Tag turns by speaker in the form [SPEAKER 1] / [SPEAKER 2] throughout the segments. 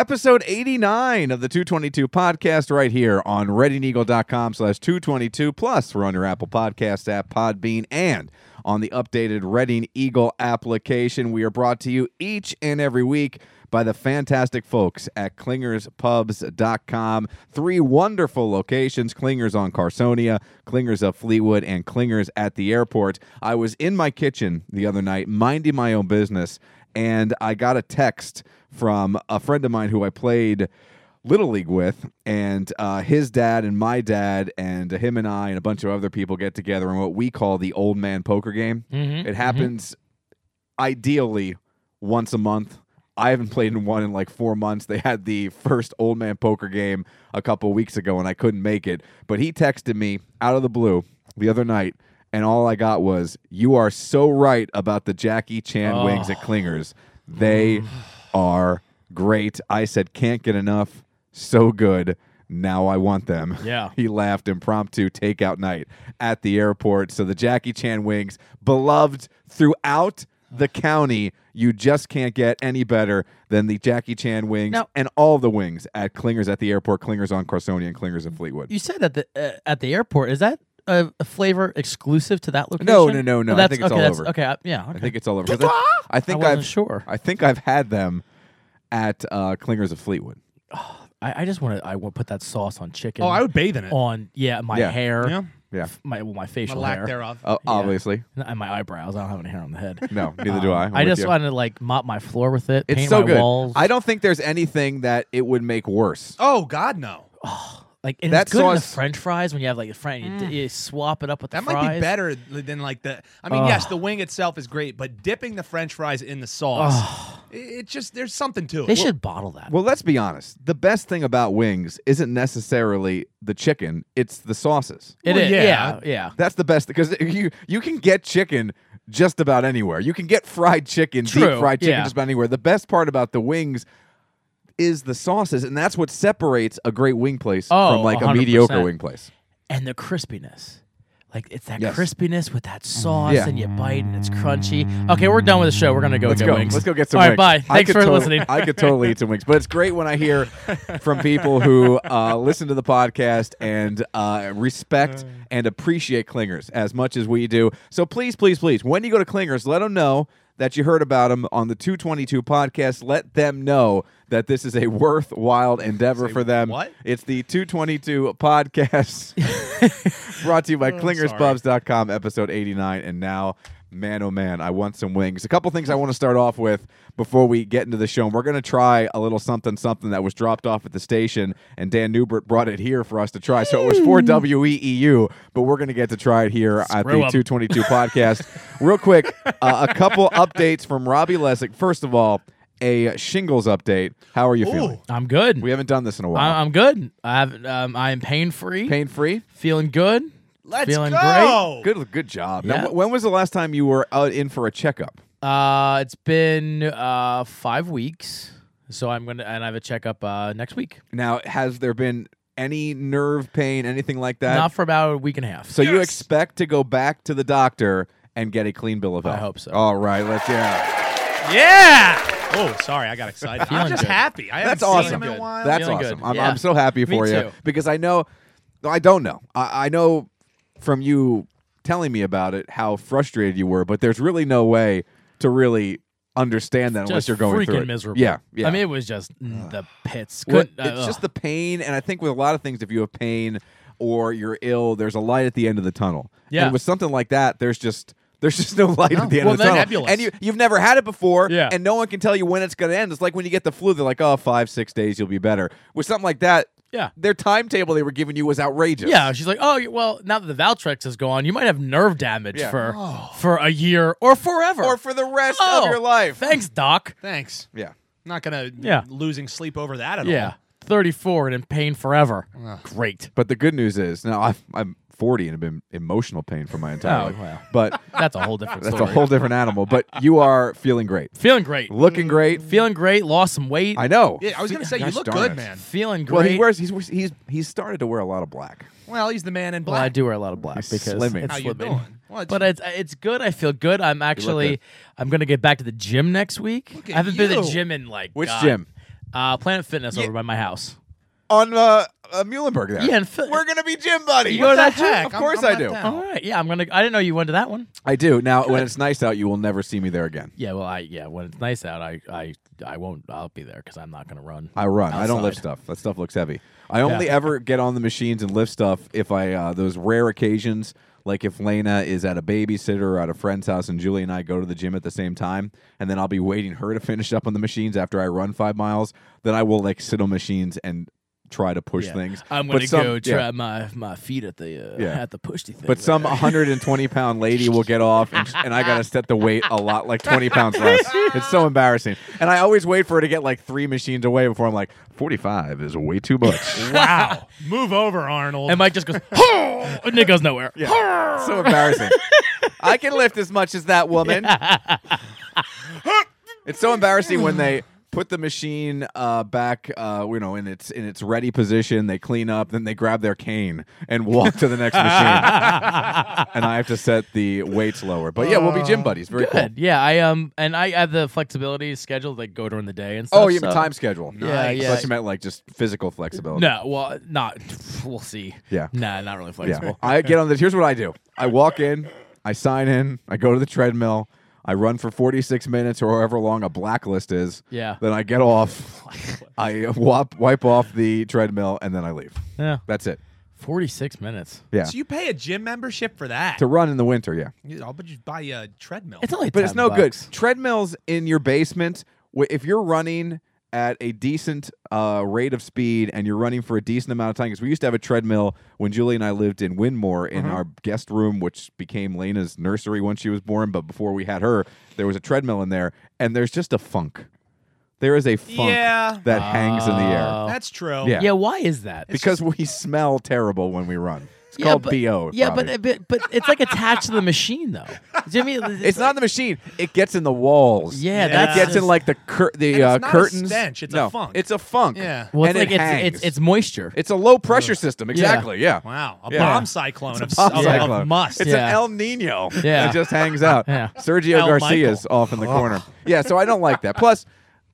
[SPEAKER 1] episode 89 of the 222 podcast right here on readyneagle.com slash 222 plus we're on your apple podcast app podbean and on the updated reading eagle application we are brought to you each and every week by the fantastic folks at clingerspubs.com three wonderful locations clingers on carsonia clingers of fleetwood and clingers at the airport i was in my kitchen the other night minding my own business and I got a text from a friend of mine who I played little league with, and uh, his dad and my dad and him and I and a bunch of other people get together in what we call the old man poker game.
[SPEAKER 2] Mhm,
[SPEAKER 1] It happens ideally once a month. I haven't played in one in like four months. They had the first old man poker game a couple weeks ago, and I couldn't make it. But he texted me out of the blue the other night, and all I got was, "You are so right about the Jackie Chan wings at Clingers. They are great." I said, "Can't get enough. So good. Now I want them."
[SPEAKER 2] Yeah.
[SPEAKER 1] he laughed impromptu takeout night at the airport. So the Jackie Chan wings, beloved throughout the county, you just can't get any better than the Jackie Chan wings
[SPEAKER 2] Now-
[SPEAKER 1] and all the wings at Clingers at the airport, Clingers on Carsonia, and Clingers in Fleetwood.
[SPEAKER 2] You said that the, uh, at the airport. Is that a, a flavor exclusive to that location?
[SPEAKER 1] No, no, no, no.
[SPEAKER 2] Oh,
[SPEAKER 1] I
[SPEAKER 2] that's-
[SPEAKER 1] think it's
[SPEAKER 2] okay,
[SPEAKER 1] all
[SPEAKER 2] that's-
[SPEAKER 1] over.
[SPEAKER 2] Okay, I- yeah.
[SPEAKER 1] I
[SPEAKER 2] Okay.
[SPEAKER 1] think it's all over. 'Cause I, I think
[SPEAKER 2] I wasn't
[SPEAKER 1] have
[SPEAKER 2] sure.
[SPEAKER 1] I think I've had them at uh, Clingers of Fleetwood.
[SPEAKER 2] I, I just want to. I want to put that sauce on chicken.
[SPEAKER 3] Oh, I would bathe in it.
[SPEAKER 2] on yeah my
[SPEAKER 1] Yeah.
[SPEAKER 2] hair.
[SPEAKER 3] Yeah.
[SPEAKER 1] Yeah,
[SPEAKER 2] F- My well, my
[SPEAKER 3] My
[SPEAKER 2] facial
[SPEAKER 3] lack
[SPEAKER 2] hair
[SPEAKER 3] thereof.
[SPEAKER 1] uh, obviously.
[SPEAKER 2] and my eyebrows. I don't have any hair on the head.
[SPEAKER 1] No, neither do I. I'm
[SPEAKER 2] Um, I
[SPEAKER 1] with
[SPEAKER 2] just
[SPEAKER 1] you.
[SPEAKER 2] wanted to like mop my floor with it.
[SPEAKER 1] It's
[SPEAKER 2] paint
[SPEAKER 1] so
[SPEAKER 2] my
[SPEAKER 1] good.
[SPEAKER 2] walls.
[SPEAKER 1] I don't think there's anything that it would make worse.
[SPEAKER 3] Oh God, no.
[SPEAKER 2] like and
[SPEAKER 1] that
[SPEAKER 2] it's good in the
[SPEAKER 1] sauce- Mm.
[SPEAKER 2] French fries when you have like the French. You, d- you swap it up with
[SPEAKER 3] That
[SPEAKER 2] the
[SPEAKER 3] might
[SPEAKER 2] fries.
[SPEAKER 3] be better li- than like the. I mean, yes, the wing itself is great, but dipping the French fries in the sauce, it, it just there's something to it.
[SPEAKER 2] They should bottle that.
[SPEAKER 1] Well, let's be honest. The best thing about wings isn't necessarily the chicken; it's the sauces.
[SPEAKER 2] It
[SPEAKER 3] Well,
[SPEAKER 2] is-
[SPEAKER 3] yeah.
[SPEAKER 2] Yeah, yeah.
[SPEAKER 1] That's the best because you you can get chicken just about anywhere. You can get fried chicken, deep
[SPEAKER 2] True,
[SPEAKER 1] fried chicken,
[SPEAKER 2] yeah.
[SPEAKER 1] just about anywhere. The best part about the wings is the sauces, and that's what separates a great wing place
[SPEAKER 2] Oh,
[SPEAKER 1] from like a
[SPEAKER 2] 100%.
[SPEAKER 1] mediocre wing place.
[SPEAKER 2] and the crispiness. Like it's that
[SPEAKER 1] Yes.
[SPEAKER 2] crispiness with that sauce,
[SPEAKER 1] Yeah.
[SPEAKER 2] and you bite, and it's crunchy. Okay, we're done with the show. We're gonna go
[SPEAKER 1] Let's
[SPEAKER 2] get
[SPEAKER 1] go.
[SPEAKER 2] wings.
[SPEAKER 1] Let's go get some
[SPEAKER 2] All
[SPEAKER 1] wings.
[SPEAKER 2] right, bye.
[SPEAKER 1] I
[SPEAKER 2] Thanks
[SPEAKER 1] could
[SPEAKER 2] for
[SPEAKER 1] totally-
[SPEAKER 2] listening.
[SPEAKER 1] I could totally eat some wings, but it's great when I hear from people who uh, listen to the podcast and uh, respect and appreciate Clingers as much as we do. So please, please, please, when you go to Clingers, let them know that you heard about them on the 222 podcast. Let them know that this is a worthwhile endeavor for them.
[SPEAKER 3] what?
[SPEAKER 1] It's the 222 podcast brought to you by
[SPEAKER 2] Oh,
[SPEAKER 1] clingerspubs.com episode 89 and now man oh man i want some wings a couple things i want to start off with before we get into the show and we're going to try a little something something that was dropped off at the station and dan newbert brought it here for us to try so it was for weeu but we're going to get to try it here at the
[SPEAKER 2] Hmm. Screw 'em.
[SPEAKER 1] 222 podcast real quick uh, a couple updates from robbie lessick first of all a shingles update how are you feeling
[SPEAKER 2] I'm good.
[SPEAKER 1] we haven't done this in a while
[SPEAKER 2] I- I'm good. I have. Um, I am pain free.
[SPEAKER 1] pain free
[SPEAKER 2] Feeling good.
[SPEAKER 3] Let's
[SPEAKER 2] feeling
[SPEAKER 3] go.
[SPEAKER 1] Good, good job. Now,
[SPEAKER 2] Yeah.
[SPEAKER 1] wh- when was the last time you were out in for a checkup?
[SPEAKER 2] great. Uh, it's been uh five weeks, so I'm gonna and I have a checkup uh next week.
[SPEAKER 1] Now, has there been any nerve pain, anything like that?
[SPEAKER 2] Not for about a week and a half.
[SPEAKER 1] so you
[SPEAKER 3] Yes.
[SPEAKER 1] expect to go back to the doctor and get a clean bill of health?
[SPEAKER 2] hope so.
[SPEAKER 1] All right, let's yeah.
[SPEAKER 3] Yeah. Oh, sorry, I got excited. I'm
[SPEAKER 2] Feeling
[SPEAKER 3] just
[SPEAKER 2] good.
[SPEAKER 3] happy. I
[SPEAKER 1] That's
[SPEAKER 3] haven't
[SPEAKER 1] awesome.
[SPEAKER 3] seen him in a while.
[SPEAKER 1] That's
[SPEAKER 2] Feeling
[SPEAKER 1] awesome.
[SPEAKER 2] good.
[SPEAKER 1] I'm,
[SPEAKER 2] Yeah.
[SPEAKER 1] I'm so happy
[SPEAKER 2] Me
[SPEAKER 1] for you
[SPEAKER 2] too.
[SPEAKER 1] because I know, no, I don't know. I, I know from you telling me about it how frustrated you were, but there's really no way to really understand that unless
[SPEAKER 2] just
[SPEAKER 1] you're going
[SPEAKER 2] freaking
[SPEAKER 1] through it.
[SPEAKER 2] miserable.
[SPEAKER 1] Yeah, yeah.
[SPEAKER 2] I mean, it was just mm, the pits.
[SPEAKER 1] Well,
[SPEAKER 2] Couldn't- uh,
[SPEAKER 1] it's just
[SPEAKER 2] ugh.
[SPEAKER 1] the pain, and I think with a lot of things, if you have pain or you're ill, there's a light at the end of the tunnel.
[SPEAKER 2] Yeah.
[SPEAKER 1] And with something like that, there's just there's just no light at the end
[SPEAKER 2] Well,
[SPEAKER 1] of the
[SPEAKER 2] they're
[SPEAKER 1] tunnel.
[SPEAKER 3] nebulous.
[SPEAKER 1] And you you've never had it before,
[SPEAKER 2] Yeah.
[SPEAKER 1] and no one can tell you when it's going to end. It's like when you get the flu, they're like, oh, five six days, you'll be better. With something like that,
[SPEAKER 2] Yeah.
[SPEAKER 1] their timetable they were giving you was outrageous.
[SPEAKER 2] Yeah, she's like, oh, you- well, now that the Valtrex is gone, you might have nerve damage
[SPEAKER 1] Yeah.
[SPEAKER 2] for for a year or forever.
[SPEAKER 1] or for the rest
[SPEAKER 2] Oh,
[SPEAKER 1] of your life.
[SPEAKER 2] Thanks, Doc.
[SPEAKER 3] Thanks.
[SPEAKER 1] yeah,
[SPEAKER 3] Not gonna
[SPEAKER 2] Yeah.
[SPEAKER 3] losing sleep over that at
[SPEAKER 2] Yeah, thirty four Oh, and in pain forever. Great.
[SPEAKER 1] but the good news is now I've, I'm 40 and have been emotional pain for my entire
[SPEAKER 2] Oh,
[SPEAKER 1] life.
[SPEAKER 2] well.
[SPEAKER 1] But
[SPEAKER 2] That's a whole different.
[SPEAKER 1] that's a
[SPEAKER 2] story.
[SPEAKER 1] whole different animal. But you are feeling great,
[SPEAKER 2] Feeling great.
[SPEAKER 1] looking great.
[SPEAKER 2] Feeling great. Lost some weight.
[SPEAKER 1] I know.
[SPEAKER 3] all. Yeah, I was gonna say you
[SPEAKER 1] Gosh
[SPEAKER 3] look
[SPEAKER 1] darn
[SPEAKER 3] good,
[SPEAKER 1] it.
[SPEAKER 3] man.
[SPEAKER 2] Feeling great.
[SPEAKER 1] Well, he wears. He's he's he's started to wear a lot of black.
[SPEAKER 3] Well, he's the man in
[SPEAKER 2] Well, I
[SPEAKER 3] black.
[SPEAKER 2] do wear a lot of black
[SPEAKER 1] He's
[SPEAKER 2] because
[SPEAKER 1] slimming.
[SPEAKER 2] it's
[SPEAKER 3] How you
[SPEAKER 2] slimming.
[SPEAKER 3] doing? Well,
[SPEAKER 2] But it's it's good. I feel good. I'm actually
[SPEAKER 1] good.
[SPEAKER 2] I'm gonna get back to the gym next week.
[SPEAKER 3] Look at
[SPEAKER 2] I haven't been to the
[SPEAKER 3] you.
[SPEAKER 2] gym in like
[SPEAKER 1] Which
[SPEAKER 2] God,
[SPEAKER 1] gym?
[SPEAKER 2] Uh, Planet Fitness over by my house.
[SPEAKER 1] on uh, uh, Muhlenberg there.
[SPEAKER 2] Yeah, and Phil-
[SPEAKER 1] we're gonna be gym buddies.
[SPEAKER 2] You go to that
[SPEAKER 3] the heck?
[SPEAKER 1] Of
[SPEAKER 3] I'm-
[SPEAKER 1] course
[SPEAKER 3] I'm
[SPEAKER 1] i
[SPEAKER 3] not
[SPEAKER 1] do.
[SPEAKER 3] down.
[SPEAKER 2] All right. Yeah, I'm gonna. I didn't know you went to that one.
[SPEAKER 1] I do. Now, when it's nice out, you will never see me there again.
[SPEAKER 2] Yeah. Well, I yeah. When it's nice out, I I I won't. I'll be there because I'm not gonna run.
[SPEAKER 1] I run. I don't lift
[SPEAKER 2] Outside.
[SPEAKER 1] stuff. That stuff looks heavy. I only ever get on the machines and lift stuff if I uh, those rare occasions, like if Lena is at a babysitter or at a friend's house, and Julie and I go to the gym at the same time, and then I'll be waiting her to finish up on the machines after I run five miles. Then I will like sit on machines and try to push
[SPEAKER 2] Yeah.
[SPEAKER 1] things.
[SPEAKER 2] I'm
[SPEAKER 1] But
[SPEAKER 2] gonna
[SPEAKER 1] some-
[SPEAKER 2] go
[SPEAKER 1] yeah.
[SPEAKER 2] try my my feet at the uh,
[SPEAKER 1] Yeah.
[SPEAKER 2] at the pushy thing.
[SPEAKER 1] But some 120 pound lady will get off, and, and I gotta set the weight a lot, like 20 pounds less. It's so embarrassing. And I always wait for her to get like three machines away before I'm like, 45 is way too much.
[SPEAKER 3] Wow. Move over, Arnold.
[SPEAKER 2] and Mike just goes. "Huh!" and it goes nowhere.
[SPEAKER 1] Yeah. so embarrassing. I can lift as much as that woman. it's so embarrassing when they put the machine uh, back, uh, you know, in its in its ready position. They clean up, then they grab their cane and walk to the next machine, and I have to set the weights lower. But yeah, we'll be gym buddies. Very cool.
[SPEAKER 2] Good. Yeah. I um and I have the flexibility scheduled like go during the day and stuff.
[SPEAKER 1] Oh, you have
[SPEAKER 2] so-
[SPEAKER 1] a time schedule.
[SPEAKER 2] Yeah, Nice.
[SPEAKER 1] I
[SPEAKER 2] yeah.
[SPEAKER 1] thought you meant like just physical flexibility.
[SPEAKER 2] No. Well, not. We'll see.
[SPEAKER 1] Yeah.
[SPEAKER 2] Nah. Not really
[SPEAKER 1] Yeah.
[SPEAKER 2] flexible.
[SPEAKER 1] I get on the. Here's what I do. I walk in. I sign in. I go to the treadmill. I run for 46 minutes or however long a blacklist is.
[SPEAKER 2] Yeah.
[SPEAKER 1] Then I get off. I wop, wipe off the treadmill and then I leave.
[SPEAKER 2] yeah.
[SPEAKER 1] That's it.
[SPEAKER 2] Forty six minutes.
[SPEAKER 1] Yeah.
[SPEAKER 3] So you pay a gym membership for that?
[SPEAKER 1] to run in the winter, yeah.
[SPEAKER 3] You- I'll bet you buy a treadmill.
[SPEAKER 2] It's only.
[SPEAKER 1] But it's
[SPEAKER 2] 10
[SPEAKER 1] no
[SPEAKER 2] bucks.
[SPEAKER 1] good. Treadmills in your basement, wh- if you're running at a decent uh, rate of speed and you're running for a decent amount of time, because we used to have a treadmill when Julie and I lived in Winmore in
[SPEAKER 2] Mm-hmm.
[SPEAKER 1] our guest room, which became Lena's nursery when she was born. But before we had her, there was a treadmill in there, and there's just a funk. There is a funk
[SPEAKER 3] Yeah.
[SPEAKER 1] that hangs in the air
[SPEAKER 2] Oh.
[SPEAKER 3] That's true.
[SPEAKER 1] Yeah.
[SPEAKER 2] Yeah. Why is that?
[SPEAKER 1] because we smell terrible when we run. It's
[SPEAKER 2] Yeah,
[SPEAKER 1] called
[SPEAKER 2] but-
[SPEAKER 1] BO.
[SPEAKER 2] Yeah,
[SPEAKER 1] probably.
[SPEAKER 2] but, but but it's like attached to the machine though. Do you know what I mean?
[SPEAKER 1] it's not the machine. It gets in the walls.
[SPEAKER 2] Yeah,
[SPEAKER 3] It
[SPEAKER 2] that's
[SPEAKER 1] it gets in
[SPEAKER 2] just-
[SPEAKER 1] like the cur- the
[SPEAKER 3] And it's
[SPEAKER 1] uh,
[SPEAKER 3] not a
[SPEAKER 1] curtains.
[SPEAKER 3] stench, it's a
[SPEAKER 1] no,
[SPEAKER 3] funk.
[SPEAKER 1] It's a funk.
[SPEAKER 3] Yeah.
[SPEAKER 2] Well, it's
[SPEAKER 1] and
[SPEAKER 2] like
[SPEAKER 1] it
[SPEAKER 2] it's,
[SPEAKER 1] hangs.
[SPEAKER 2] it's it's moisture.
[SPEAKER 1] It's a low pressure system. Exactly. Yeah.
[SPEAKER 3] Wow. A
[SPEAKER 1] Yeah.
[SPEAKER 3] bomb cyclone of,
[SPEAKER 1] Bomb
[SPEAKER 3] of- of
[SPEAKER 1] cyclone.
[SPEAKER 3] must.
[SPEAKER 1] It's
[SPEAKER 2] Yeah.
[SPEAKER 1] an El Nino.
[SPEAKER 2] Yeah.
[SPEAKER 1] It just hangs out.
[SPEAKER 2] Yeah.
[SPEAKER 1] Sergio
[SPEAKER 3] El
[SPEAKER 1] Garcia's off in the corner. Yeah. So I don't like that. Plus.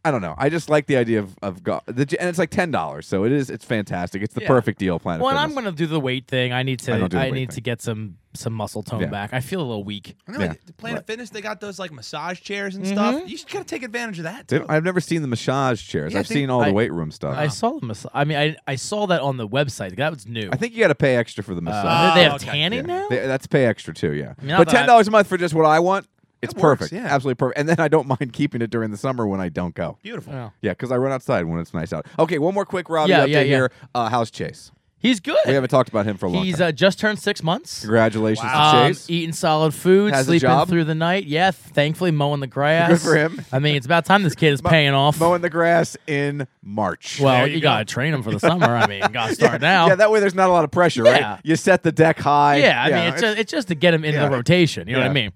[SPEAKER 1] I don't know. I just like the idea of of go- the, j- and it's like ten dollars, so it is. It's fantastic. It's the
[SPEAKER 3] Yeah.
[SPEAKER 1] perfect deal, Planet
[SPEAKER 2] well, and I'm
[SPEAKER 1] Fitness.
[SPEAKER 2] gonna do the weight thing. I need to.
[SPEAKER 1] I
[SPEAKER 2] I,
[SPEAKER 1] don't do the weight
[SPEAKER 2] need to
[SPEAKER 1] thing.
[SPEAKER 2] get some some muscle tone
[SPEAKER 1] Yeah.
[SPEAKER 2] back. I feel a little weak.
[SPEAKER 3] I know,
[SPEAKER 1] Yeah.
[SPEAKER 3] at Planet Fitness, they got those like massage chairs and stuff. You should gotta take advantage of that.
[SPEAKER 1] Dude,
[SPEAKER 3] too.
[SPEAKER 1] I've never seen the massage chairs.
[SPEAKER 3] Yeah,
[SPEAKER 1] I've
[SPEAKER 3] I think-
[SPEAKER 1] seen all the
[SPEAKER 2] I-
[SPEAKER 1] weight room stuff.
[SPEAKER 3] Ah.
[SPEAKER 2] I saw the mas- I mean, I I saw that on the website. That was new.
[SPEAKER 1] I think you got to pay extra for the
[SPEAKER 2] Uh,
[SPEAKER 1] massage.
[SPEAKER 2] they
[SPEAKER 3] Oh,
[SPEAKER 2] have
[SPEAKER 3] okay.
[SPEAKER 2] tanning
[SPEAKER 1] Yeah.
[SPEAKER 2] now.
[SPEAKER 1] Th- that's pay extra too, yeah.
[SPEAKER 2] mean, not
[SPEAKER 1] but ten
[SPEAKER 2] that
[SPEAKER 1] dollars a month for just what I want, it's
[SPEAKER 3] That works,
[SPEAKER 1] perfect.
[SPEAKER 3] yeah.
[SPEAKER 1] Absolutely perfect. And then I don't mind keeping it during the summer when I don't go.
[SPEAKER 3] Beautiful.
[SPEAKER 2] Oh.
[SPEAKER 1] Yeah, because I run outside when it's nice out. Okay, one more quick Robbie
[SPEAKER 2] Yeah,
[SPEAKER 1] update
[SPEAKER 2] yeah, yeah.
[SPEAKER 1] here. Uh, how's Chase?
[SPEAKER 2] He's good.
[SPEAKER 1] We haven't talked about him for a long
[SPEAKER 2] He's
[SPEAKER 1] time.
[SPEAKER 2] uh, just turned six months.
[SPEAKER 1] Congratulations
[SPEAKER 2] Um,
[SPEAKER 1] to Chase.
[SPEAKER 2] eating solid food,
[SPEAKER 1] Has a
[SPEAKER 2] sleeping
[SPEAKER 1] job?
[SPEAKER 2] through the night. Yeah, thankfully mowing the grass.
[SPEAKER 1] for him.
[SPEAKER 2] I mean, it's about time this kid is paying off.
[SPEAKER 1] Mowing the grass in March.
[SPEAKER 2] well,
[SPEAKER 3] There
[SPEAKER 2] you,
[SPEAKER 3] you go.
[SPEAKER 2] gotta train him for the summer. I mean, gotta start now.
[SPEAKER 1] yeah, that way there's not a lot of pressure,
[SPEAKER 2] Yeah.
[SPEAKER 1] right? You set the deck high.
[SPEAKER 2] Yeah, I mean, it's, just, it's just to get him in
[SPEAKER 1] Yeah.
[SPEAKER 2] the rotation. You know what
[SPEAKER 1] Yeah.
[SPEAKER 2] I mean?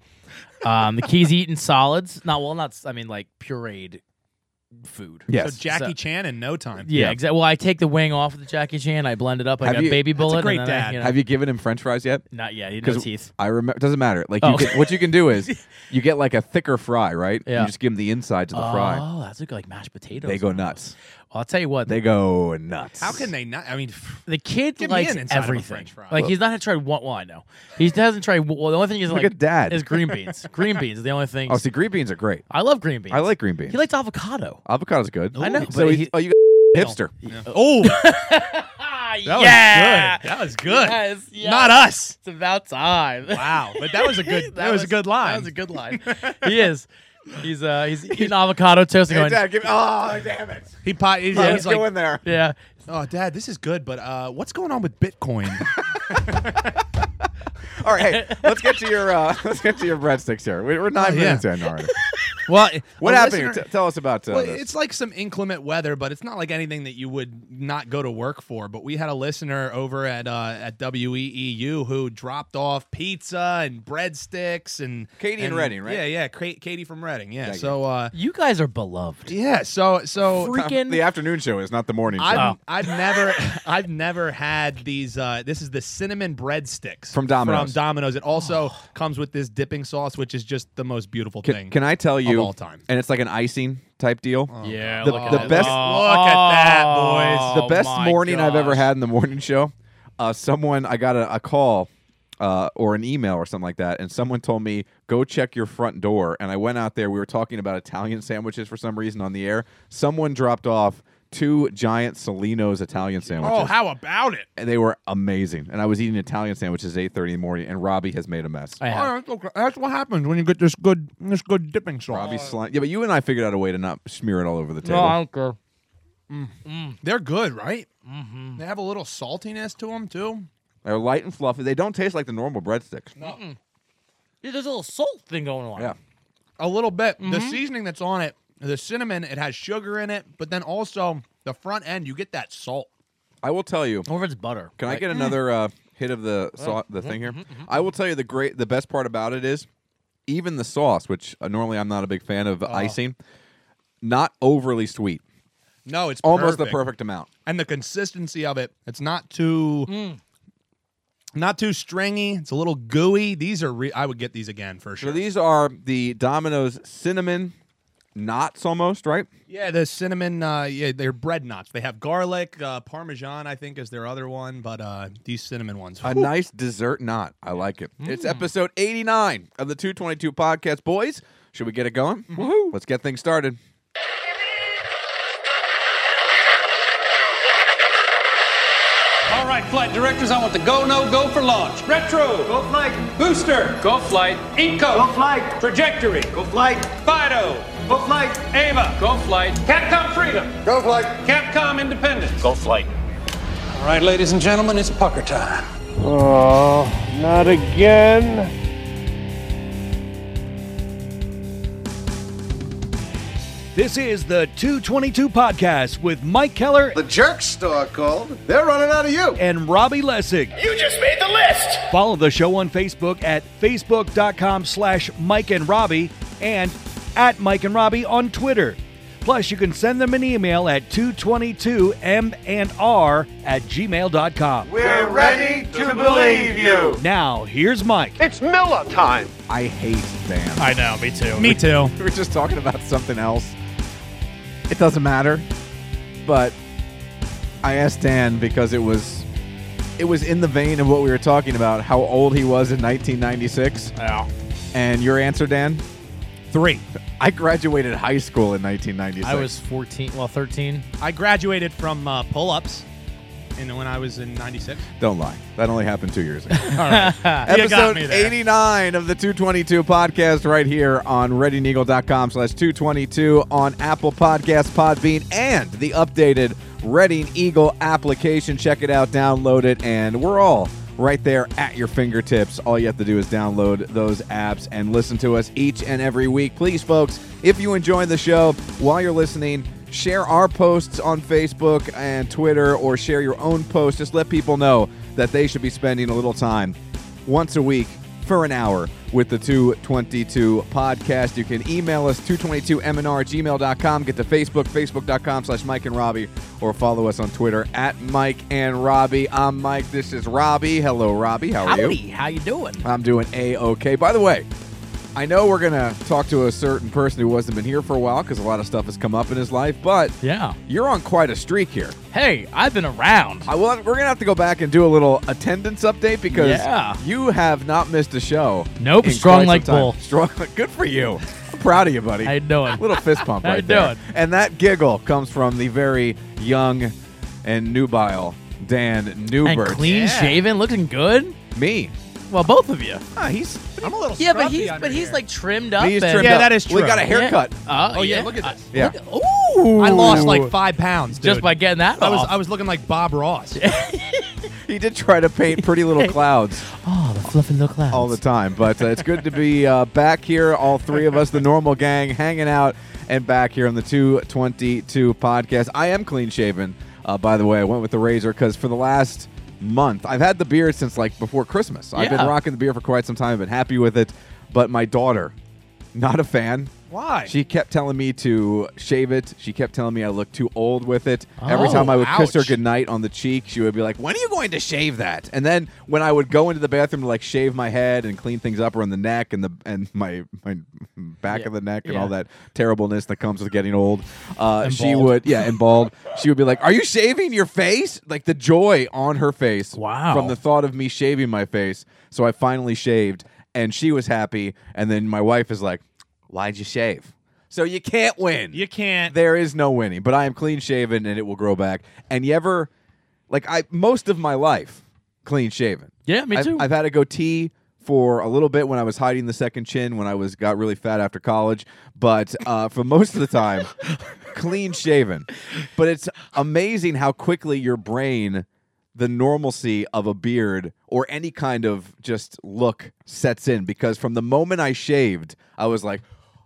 [SPEAKER 2] Um, the key's eating solids. Not well, not. I mean, like pureed food.
[SPEAKER 1] yes.
[SPEAKER 3] So Jackie
[SPEAKER 2] So-
[SPEAKER 3] Chan in no time.
[SPEAKER 2] Yeah, exactly. Well, I take the wing off of the Jackie Chan. I blend it up. I
[SPEAKER 1] Have
[SPEAKER 2] got
[SPEAKER 1] you-
[SPEAKER 2] baby
[SPEAKER 3] a
[SPEAKER 2] bullet.
[SPEAKER 3] great
[SPEAKER 2] and then I,
[SPEAKER 3] dad.
[SPEAKER 2] you know,
[SPEAKER 1] Have you given him French fries yet?
[SPEAKER 2] not yet. He no
[SPEAKER 1] 'Cause
[SPEAKER 2] teeth.
[SPEAKER 1] I remember. Doesn't matter. Like
[SPEAKER 2] Oh.
[SPEAKER 1] you can, what you can do is you get like a thicker fry, right?
[SPEAKER 2] Yeah.
[SPEAKER 1] You just give him the inside to the fry.
[SPEAKER 2] Oh, that's a good, like mashed potatoes.
[SPEAKER 1] They go nuts.
[SPEAKER 2] Well, I'll tell you what.
[SPEAKER 1] They go nuts.
[SPEAKER 3] How can they not? I mean,
[SPEAKER 2] the kid
[SPEAKER 3] Give me
[SPEAKER 2] likes
[SPEAKER 3] an inside of a
[SPEAKER 2] everything.
[SPEAKER 3] french fry.
[SPEAKER 2] Like he's not tried one. Well, I know he hasn't tried. Well, the only thing he's
[SPEAKER 1] Look
[SPEAKER 2] like
[SPEAKER 1] at Dad.
[SPEAKER 2] is green beans. green beans is the only thing.
[SPEAKER 1] Oh, see, green beans are great.
[SPEAKER 2] I love green beans.
[SPEAKER 1] I like green beans.
[SPEAKER 2] He likes avocado.
[SPEAKER 1] Avocado's good.
[SPEAKER 2] I know,
[SPEAKER 1] So
[SPEAKER 2] but
[SPEAKER 1] he,
[SPEAKER 2] he-
[SPEAKER 1] oh, you got hipster.
[SPEAKER 3] oh, that
[SPEAKER 2] Ah,
[SPEAKER 3] was
[SPEAKER 2] yeah.
[SPEAKER 3] good. That was good.
[SPEAKER 2] Yes, yes.
[SPEAKER 3] Not us.
[SPEAKER 2] It's about time.
[SPEAKER 3] Wow, but that was a good. that, was, a good line.
[SPEAKER 2] That was a good line. he is. He's uh he's eating avocado toast and
[SPEAKER 1] Hey,
[SPEAKER 2] going,
[SPEAKER 1] Dad, give me. Oh, damn it!
[SPEAKER 3] He pot, he's,
[SPEAKER 1] I
[SPEAKER 3] he's
[SPEAKER 1] was
[SPEAKER 3] like,
[SPEAKER 1] going there.
[SPEAKER 2] yeah.
[SPEAKER 3] "Oh, Dad, this is good, but uh, what's going on with Bitcoin?"
[SPEAKER 1] All right, hey, let's get to your uh, let's get to your breadsticks here. We- We're nine
[SPEAKER 3] Oh, yeah.
[SPEAKER 1] minutes in already.
[SPEAKER 3] well,
[SPEAKER 1] What
[SPEAKER 3] a
[SPEAKER 1] happened?
[SPEAKER 3] listener-
[SPEAKER 1] T- tell us about uh,
[SPEAKER 3] well,
[SPEAKER 1] this.
[SPEAKER 3] it's like some inclement weather, but it's not like anything that you would not go to work for. But we had a listener over at uh, at WEEU who dropped off pizza and breadsticks and
[SPEAKER 1] Katie in
[SPEAKER 3] and-
[SPEAKER 1] Reading, right?
[SPEAKER 3] Yeah, yeah, Ka- Katie from Reading. Yeah.
[SPEAKER 1] Thank you.
[SPEAKER 3] so, uh,
[SPEAKER 2] You guys are beloved.
[SPEAKER 3] yeah, so so
[SPEAKER 2] Freaking
[SPEAKER 1] the afternoon show is not the morning show.
[SPEAKER 3] I've,
[SPEAKER 2] Oh.
[SPEAKER 3] I've never I've never had these. Uh, this is the cinnamon breadsticks
[SPEAKER 1] From Domino's. Domino's. Oh.
[SPEAKER 3] from Domino's. It also comes with this dipping sauce, which is just the most beautiful
[SPEAKER 1] Can,
[SPEAKER 3] thing.
[SPEAKER 1] can I tell you?
[SPEAKER 3] all time. Oh,
[SPEAKER 1] And it's like an icing type deal.
[SPEAKER 2] Yeah,
[SPEAKER 1] The-
[SPEAKER 2] look at
[SPEAKER 1] the
[SPEAKER 2] that.
[SPEAKER 1] best-
[SPEAKER 3] Look at that, boys. Oh
[SPEAKER 1] the best
[SPEAKER 2] Oh my
[SPEAKER 1] morning I've ever
[SPEAKER 2] gosh.
[SPEAKER 1] had in the morning show. Uh, someone I got a, a call uh, or an email or something like that, and someone told me go check your front door. And I went out there. We were talking about Italian sandwiches for some reason on the air. Someone dropped off two giant Salino's Italian sandwiches,
[SPEAKER 3] oh, how about it?
[SPEAKER 1] and they were amazing. And I was eating Italian sandwiches at eight thirty in the morning, and Robbie has made a mess.
[SPEAKER 2] I have.
[SPEAKER 3] Oh, that's, that's what happens when you get this good, this good dipping sauce.
[SPEAKER 1] Robbie slime. Yeah, but you and I figured out a way to not smear it all over the table.
[SPEAKER 2] don't care.
[SPEAKER 3] They're good, right? Mm-hmm. They have a little saltiness to them too.
[SPEAKER 1] They're light and fluffy. They don't taste like the normal breadsticks.
[SPEAKER 2] Dude, there's a little salt thing going on.
[SPEAKER 1] Yeah.
[SPEAKER 3] A little bit. The seasoning that's on it, the cinnamon, it has sugar in it, but then also the front end, you get that salt.
[SPEAKER 1] I will tell you.
[SPEAKER 2] Or if it's butter.
[SPEAKER 1] Can I
[SPEAKER 2] Like,
[SPEAKER 1] get another uh, hit of the sau the
[SPEAKER 3] Mm-hmm,
[SPEAKER 1] thing here? I will tell you the great, the best part about it is even the sauce, which uh, normally I'm not a big fan
[SPEAKER 3] Oh.
[SPEAKER 1] of icing, not overly sweet,
[SPEAKER 3] No, it's
[SPEAKER 1] almost the
[SPEAKER 3] perfect.
[SPEAKER 1] perfect amount.
[SPEAKER 3] and the consistency of it. It's not too not too stringy. It's a little gooey. These are re- I would get these again for
[SPEAKER 1] So
[SPEAKER 3] sure.
[SPEAKER 1] these are the Domino's cinnamon knots, almost right.
[SPEAKER 3] yeah, the cinnamon uh yeah, they're bread knots. They have garlic, uh parmesan I think is their other one, but uh these cinnamon ones.
[SPEAKER 1] A nice dessert knot. I like it.
[SPEAKER 3] Mm.
[SPEAKER 1] It's episode 89 of the 222 podcast, boys. Should we get it going? Woohoo! Let's get things started.
[SPEAKER 4] All right, flight directors, I want the go, no, go for launch. Retro. Go flight. Booster. Go flight. Inco. Go flight. Trajectory. Go flight. Fido. Go flight. Ava. Go flight. Capcom Freedom. Go flight. Capcom Independence. Go flight. All right, ladies and gentlemen, it's pucker time.
[SPEAKER 5] Oh, not again.
[SPEAKER 6] This is the 222 Podcast with Mike Keller
[SPEAKER 7] The jerk store called. They're running out of you.
[SPEAKER 6] and Robbie Lessig. You just made the list. Follow the show on Facebook at facebook.com slash Mike and Robbie and at Mike and Robbie on Twitter. Plus, you can send them an email at 222m&r at gmail.com.
[SPEAKER 7] We're ready to believe you.
[SPEAKER 6] Now, here's Mike.
[SPEAKER 5] It's Miller time.
[SPEAKER 1] I hate bands.
[SPEAKER 2] I know, me too.
[SPEAKER 3] Me too.
[SPEAKER 1] we were just talking about something else. It doesn't matter. But I asked Dan because it was it was in the vein of what we were talking about, how old he was in 1996.
[SPEAKER 2] Yeah.
[SPEAKER 1] And your answer, Dan?
[SPEAKER 3] Three.
[SPEAKER 1] I graduated high school in 1996.
[SPEAKER 2] I was 14, well, 13.
[SPEAKER 3] I graduated from uh, pull-ups and when I was in 96.
[SPEAKER 1] Don't lie. That only happened two years ago.
[SPEAKER 3] All right. You got
[SPEAKER 1] Episode
[SPEAKER 3] me there.
[SPEAKER 1] 89 of the 222 podcast right here on readyneagle.com slash 222 on Apple Podcasts, Podbean, and the updated Reading Eagle application. Check it out, download it, and we're all right there at your fingertips. All you have to do is download those apps and listen to us each and every week. Please, folks, if you enjoy the show while you're listening, share our posts on Facebook and Twitter or share your own posts. Just let people know that they should be spending a little time once a week for an hour with the 222 podcast. You can email us 222mnr at gmail.com. Get to Facebook, facebook.com slash Mike and Robbie, or follow us on Twitter at Mike and Robbie. I'm Mike. This is Robbie. Hello, Robbie. How are
[SPEAKER 2] Howdy,
[SPEAKER 1] you?
[SPEAKER 2] how you doing?
[SPEAKER 1] I'm doing A-OK. By the way, I know we're going to talk to a certain person who hasn't been here for a while because a lot of stuff has come up in his life, but
[SPEAKER 2] Yeah.
[SPEAKER 1] you're on quite a streak here.
[SPEAKER 2] Hey, I've been around.
[SPEAKER 1] I will, we're gonna have to go back and do a little attendance update because
[SPEAKER 2] Yeah.
[SPEAKER 1] you have not missed a show.
[SPEAKER 2] Nope,
[SPEAKER 1] in quite
[SPEAKER 2] strong
[SPEAKER 1] some
[SPEAKER 2] like
[SPEAKER 1] time.
[SPEAKER 2] bull.
[SPEAKER 1] Strong, good for you. I'm proud of you, buddy.
[SPEAKER 2] How you doing?
[SPEAKER 1] Little fist pump
[SPEAKER 2] How
[SPEAKER 1] right
[SPEAKER 2] you
[SPEAKER 1] there.
[SPEAKER 2] doing?
[SPEAKER 1] And that giggle comes from the very young and nubile Dan
[SPEAKER 2] and
[SPEAKER 1] Newbert.
[SPEAKER 2] clean shaven, looking good.
[SPEAKER 1] Me.
[SPEAKER 2] Well, both of you.
[SPEAKER 1] Ah, he's
[SPEAKER 3] I'm a little
[SPEAKER 2] Yeah, but
[SPEAKER 3] scruffy
[SPEAKER 2] he's
[SPEAKER 3] under
[SPEAKER 2] but he's
[SPEAKER 3] here.
[SPEAKER 2] like trimmed up.
[SPEAKER 1] he's
[SPEAKER 2] and-
[SPEAKER 1] trimmed
[SPEAKER 3] Yeah,
[SPEAKER 1] up.
[SPEAKER 3] that is
[SPEAKER 1] We
[SPEAKER 3] true.
[SPEAKER 1] got a
[SPEAKER 3] Yeah.
[SPEAKER 1] haircut.
[SPEAKER 2] Uh,
[SPEAKER 3] Oh yeah, look at this.
[SPEAKER 1] Yeah.
[SPEAKER 2] Ooh.
[SPEAKER 3] I lost like 5 pounds, dude.
[SPEAKER 2] just by getting that.
[SPEAKER 3] I was
[SPEAKER 2] off.
[SPEAKER 3] I was looking like Bob Ross.
[SPEAKER 1] He did try to paint pretty little clouds.
[SPEAKER 2] oh, the fluffy little clouds.
[SPEAKER 1] all the time. But uh, it's good to be uh, back here, all three of us, the normal gang, hanging out and back here on the 222 podcast. I am clean shaven, uh, by the way. I went with the razor because for the last month, I've had the beard since like before Christmas. I've been
[SPEAKER 2] Yeah.
[SPEAKER 1] rocking the beard for quite some time. I've been happy with it. But my daughter, not a fan.
[SPEAKER 3] Why?
[SPEAKER 1] She kept telling me to shave it. She kept telling me I look too old with it. Every time I would kiss her
[SPEAKER 3] ouch.
[SPEAKER 1] goodnight on the cheek, she would be like, "When are you going to shave that?" And then when I would go into the bathroom to like shave my head and clean things up around the neck and the and my my back
[SPEAKER 2] Yeah.
[SPEAKER 1] of the neck and
[SPEAKER 2] Yeah.
[SPEAKER 1] all that terribleness that comes with getting old, uh,
[SPEAKER 2] And
[SPEAKER 1] she
[SPEAKER 2] bald.
[SPEAKER 1] would yeah and bald. she would be like, "Are you shaving your face?" Like the joy on her face
[SPEAKER 2] Wow.
[SPEAKER 1] from the thought of me shaving my face. So I finally shaved, and she was happy. And then my wife is like, "Why'd you shave?" So you can't win.
[SPEAKER 3] You can't.
[SPEAKER 1] There is no winning. But I am clean shaven, and it will grow back. And you ever, like I most of my life, clean shaven.
[SPEAKER 2] Yeah, me
[SPEAKER 1] I've-
[SPEAKER 2] too.
[SPEAKER 1] I've had a goatee for a little bit when I was hiding the second chin when I was got really fat after college, but uh, for most of the time, clean shaven. But it's amazing how quickly your brain, the normalcy of a beard or any kind of just look sets in because from the moment I shaved, I was like,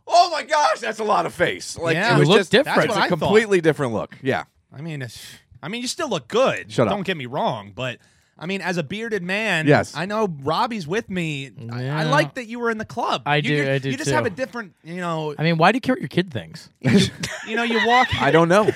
[SPEAKER 1] oh my gosh, that's a lot of face. Like
[SPEAKER 3] Yeah,
[SPEAKER 1] it
[SPEAKER 3] you
[SPEAKER 1] was
[SPEAKER 2] look
[SPEAKER 1] just
[SPEAKER 2] different.
[SPEAKER 3] That's
[SPEAKER 1] It's
[SPEAKER 3] what
[SPEAKER 1] a
[SPEAKER 3] I thought.
[SPEAKER 1] completely different look. Yeah.
[SPEAKER 3] I mean, it's, I mean, you still look good.
[SPEAKER 1] Shut up.
[SPEAKER 3] Don't get me wrong, but I mean, as a bearded man,
[SPEAKER 1] Yes.
[SPEAKER 3] I know Robbie's with me. I, I
[SPEAKER 2] Yeah.
[SPEAKER 3] like that you were in the club.
[SPEAKER 2] I
[SPEAKER 3] you,
[SPEAKER 2] do-
[SPEAKER 3] You,
[SPEAKER 2] I do
[SPEAKER 3] you just
[SPEAKER 2] too.
[SPEAKER 3] have a different, you know,
[SPEAKER 2] I mean, why do you care what your kid thinks?
[SPEAKER 3] you know, you walk,
[SPEAKER 1] I don't know.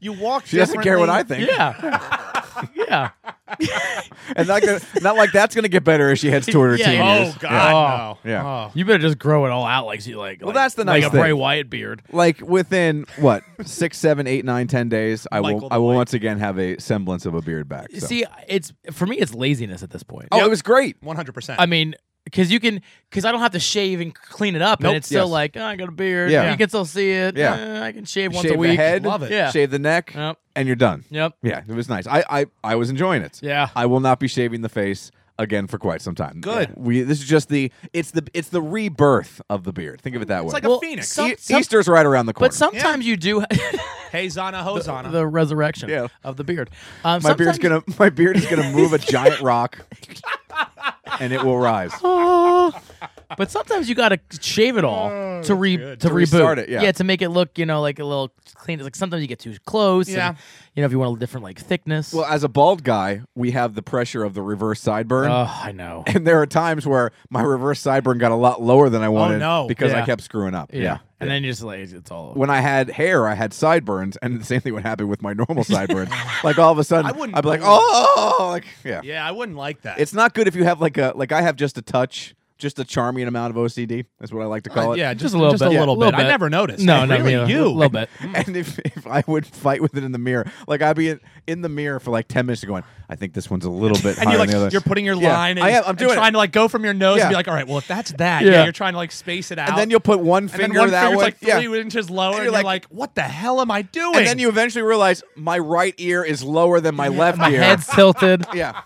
[SPEAKER 3] you walk.
[SPEAKER 1] She doesn't care what I
[SPEAKER 3] differently.
[SPEAKER 1] think.
[SPEAKER 2] Yeah. yeah.
[SPEAKER 1] And not, gonna, not like that's going to get better as she heads toward her
[SPEAKER 2] Yeah,
[SPEAKER 1] teen
[SPEAKER 2] yeah.
[SPEAKER 1] years.
[SPEAKER 3] Oh God,
[SPEAKER 1] Yeah. Yeah.
[SPEAKER 3] no. Oh.
[SPEAKER 2] You better just grow it all out like like.
[SPEAKER 1] Well, that's the nice
[SPEAKER 2] like a
[SPEAKER 1] thing.
[SPEAKER 2] Bray Wyatt beard.
[SPEAKER 1] like within what six, seven, eight, nine, ten days, I
[SPEAKER 3] Michael
[SPEAKER 1] will
[SPEAKER 3] the
[SPEAKER 1] I will
[SPEAKER 3] Light.
[SPEAKER 1] once again have a semblance of a beard back. so.
[SPEAKER 2] See, it's for me, it's laziness at this point.
[SPEAKER 1] oh, it was great.
[SPEAKER 3] One hundred percent.
[SPEAKER 2] I mean, because you can, because I don't have to shave and clean it up,
[SPEAKER 1] Nope.
[SPEAKER 2] and it's still
[SPEAKER 1] Yes.
[SPEAKER 2] like oh, I got a beard.
[SPEAKER 1] Yeah.
[SPEAKER 2] you can still see it.
[SPEAKER 1] Yeah.
[SPEAKER 2] Eh, I can shave once
[SPEAKER 1] shave
[SPEAKER 2] a week.
[SPEAKER 1] the head,
[SPEAKER 3] Love it.
[SPEAKER 2] Yeah.
[SPEAKER 1] shave the neck,
[SPEAKER 2] Yep.
[SPEAKER 1] and you're done.
[SPEAKER 2] Yep.
[SPEAKER 1] Yeah, it was nice. I, I I was enjoying it.
[SPEAKER 2] Yeah.
[SPEAKER 1] I will not be shaving the face again for quite some time.
[SPEAKER 3] Good.
[SPEAKER 1] We this is just the it's the it's the rebirth of the beard. Think of it that way.
[SPEAKER 3] it's like a
[SPEAKER 2] Well,
[SPEAKER 3] phoenix.
[SPEAKER 2] some-
[SPEAKER 1] E- Easter's right around the corner.
[SPEAKER 2] But sometimes you do
[SPEAKER 3] hey, Zana, Hosanna.
[SPEAKER 2] the resurrection
[SPEAKER 1] Yeah.
[SPEAKER 2] of the beard. Um,
[SPEAKER 1] my beard's
[SPEAKER 2] sometimes-
[SPEAKER 1] gonna my beard is gonna move a giant rock, and it will rise.
[SPEAKER 3] Oh.
[SPEAKER 2] But sometimes you gotta shave it all
[SPEAKER 3] Oh,
[SPEAKER 2] to re to, reboot
[SPEAKER 1] restart it, yeah.
[SPEAKER 2] to make it look you know like a little clean. It's like sometimes you get too close.
[SPEAKER 3] Yeah.
[SPEAKER 2] and, you know if you want a different like thickness.
[SPEAKER 1] Well, as a bald guy, we have the pressure of the reverse sideburn.
[SPEAKER 3] Uh.
[SPEAKER 2] oh, I know.
[SPEAKER 1] and there are times where my reverse sideburn got a lot lower than I wanted
[SPEAKER 3] Oh, no.
[SPEAKER 1] because I
[SPEAKER 2] Yeah.
[SPEAKER 1] kept screwing up.
[SPEAKER 2] Yeah. And then you're just like, it's all over.
[SPEAKER 1] When I had hair, I had sideburns, and the same thing would happen with my normal sideburns. like all of a sudden,
[SPEAKER 3] I
[SPEAKER 1] I
[SPEAKER 3] wouldn't
[SPEAKER 1] would be like,
[SPEAKER 3] believe-
[SPEAKER 1] oh, like yeah.
[SPEAKER 3] yeah, I wouldn't like that.
[SPEAKER 1] It's not good if you have like a like I have just a touch, just a charming amount of OCD. That's what I like to
[SPEAKER 3] Uh,
[SPEAKER 1] call it.
[SPEAKER 3] yeah, just,
[SPEAKER 2] a little
[SPEAKER 3] just
[SPEAKER 2] bit.
[SPEAKER 3] A
[SPEAKER 2] Yeah,
[SPEAKER 3] little
[SPEAKER 2] little
[SPEAKER 3] bit. I
[SPEAKER 2] bit.
[SPEAKER 3] never noticed.
[SPEAKER 2] No, no, me
[SPEAKER 3] really,
[SPEAKER 2] neither.
[SPEAKER 3] you
[SPEAKER 2] A little bit.
[SPEAKER 3] Hmm.
[SPEAKER 1] And if, if I would fight with it in the mirror, like I'd be in, in the mirror for like ten minutes, going, I think this one's a little bit
[SPEAKER 3] And
[SPEAKER 1] higher
[SPEAKER 3] you're
[SPEAKER 1] than the
[SPEAKER 3] like
[SPEAKER 1] other.
[SPEAKER 3] you're putting your
[SPEAKER 1] Yeah,
[SPEAKER 3] line.
[SPEAKER 1] I
[SPEAKER 3] and,
[SPEAKER 1] am. I'm
[SPEAKER 3] and
[SPEAKER 1] doing it.
[SPEAKER 3] trying to like go from your nose
[SPEAKER 1] Yeah.
[SPEAKER 3] and be like, all right, well if that's that,
[SPEAKER 2] Yeah.
[SPEAKER 3] yeah, you're trying to like space it out.
[SPEAKER 1] and then you'll put one
[SPEAKER 3] and then
[SPEAKER 1] finger
[SPEAKER 3] one
[SPEAKER 1] that
[SPEAKER 3] finger's
[SPEAKER 1] way.
[SPEAKER 3] like
[SPEAKER 1] yeah.
[SPEAKER 3] three inches lower, and
[SPEAKER 1] you're
[SPEAKER 3] you're,
[SPEAKER 1] like-
[SPEAKER 3] like, "What the hell am I doing?"
[SPEAKER 1] And then you eventually realize my right ear is lower than my left
[SPEAKER 2] My
[SPEAKER 1] ear.
[SPEAKER 2] head's tilted.
[SPEAKER 1] Yeah.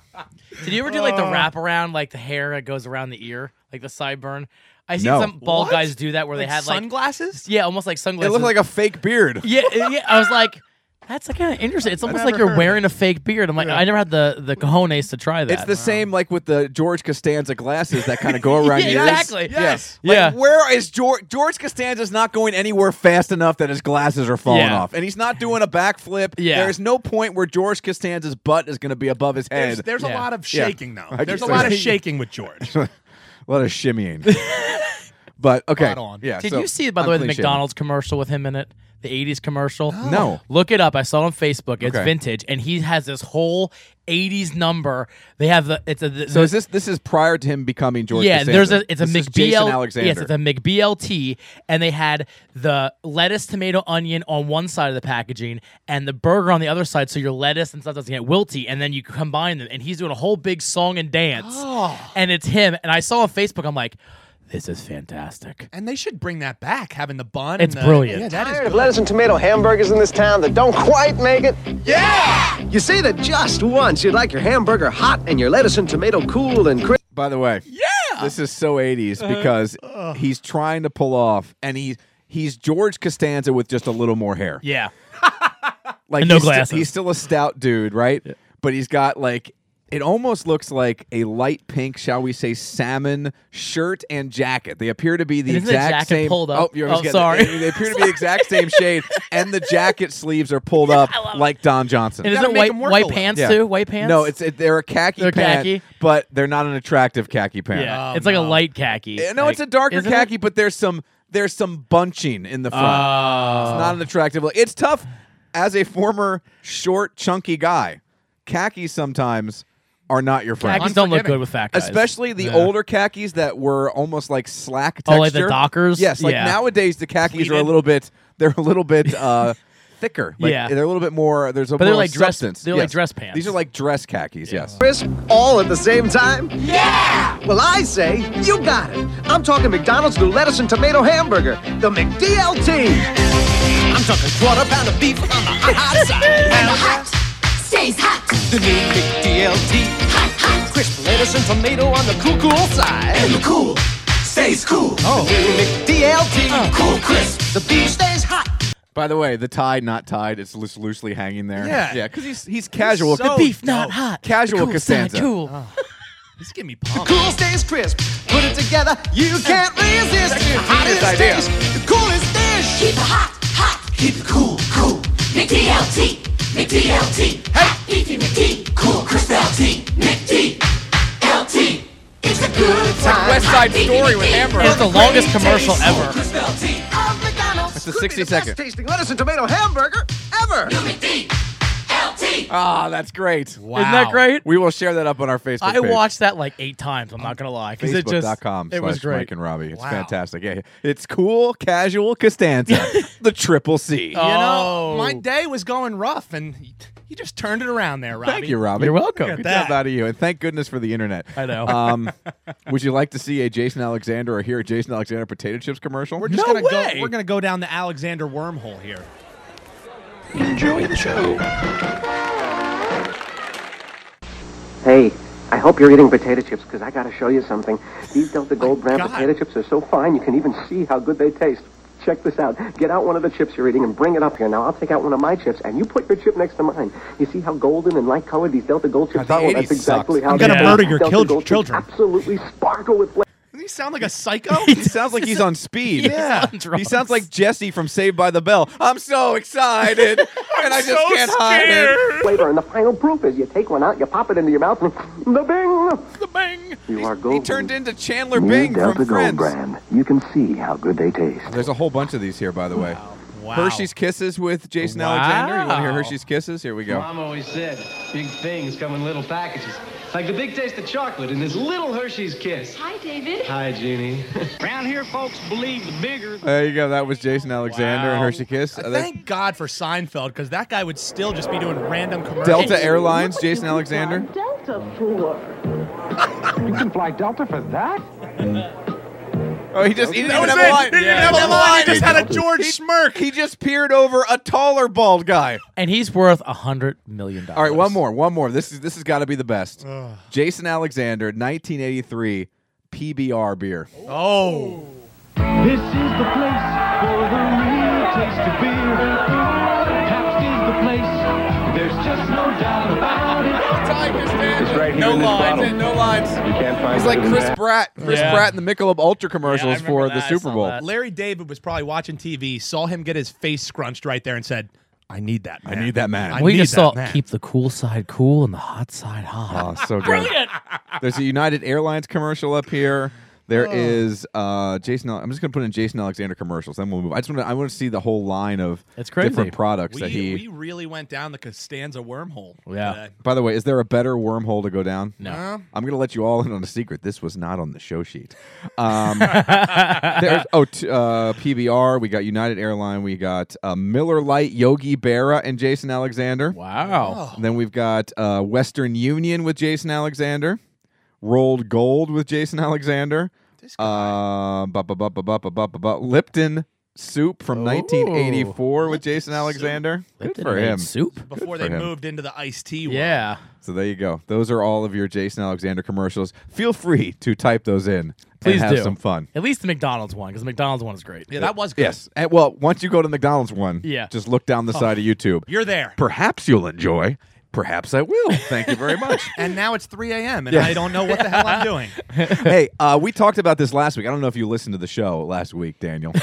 [SPEAKER 2] Did you ever do like
[SPEAKER 3] Oh.
[SPEAKER 2] the wrap around, like the hair that goes around the ear, like the sideburn? I seen
[SPEAKER 1] No.
[SPEAKER 2] some bald
[SPEAKER 3] What?
[SPEAKER 2] guys do that where
[SPEAKER 3] like
[SPEAKER 2] they had like
[SPEAKER 3] sunglasses.
[SPEAKER 2] yeah, almost like
[SPEAKER 1] It
[SPEAKER 2] sunglasses.
[SPEAKER 1] looked like a fake beard.
[SPEAKER 2] yeah, uh, yeah. I was like, that's kind of interesting. It's almost like
[SPEAKER 3] never
[SPEAKER 2] you're
[SPEAKER 3] heard of
[SPEAKER 2] wearing a fake beard. I'm like, I never had the the cojones to try that.
[SPEAKER 1] It's the same like with the George Costanza glasses that kind of go around
[SPEAKER 2] Yeah,
[SPEAKER 1] your
[SPEAKER 2] exactly.
[SPEAKER 1] Yes.
[SPEAKER 2] Yes.
[SPEAKER 1] Like,
[SPEAKER 2] Yeah.
[SPEAKER 1] Where is George? George Costanza's not going anywhere fast enough that his glasses are falling
[SPEAKER 2] Yeah.
[SPEAKER 1] off, and he's not doing a backflip.
[SPEAKER 2] Yeah.
[SPEAKER 1] There is no point where George Costanza's butt is going to be above his head.
[SPEAKER 3] There's, there's
[SPEAKER 2] Yeah.
[SPEAKER 3] a lot of
[SPEAKER 1] Yeah.
[SPEAKER 3] shaking
[SPEAKER 1] I
[SPEAKER 3] though. There's a
[SPEAKER 1] guess
[SPEAKER 3] lot of
[SPEAKER 1] so.
[SPEAKER 3] shaking with George.
[SPEAKER 1] a lot of shimmying. but okay.
[SPEAKER 3] Spot on.
[SPEAKER 1] Yeah.
[SPEAKER 2] Did
[SPEAKER 1] so
[SPEAKER 2] you see, by the
[SPEAKER 1] I'm
[SPEAKER 2] way, the
[SPEAKER 1] clean shaven.
[SPEAKER 2] McDonald's commercial with him in it? The 80s commercial?
[SPEAKER 1] No.
[SPEAKER 2] Look it up. I saw it on Facebook. It's
[SPEAKER 1] Okay.
[SPEAKER 2] vintage. And he has this whole 80s number. They have the. It's a, the
[SPEAKER 1] So is this this is prior to him becoming George?
[SPEAKER 2] yeah,
[SPEAKER 1] Costanza.
[SPEAKER 2] there's a it's a
[SPEAKER 1] This is
[SPEAKER 2] McBL
[SPEAKER 1] Jason Alexander.
[SPEAKER 2] Yes, it's a McBLT, and they had the lettuce, tomato, onion on one side of the packaging, and the burger on the other side. So your lettuce and stuff doesn't get wilty, and then you combine them, and he's doing a whole big song and dance, and it's him. And I saw on Facebook, I'm like, this is fantastic.
[SPEAKER 3] and they should bring that back, having the bun.
[SPEAKER 2] It's
[SPEAKER 3] and the,
[SPEAKER 2] brilliant.
[SPEAKER 3] Yeah, that is
[SPEAKER 7] Tired of lettuce and tomato hamburgers in this town that don't quite make it? Yeah! You say that just once you'd like your hamburger hot and your lettuce and tomato cool and crisp.
[SPEAKER 1] By the way, yeah, this is so '80s
[SPEAKER 2] Uh-huh.
[SPEAKER 1] because he's trying to pull off, and he's he's George Costanza with just a little more hair.
[SPEAKER 2] Yeah,
[SPEAKER 1] like
[SPEAKER 2] and no
[SPEAKER 1] he's sti-
[SPEAKER 2] glasses.
[SPEAKER 1] he's still a stout dude, right? But he's got like it almost looks like a light pink, shall we say, salmon shirt and jacket. They appear to be the
[SPEAKER 2] Isn't the
[SPEAKER 1] exact
[SPEAKER 2] jacket
[SPEAKER 1] same.
[SPEAKER 2] pulled up?
[SPEAKER 1] Oh, you're
[SPEAKER 2] Oh, sorry.
[SPEAKER 1] They, they appear to be the exact same shade, and the jacket sleeves are pulled up like Don Johnson.
[SPEAKER 2] and
[SPEAKER 3] gotta
[SPEAKER 2] isn't
[SPEAKER 3] make
[SPEAKER 2] white
[SPEAKER 3] him work a
[SPEAKER 2] white
[SPEAKER 3] little.
[SPEAKER 2] pants
[SPEAKER 1] Yeah.
[SPEAKER 2] too? White pants?
[SPEAKER 1] No, it's it, they're a khaki
[SPEAKER 2] They're
[SPEAKER 1] pant,
[SPEAKER 2] khaki?
[SPEAKER 1] but they're not an attractive khaki pant.
[SPEAKER 2] yeah,
[SPEAKER 3] Oh,
[SPEAKER 2] it's like a
[SPEAKER 3] no.
[SPEAKER 2] light khaki.
[SPEAKER 1] Uh, No,
[SPEAKER 2] Like,
[SPEAKER 1] it's a darker
[SPEAKER 2] isn't it?
[SPEAKER 1] khaki, but there's some there's some bunching in the front.
[SPEAKER 2] Uh,
[SPEAKER 1] It's not
[SPEAKER 2] Oh.
[SPEAKER 1] an attractive look. It's tough as a former short, chunky guy. Khakis sometimes are not your friend.
[SPEAKER 2] Khakis don't look
[SPEAKER 3] Unforgiving.
[SPEAKER 2] good with fat guys.
[SPEAKER 1] Especially the older khakis that were almost like slack texture.
[SPEAKER 2] Oh, like the Dockers?
[SPEAKER 1] Yes, like
[SPEAKER 2] Yeah.
[SPEAKER 1] nowadays the khakis are a
[SPEAKER 3] Pleated.
[SPEAKER 1] little bit. They're a little bit uh, thicker. Like,
[SPEAKER 2] Yeah.
[SPEAKER 1] they're a little bit more. There's a.
[SPEAKER 2] But they're
[SPEAKER 1] more
[SPEAKER 2] like dress-
[SPEAKER 1] substance.
[SPEAKER 2] they're like
[SPEAKER 1] Yes.
[SPEAKER 2] dress pants.
[SPEAKER 1] These are like dress khakis. Yes.
[SPEAKER 7] Crisp all at the same time? Yeah! Well, I say, you got it. I'm talking McDonald's new lettuce and tomato hamburger, the McDLT. I'm talking quarter pound of beef on the hot, hot side. and the hot,
[SPEAKER 8] Stays hot.
[SPEAKER 7] the new McDLT.
[SPEAKER 8] Hot, hot.
[SPEAKER 7] Crisp lettuce and tomato on the cool, cool side. And the cool stays cool. Oh. The new McDLT. Cool crisp. The beef stays hot.
[SPEAKER 1] By the way, the tie not tied. It's loose, loosely hanging there.
[SPEAKER 3] Yeah.
[SPEAKER 1] yeah, because he's he's casual.
[SPEAKER 3] so-
[SPEAKER 2] beef not
[SPEAKER 3] Oh.
[SPEAKER 2] hot.
[SPEAKER 1] Casual
[SPEAKER 2] the cool side,
[SPEAKER 1] Costanza.
[SPEAKER 2] Cool.
[SPEAKER 3] This give me pump.
[SPEAKER 7] Cool stays crisp. Put it together, you can't resist. The hottest
[SPEAKER 1] idea.
[SPEAKER 7] dish, the coolest dish.
[SPEAKER 8] Keep it hot, hot. Keep it cool, cool. McDLT. McDLT. Hot beefy McD. Cool crisp LT. McD. LT. It's a good time.
[SPEAKER 1] West Side
[SPEAKER 8] Hot beefy
[SPEAKER 1] Story with
[SPEAKER 8] McD.
[SPEAKER 1] hamburger.
[SPEAKER 2] It's the longest commercial
[SPEAKER 8] Cool
[SPEAKER 2] ever.
[SPEAKER 8] crisp LT of McDonald's.
[SPEAKER 1] It's a
[SPEAKER 7] Could be
[SPEAKER 1] 60
[SPEAKER 7] the best
[SPEAKER 1] second.
[SPEAKER 7] tasting lettuce and tomato hamburger ever.
[SPEAKER 8] New McD. LT.
[SPEAKER 1] Ah, that's great. Wow.
[SPEAKER 2] Isn't that great?
[SPEAKER 1] We will share that up on our Facebook.
[SPEAKER 2] I
[SPEAKER 1] page.
[SPEAKER 2] watched that like eight times. I'm not gonna lie, because it just
[SPEAKER 1] Facebook.com
[SPEAKER 2] it was
[SPEAKER 1] slash
[SPEAKER 2] great.
[SPEAKER 1] Mike and Robbie. It's
[SPEAKER 3] Wow.
[SPEAKER 1] fantastic. Yeah, it's cool, casual Costanza, the triple C.
[SPEAKER 3] You know,
[SPEAKER 2] Oh.
[SPEAKER 3] my day was going rough, and you just turned it around there, Robbie.
[SPEAKER 1] Thank you, Robbie.
[SPEAKER 2] You're welcome.
[SPEAKER 1] Good
[SPEAKER 2] Look
[SPEAKER 3] at
[SPEAKER 1] job
[SPEAKER 3] that.
[SPEAKER 1] out of you, and thank goodness for the internet.
[SPEAKER 2] I know.
[SPEAKER 1] Um, would you like to see a Jason Alexander or hear a Jason Alexander potato chips commercial?
[SPEAKER 3] We're just
[SPEAKER 2] No
[SPEAKER 3] gonna
[SPEAKER 2] way.
[SPEAKER 3] go. We're gonna go down the Alexander wormhole here.
[SPEAKER 9] Hey, I hope you're eating potato chips because I got to show you something. These Delta Gold brand
[SPEAKER 3] God.
[SPEAKER 9] potato chips are so fine you can even see how good they taste. Check this out. Get out one of the chips you're eating and bring it up here. Now I'll take out one of my chips and you put your chip next to mine. You see how golden and light colored these Delta Gold chips
[SPEAKER 1] God, the
[SPEAKER 9] are? Well, that's
[SPEAKER 1] 80s
[SPEAKER 9] exactly
[SPEAKER 1] sucked.
[SPEAKER 9] how
[SPEAKER 3] I'm
[SPEAKER 9] they
[SPEAKER 3] gonna
[SPEAKER 9] taste.
[SPEAKER 3] murder your
[SPEAKER 9] Delta
[SPEAKER 3] kil-
[SPEAKER 9] Gold chips
[SPEAKER 3] children.
[SPEAKER 9] Absolutely sparkle with flavor.
[SPEAKER 3] Doesn't he sound like a psycho?
[SPEAKER 1] He sounds like he's on speed.
[SPEAKER 2] Yeah. on
[SPEAKER 1] He
[SPEAKER 2] drugs.
[SPEAKER 1] sounds like Jesse from Saved by the Bell. I'm so excited. and I just
[SPEAKER 3] so
[SPEAKER 1] can't hide it.
[SPEAKER 9] flavor. And the final proof is you take one out, you pop it into your mouth, and the bing!
[SPEAKER 2] the bang.
[SPEAKER 9] You are golden.
[SPEAKER 1] He turned into Chandler
[SPEAKER 9] New
[SPEAKER 1] Bing
[SPEAKER 9] Delta
[SPEAKER 1] from
[SPEAKER 9] Gold
[SPEAKER 1] Friends.
[SPEAKER 9] brand. You can see how good they taste.
[SPEAKER 1] There's a whole bunch of these here, by the way.
[SPEAKER 3] Wow.
[SPEAKER 1] Hershey's Kisses with Jason Alexander. You want to hear Hershey's Kisses? Here we go.
[SPEAKER 10] Mom always said, big things come in little packages. Like the big taste of chocolate in this little Hershey's kiss.
[SPEAKER 8] Hi, David.
[SPEAKER 10] Hi, Jeannie. Around here, folks believe the bigger
[SPEAKER 1] There you go. That was Jason Alexander and
[SPEAKER 3] Wow.
[SPEAKER 1] Hershey Kiss. Uh, that's
[SPEAKER 3] Thank God for Seinfeld, because that guy would still just be doing random commercials.
[SPEAKER 1] Delta Airlines, Jason Alexander.
[SPEAKER 8] Delta for.
[SPEAKER 10] You can fly Delta for that?
[SPEAKER 1] Oh, he just he didn't
[SPEAKER 3] That
[SPEAKER 1] even have
[SPEAKER 3] was it.
[SPEAKER 1] a line.
[SPEAKER 3] He didn't have a line. Oh, He just had a George smirk.
[SPEAKER 1] He just peered over a taller bald guy.
[SPEAKER 2] And he's worth a hundred million dollars.
[SPEAKER 1] All right, one more, one more. This is this has got to be the best. Jason Alexander, 1983 PBR beer.
[SPEAKER 3] Oh,
[SPEAKER 10] This is the place for the real taste of beer. Pabst is the place. There's just no doubt about it.
[SPEAKER 1] no lines, no lines. You can't find. He's like Chris Pratt, Chris
[SPEAKER 2] Yeah.
[SPEAKER 1] Pratt in the Michelob Ultra commercials
[SPEAKER 2] Yeah, I
[SPEAKER 1] for
[SPEAKER 2] remember
[SPEAKER 1] the
[SPEAKER 2] that. I
[SPEAKER 1] Super
[SPEAKER 2] saw
[SPEAKER 1] Bowl.
[SPEAKER 2] that.
[SPEAKER 3] Larry David was probably watching TV, saw him get his face scrunched right there, and said, "I need that. Man.
[SPEAKER 1] I need that man.
[SPEAKER 3] I
[SPEAKER 2] We
[SPEAKER 3] need
[SPEAKER 2] just
[SPEAKER 3] that
[SPEAKER 2] thought
[SPEAKER 3] man."
[SPEAKER 2] keep the cool side cool and the hot side hot.
[SPEAKER 1] Oh, so good. There's a United Airlines commercial up here. There is uh, Jason. Ale- I'm just gonna put in Jason Alexander commercials. Then we'll move. I just want to. I want to see the whole line of
[SPEAKER 2] It's crazy.
[SPEAKER 1] different products
[SPEAKER 3] We,
[SPEAKER 1] that he.
[SPEAKER 3] we really went down the Costanza wormhole. uh,
[SPEAKER 2] Yeah.
[SPEAKER 3] today.
[SPEAKER 1] By the way, is there a better wormhole to go down?
[SPEAKER 2] No.
[SPEAKER 1] I'm gonna let you all in on a secret. This was not on the show sheet. Um, there's oh t- uh, PBR. We got United Airline. We got uh, Miller Lite, Yogi Berra, and Jason Alexander.
[SPEAKER 2] Wow.
[SPEAKER 1] And then we've got uh, Western Union with Jason Alexander, Rolled Gold with Jason Alexander, uh, bu- bu- bu- bu- bu- bu- bu- bu- bu- Lipton Soup from 1984 with Jason Alexander. Good
[SPEAKER 2] Oh. Lipton
[SPEAKER 1] for
[SPEAKER 2] made
[SPEAKER 1] him.
[SPEAKER 2] Soup.
[SPEAKER 3] Before
[SPEAKER 1] for
[SPEAKER 3] they
[SPEAKER 1] him.
[SPEAKER 3] moved into the iced tea. world.
[SPEAKER 2] Yeah.
[SPEAKER 1] So there you go. Those are all of your Jason Alexander commercials. Feel free to type those in
[SPEAKER 2] Please
[SPEAKER 1] and have
[SPEAKER 2] do.
[SPEAKER 1] some fun.
[SPEAKER 2] At least the McDonald's one, because the McDonald's one is great.
[SPEAKER 3] yeah, that was good.
[SPEAKER 1] Yes. And, well, once you go to the McDonald's one,
[SPEAKER 2] Yeah. Oh.
[SPEAKER 1] just look down the side of YouTube.
[SPEAKER 3] You're there.
[SPEAKER 1] Perhaps you'll enjoy. Perhaps I will. Thank you very much.
[SPEAKER 3] And now it's 3 a.m. and
[SPEAKER 1] Yeah.
[SPEAKER 3] I don't know what the hell I'm doing.
[SPEAKER 1] hey, uh, we talked about this last week. I don't know if you listened to the show last week, Daniel.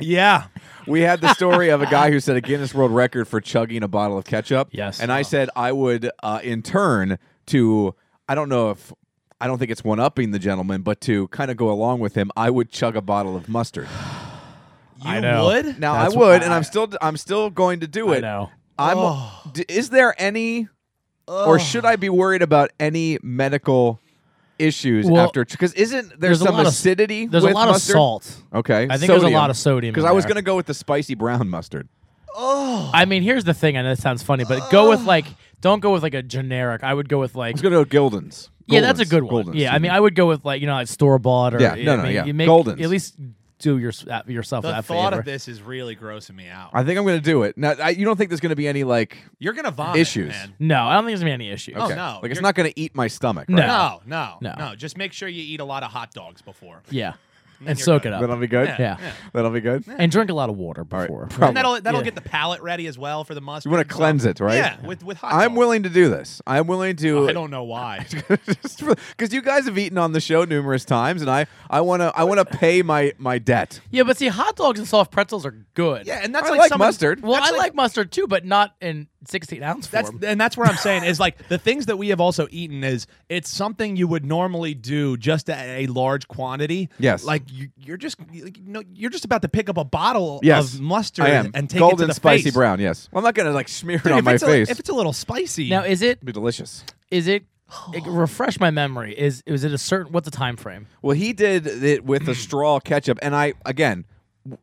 [SPEAKER 3] Yeah.
[SPEAKER 1] we had the story of a guy who set a Guinness World Record for chugging a bottle of ketchup.
[SPEAKER 2] Yes.
[SPEAKER 1] And I said I would, uh, in turn, to I don't know if. I don't think it's one upping the gentleman, but to kind of go along with him, I would chug a bottle of mustard.
[SPEAKER 3] You
[SPEAKER 2] I know.
[SPEAKER 3] would?
[SPEAKER 1] Now
[SPEAKER 2] That's
[SPEAKER 1] I would,
[SPEAKER 2] wh-
[SPEAKER 1] and I'm still I'm still going to do
[SPEAKER 2] I
[SPEAKER 1] it.
[SPEAKER 2] know.
[SPEAKER 1] I'm. D- is there any, or should I be worried about any medical issues
[SPEAKER 2] Well,
[SPEAKER 1] after? Because isn't there
[SPEAKER 2] there's a
[SPEAKER 1] some
[SPEAKER 2] lot of s-
[SPEAKER 1] acidity?
[SPEAKER 2] There's
[SPEAKER 1] with
[SPEAKER 2] a lot
[SPEAKER 1] mustard?
[SPEAKER 2] of salt.
[SPEAKER 1] Okay,
[SPEAKER 2] I think there's a lot of sodium
[SPEAKER 1] Because
[SPEAKER 2] in
[SPEAKER 1] I was
[SPEAKER 2] there.
[SPEAKER 1] going to go with the spicy brown mustard.
[SPEAKER 2] I mean, here's the thing. I know it sounds funny, but go with like, don't go with like a generic. I would go with
[SPEAKER 1] I
[SPEAKER 2] like,
[SPEAKER 1] was going to go Golden's.
[SPEAKER 2] yeah, that's a
[SPEAKER 1] Golden's.
[SPEAKER 2] good one.
[SPEAKER 1] Golden's,
[SPEAKER 2] yeah, I
[SPEAKER 1] excuse
[SPEAKER 2] mean,
[SPEAKER 1] me.
[SPEAKER 2] I would go with like, you know, like store bought or
[SPEAKER 1] Yeah, no,
[SPEAKER 2] I
[SPEAKER 1] no,
[SPEAKER 2] mean,
[SPEAKER 1] yeah.
[SPEAKER 2] You make,
[SPEAKER 1] Golden's.
[SPEAKER 2] At least do your, uh, yourself
[SPEAKER 3] The
[SPEAKER 2] that
[SPEAKER 3] thought
[SPEAKER 2] favor.
[SPEAKER 3] of this is really grossing me out.
[SPEAKER 1] I think I'm going to do it. Now, I, you don't think there's going to be any like?
[SPEAKER 3] You're gonna vomit.
[SPEAKER 1] Issues.
[SPEAKER 3] Man.
[SPEAKER 2] no, I don't think there's gonna be any issue.
[SPEAKER 1] Okay.
[SPEAKER 3] Oh, no,
[SPEAKER 1] like it's
[SPEAKER 3] you're-
[SPEAKER 1] not going to eat my stomach.
[SPEAKER 2] No.
[SPEAKER 1] right?
[SPEAKER 3] No, no,
[SPEAKER 2] No.
[SPEAKER 3] no, Just make sure you eat a lot of hot dogs before.
[SPEAKER 2] Yeah,
[SPEAKER 3] you're
[SPEAKER 2] and soak
[SPEAKER 3] good.
[SPEAKER 2] it up.
[SPEAKER 1] that'll be good.
[SPEAKER 2] yeah.
[SPEAKER 1] that'll be good.
[SPEAKER 2] and drink a lot of water
[SPEAKER 1] right.
[SPEAKER 2] before.
[SPEAKER 1] Probably.
[SPEAKER 3] And that'll that'll
[SPEAKER 2] Yeah.
[SPEAKER 3] get the palate ready as well for the mustard.
[SPEAKER 1] You want to
[SPEAKER 3] so-
[SPEAKER 1] cleanse it, right?
[SPEAKER 3] Yeah, with with hot.
[SPEAKER 1] I'm
[SPEAKER 3] dogs.
[SPEAKER 1] willing to do this. I'm willing to.
[SPEAKER 3] I don't know why.
[SPEAKER 1] because you guys have eaten on the show numerous times, and I I want to I want to pay my my debt.
[SPEAKER 2] Yeah, but see, hot dogs and soft pretzels are good.
[SPEAKER 3] yeah, and that's
[SPEAKER 1] I
[SPEAKER 3] like,
[SPEAKER 1] like
[SPEAKER 3] someone-
[SPEAKER 1] mustard.
[SPEAKER 2] Well,
[SPEAKER 3] that's
[SPEAKER 2] I like, mustard too, but not in 16 ounce form.
[SPEAKER 3] That's and that's where I'm saying is like the things that we have also eaten is it's something you would normally do just at a large quantity.
[SPEAKER 1] Yes.
[SPEAKER 3] like you, you're just you know, you're just about to pick up a bottle
[SPEAKER 1] Yes,
[SPEAKER 3] of mustard
[SPEAKER 1] I am.
[SPEAKER 3] and take
[SPEAKER 1] golden
[SPEAKER 3] it to the
[SPEAKER 1] spicy
[SPEAKER 3] face.
[SPEAKER 1] brown. Yes, well, I'm not gonna like smear it
[SPEAKER 3] Dude,
[SPEAKER 1] on
[SPEAKER 3] if
[SPEAKER 1] my
[SPEAKER 3] it's a-
[SPEAKER 1] face.
[SPEAKER 3] if it's a little spicy,
[SPEAKER 2] now is it
[SPEAKER 1] It'd be delicious.
[SPEAKER 2] is it, it- refresh my memory is is it a certain what's the time frame?
[SPEAKER 1] Well, he did it with a straw ketchup, and I again,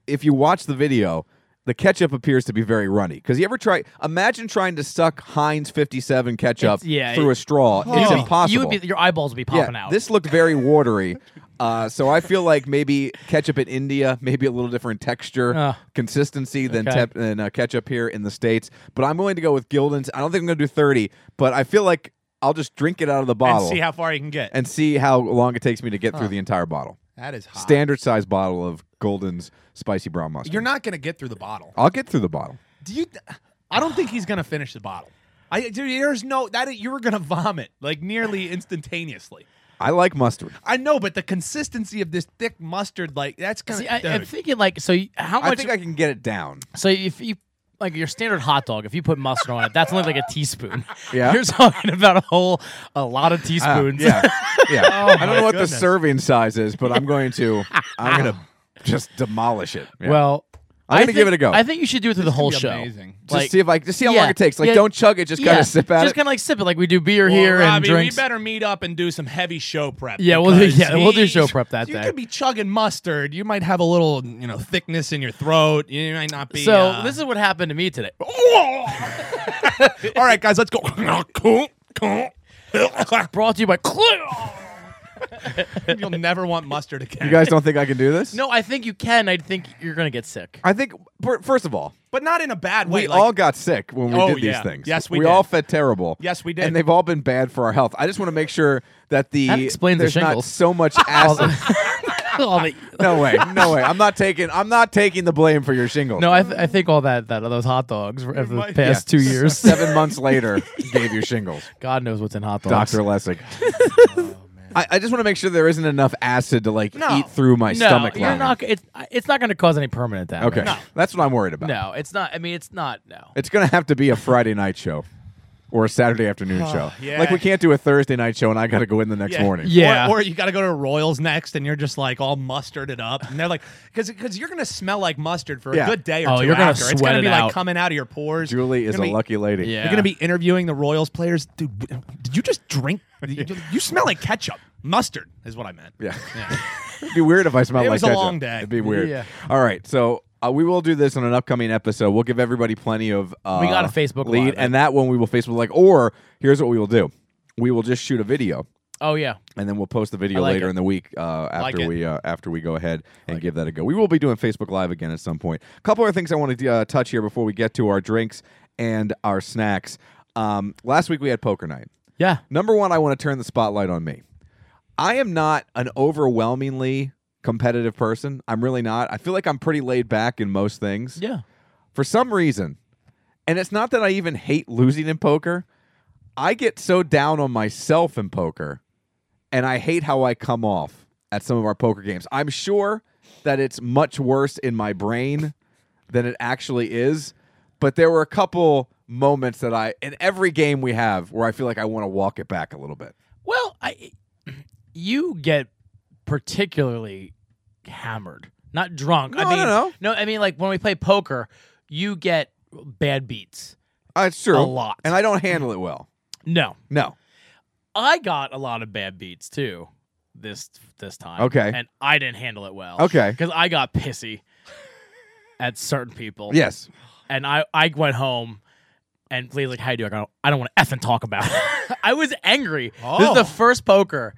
[SPEAKER 1] if you watch the video, the ketchup appears to be very runny. Because you ever try? Imagine trying to suck Heinz 57 ketchup
[SPEAKER 2] It's- yeah,
[SPEAKER 1] through
[SPEAKER 2] it-
[SPEAKER 1] a straw. It's
[SPEAKER 2] You'd be-
[SPEAKER 1] impossible.
[SPEAKER 2] You would be your eyeballs would be
[SPEAKER 1] yeah,
[SPEAKER 2] popping out.
[SPEAKER 1] this looked very watery. Uh, so I feel like maybe ketchup in India, maybe a little different texture,
[SPEAKER 2] Uh,
[SPEAKER 1] consistency than
[SPEAKER 2] okay.
[SPEAKER 1] tep- than uh, ketchup here in the states. But I'm willing to go with Gildan's. I don't think I'm going to do 30, but I feel like I'll just drink it out of the
[SPEAKER 3] and
[SPEAKER 1] bottle
[SPEAKER 3] see how far you can get.
[SPEAKER 1] and see how long it takes me to get through the entire bottle.
[SPEAKER 3] that is hot.
[SPEAKER 1] Standard size bottle of Golden's spicy brown mustard.
[SPEAKER 3] You're not gonna get through the bottle.
[SPEAKER 1] I'll get through the bottle.
[SPEAKER 3] Do you? I don't think he's gonna finish the bottle. I dude, there's no that you were gonna vomit like nearly instantaneously.
[SPEAKER 1] I like mustard.
[SPEAKER 3] I know, but the consistency of this thick mustard, like that's gonna.
[SPEAKER 2] See, I, I'm
[SPEAKER 3] dude.
[SPEAKER 2] thinking like so. You, how much?
[SPEAKER 1] I think I can get it down.
[SPEAKER 2] so if you like your standard hot dog, if you put mustard on it, that's only like a teaspoon.
[SPEAKER 1] Yeah. Uh,
[SPEAKER 2] you're talking about a whole a lot of teaspoons.
[SPEAKER 1] Yeah, yeah. I don't
[SPEAKER 3] Oh my
[SPEAKER 1] know what the
[SPEAKER 3] goodness.
[SPEAKER 1] serving size is, but I'm going to. I'm going to just demolish it. Yeah.
[SPEAKER 2] Well,
[SPEAKER 1] I'm
[SPEAKER 2] I
[SPEAKER 1] gonna give
[SPEAKER 2] think-
[SPEAKER 1] it a go.
[SPEAKER 2] I think you should do it through the whole
[SPEAKER 3] be
[SPEAKER 2] show.
[SPEAKER 3] amazing.
[SPEAKER 1] just see if I just see how long
[SPEAKER 2] yeah,
[SPEAKER 1] it takes. Like,
[SPEAKER 2] yeah,
[SPEAKER 1] don't chug it. Just kind
[SPEAKER 2] yeah,
[SPEAKER 1] of sip at
[SPEAKER 2] Just
[SPEAKER 1] it.
[SPEAKER 2] kind of like sip it, like we do beer here
[SPEAKER 3] well,
[SPEAKER 2] and
[SPEAKER 3] Robbie,
[SPEAKER 2] drinks.
[SPEAKER 3] We better meet up and do some heavy show prep.
[SPEAKER 2] Yeah, we'll do-
[SPEAKER 3] because
[SPEAKER 2] yeah, we'll do
[SPEAKER 3] he's-
[SPEAKER 2] show prep that
[SPEAKER 3] you
[SPEAKER 2] day.
[SPEAKER 3] could be chugging mustard. You might have a little, you know, thickness in your throat. You might not be.
[SPEAKER 2] so
[SPEAKER 3] uh,
[SPEAKER 2] this is what happened to me today.
[SPEAKER 3] all right, guys. Let's go.
[SPEAKER 2] Brought to you by.
[SPEAKER 3] You'll never want mustard again.
[SPEAKER 1] you guys don't think I can do this?
[SPEAKER 2] No, I think you can. I think you're gonna get sick.
[SPEAKER 1] I think fir- first of all,
[SPEAKER 3] but not in a bad way.
[SPEAKER 1] we
[SPEAKER 3] like-
[SPEAKER 1] all got sick when we
[SPEAKER 3] Oh,
[SPEAKER 1] did these
[SPEAKER 3] yeah.
[SPEAKER 1] things.
[SPEAKER 3] Yes, we
[SPEAKER 1] we
[SPEAKER 3] did.
[SPEAKER 1] all fed terrible.
[SPEAKER 3] Yes, we did.
[SPEAKER 1] And they've all been bad for our health. I just want to make sure that the
[SPEAKER 2] That explains the
[SPEAKER 1] there's not
[SPEAKER 2] shingles.
[SPEAKER 1] so much acid.
[SPEAKER 2] All the-
[SPEAKER 1] no way, no way. I'm not taking. I'm not taking the blame for your shingles.
[SPEAKER 2] no, I, th- I think all that that those hot dogs over the
[SPEAKER 3] might-
[SPEAKER 2] past two years.
[SPEAKER 1] Seven months later, gave you shingles,
[SPEAKER 2] God knows what's in hot dogs.
[SPEAKER 1] Doctor Lessig. I, I just want to make sure there isn't enough acid to like
[SPEAKER 3] No.
[SPEAKER 1] eat through my
[SPEAKER 2] Oh, no,
[SPEAKER 1] stomach.
[SPEAKER 2] you're
[SPEAKER 1] lining.
[SPEAKER 2] not. It's it's not gonna cause any permanent damage.
[SPEAKER 1] Okay, that's what I'm worried about.
[SPEAKER 2] No, it's not. I mean, it's not. No.
[SPEAKER 1] It's gonna have to be a Friday night show. Or a Saturday afternoon show.
[SPEAKER 3] yeah.
[SPEAKER 1] Like we can't do a Thursday night show, and I got to go in the next
[SPEAKER 3] Yeah.
[SPEAKER 1] morning.
[SPEAKER 2] Yeah.
[SPEAKER 3] Or, or you got to go to Royals next, and you're just like all mustarded up, and they're like, because because you're gonna smell like mustard for
[SPEAKER 1] Yeah.
[SPEAKER 3] a good day or
[SPEAKER 2] Oh,
[SPEAKER 3] 2
[SPEAKER 2] you're gonna
[SPEAKER 3] after. it's
[SPEAKER 2] sweat
[SPEAKER 3] gonna
[SPEAKER 2] it
[SPEAKER 3] be
[SPEAKER 2] out.
[SPEAKER 3] like coming out of your pores.
[SPEAKER 1] Julie
[SPEAKER 3] You're
[SPEAKER 1] is a
[SPEAKER 3] gonna be-
[SPEAKER 1] lucky lady.
[SPEAKER 2] Yeah.
[SPEAKER 3] You're gonna be interviewing the Royals players, dude. w- Did you just drink? You, you smell like ketchup, mustard is what I meant.
[SPEAKER 1] Yeah. It'd be weird if I smelled
[SPEAKER 3] It
[SPEAKER 1] like
[SPEAKER 3] was a
[SPEAKER 1] ketchup.
[SPEAKER 3] long day.
[SPEAKER 1] It'd be weird.
[SPEAKER 2] Yeah.
[SPEAKER 1] All right. So uh, we will do this on an upcoming episode. We'll give everybody plenty of uh,
[SPEAKER 2] We got a Facebook
[SPEAKER 1] lead,
[SPEAKER 2] Live.
[SPEAKER 1] and that one we will Facebook like. Or here's what we will do: we will just shoot a video,
[SPEAKER 2] Oh yeah.
[SPEAKER 1] and then we'll post the video
[SPEAKER 2] I like
[SPEAKER 1] later
[SPEAKER 2] it.
[SPEAKER 1] in the week uh,
[SPEAKER 3] like
[SPEAKER 1] after
[SPEAKER 3] it.
[SPEAKER 1] we uh, after we go ahead and give that a go. We will be doing Facebook Live again at some point. A couple other things I want to uh, touch here before we get to our drinks and our snacks. Um, last week we had poker night.
[SPEAKER 2] Yeah.
[SPEAKER 1] Number one, I want to turn the spotlight on me. I am not an overwhelmingly competitive person. I'm really not. I feel like I'm pretty laid back in most things.
[SPEAKER 2] Yeah.
[SPEAKER 1] For some reason, and it's not that I even hate losing in poker, I get so down on myself in poker, and I hate how I come off at some of our poker games. I'm sure that it's much worse in my brain than it actually is, but there were a couple moments that I, in every game we have, where I feel like I want to walk it back a little bit.
[SPEAKER 2] Well, I you get particularly hammered, not drunk.
[SPEAKER 1] No,
[SPEAKER 2] I
[SPEAKER 1] no,
[SPEAKER 2] mean,
[SPEAKER 1] no.
[SPEAKER 2] I mean like when we play poker, you get bad beats.
[SPEAKER 1] Uh, it's true.
[SPEAKER 2] A lot.
[SPEAKER 1] And I don't handle it well.
[SPEAKER 2] No,
[SPEAKER 1] No.
[SPEAKER 2] I got a lot of bad beats too this this time.
[SPEAKER 1] Okay.
[SPEAKER 2] and I didn't handle it well.
[SPEAKER 1] Okay.
[SPEAKER 2] because I got pissy at certain people.
[SPEAKER 1] Yes.
[SPEAKER 2] and I I went home. And Lee's like, "How you do?" I go, "I don't want to effing talk about." it." I was angry. This is
[SPEAKER 3] Oh.
[SPEAKER 2] the first poker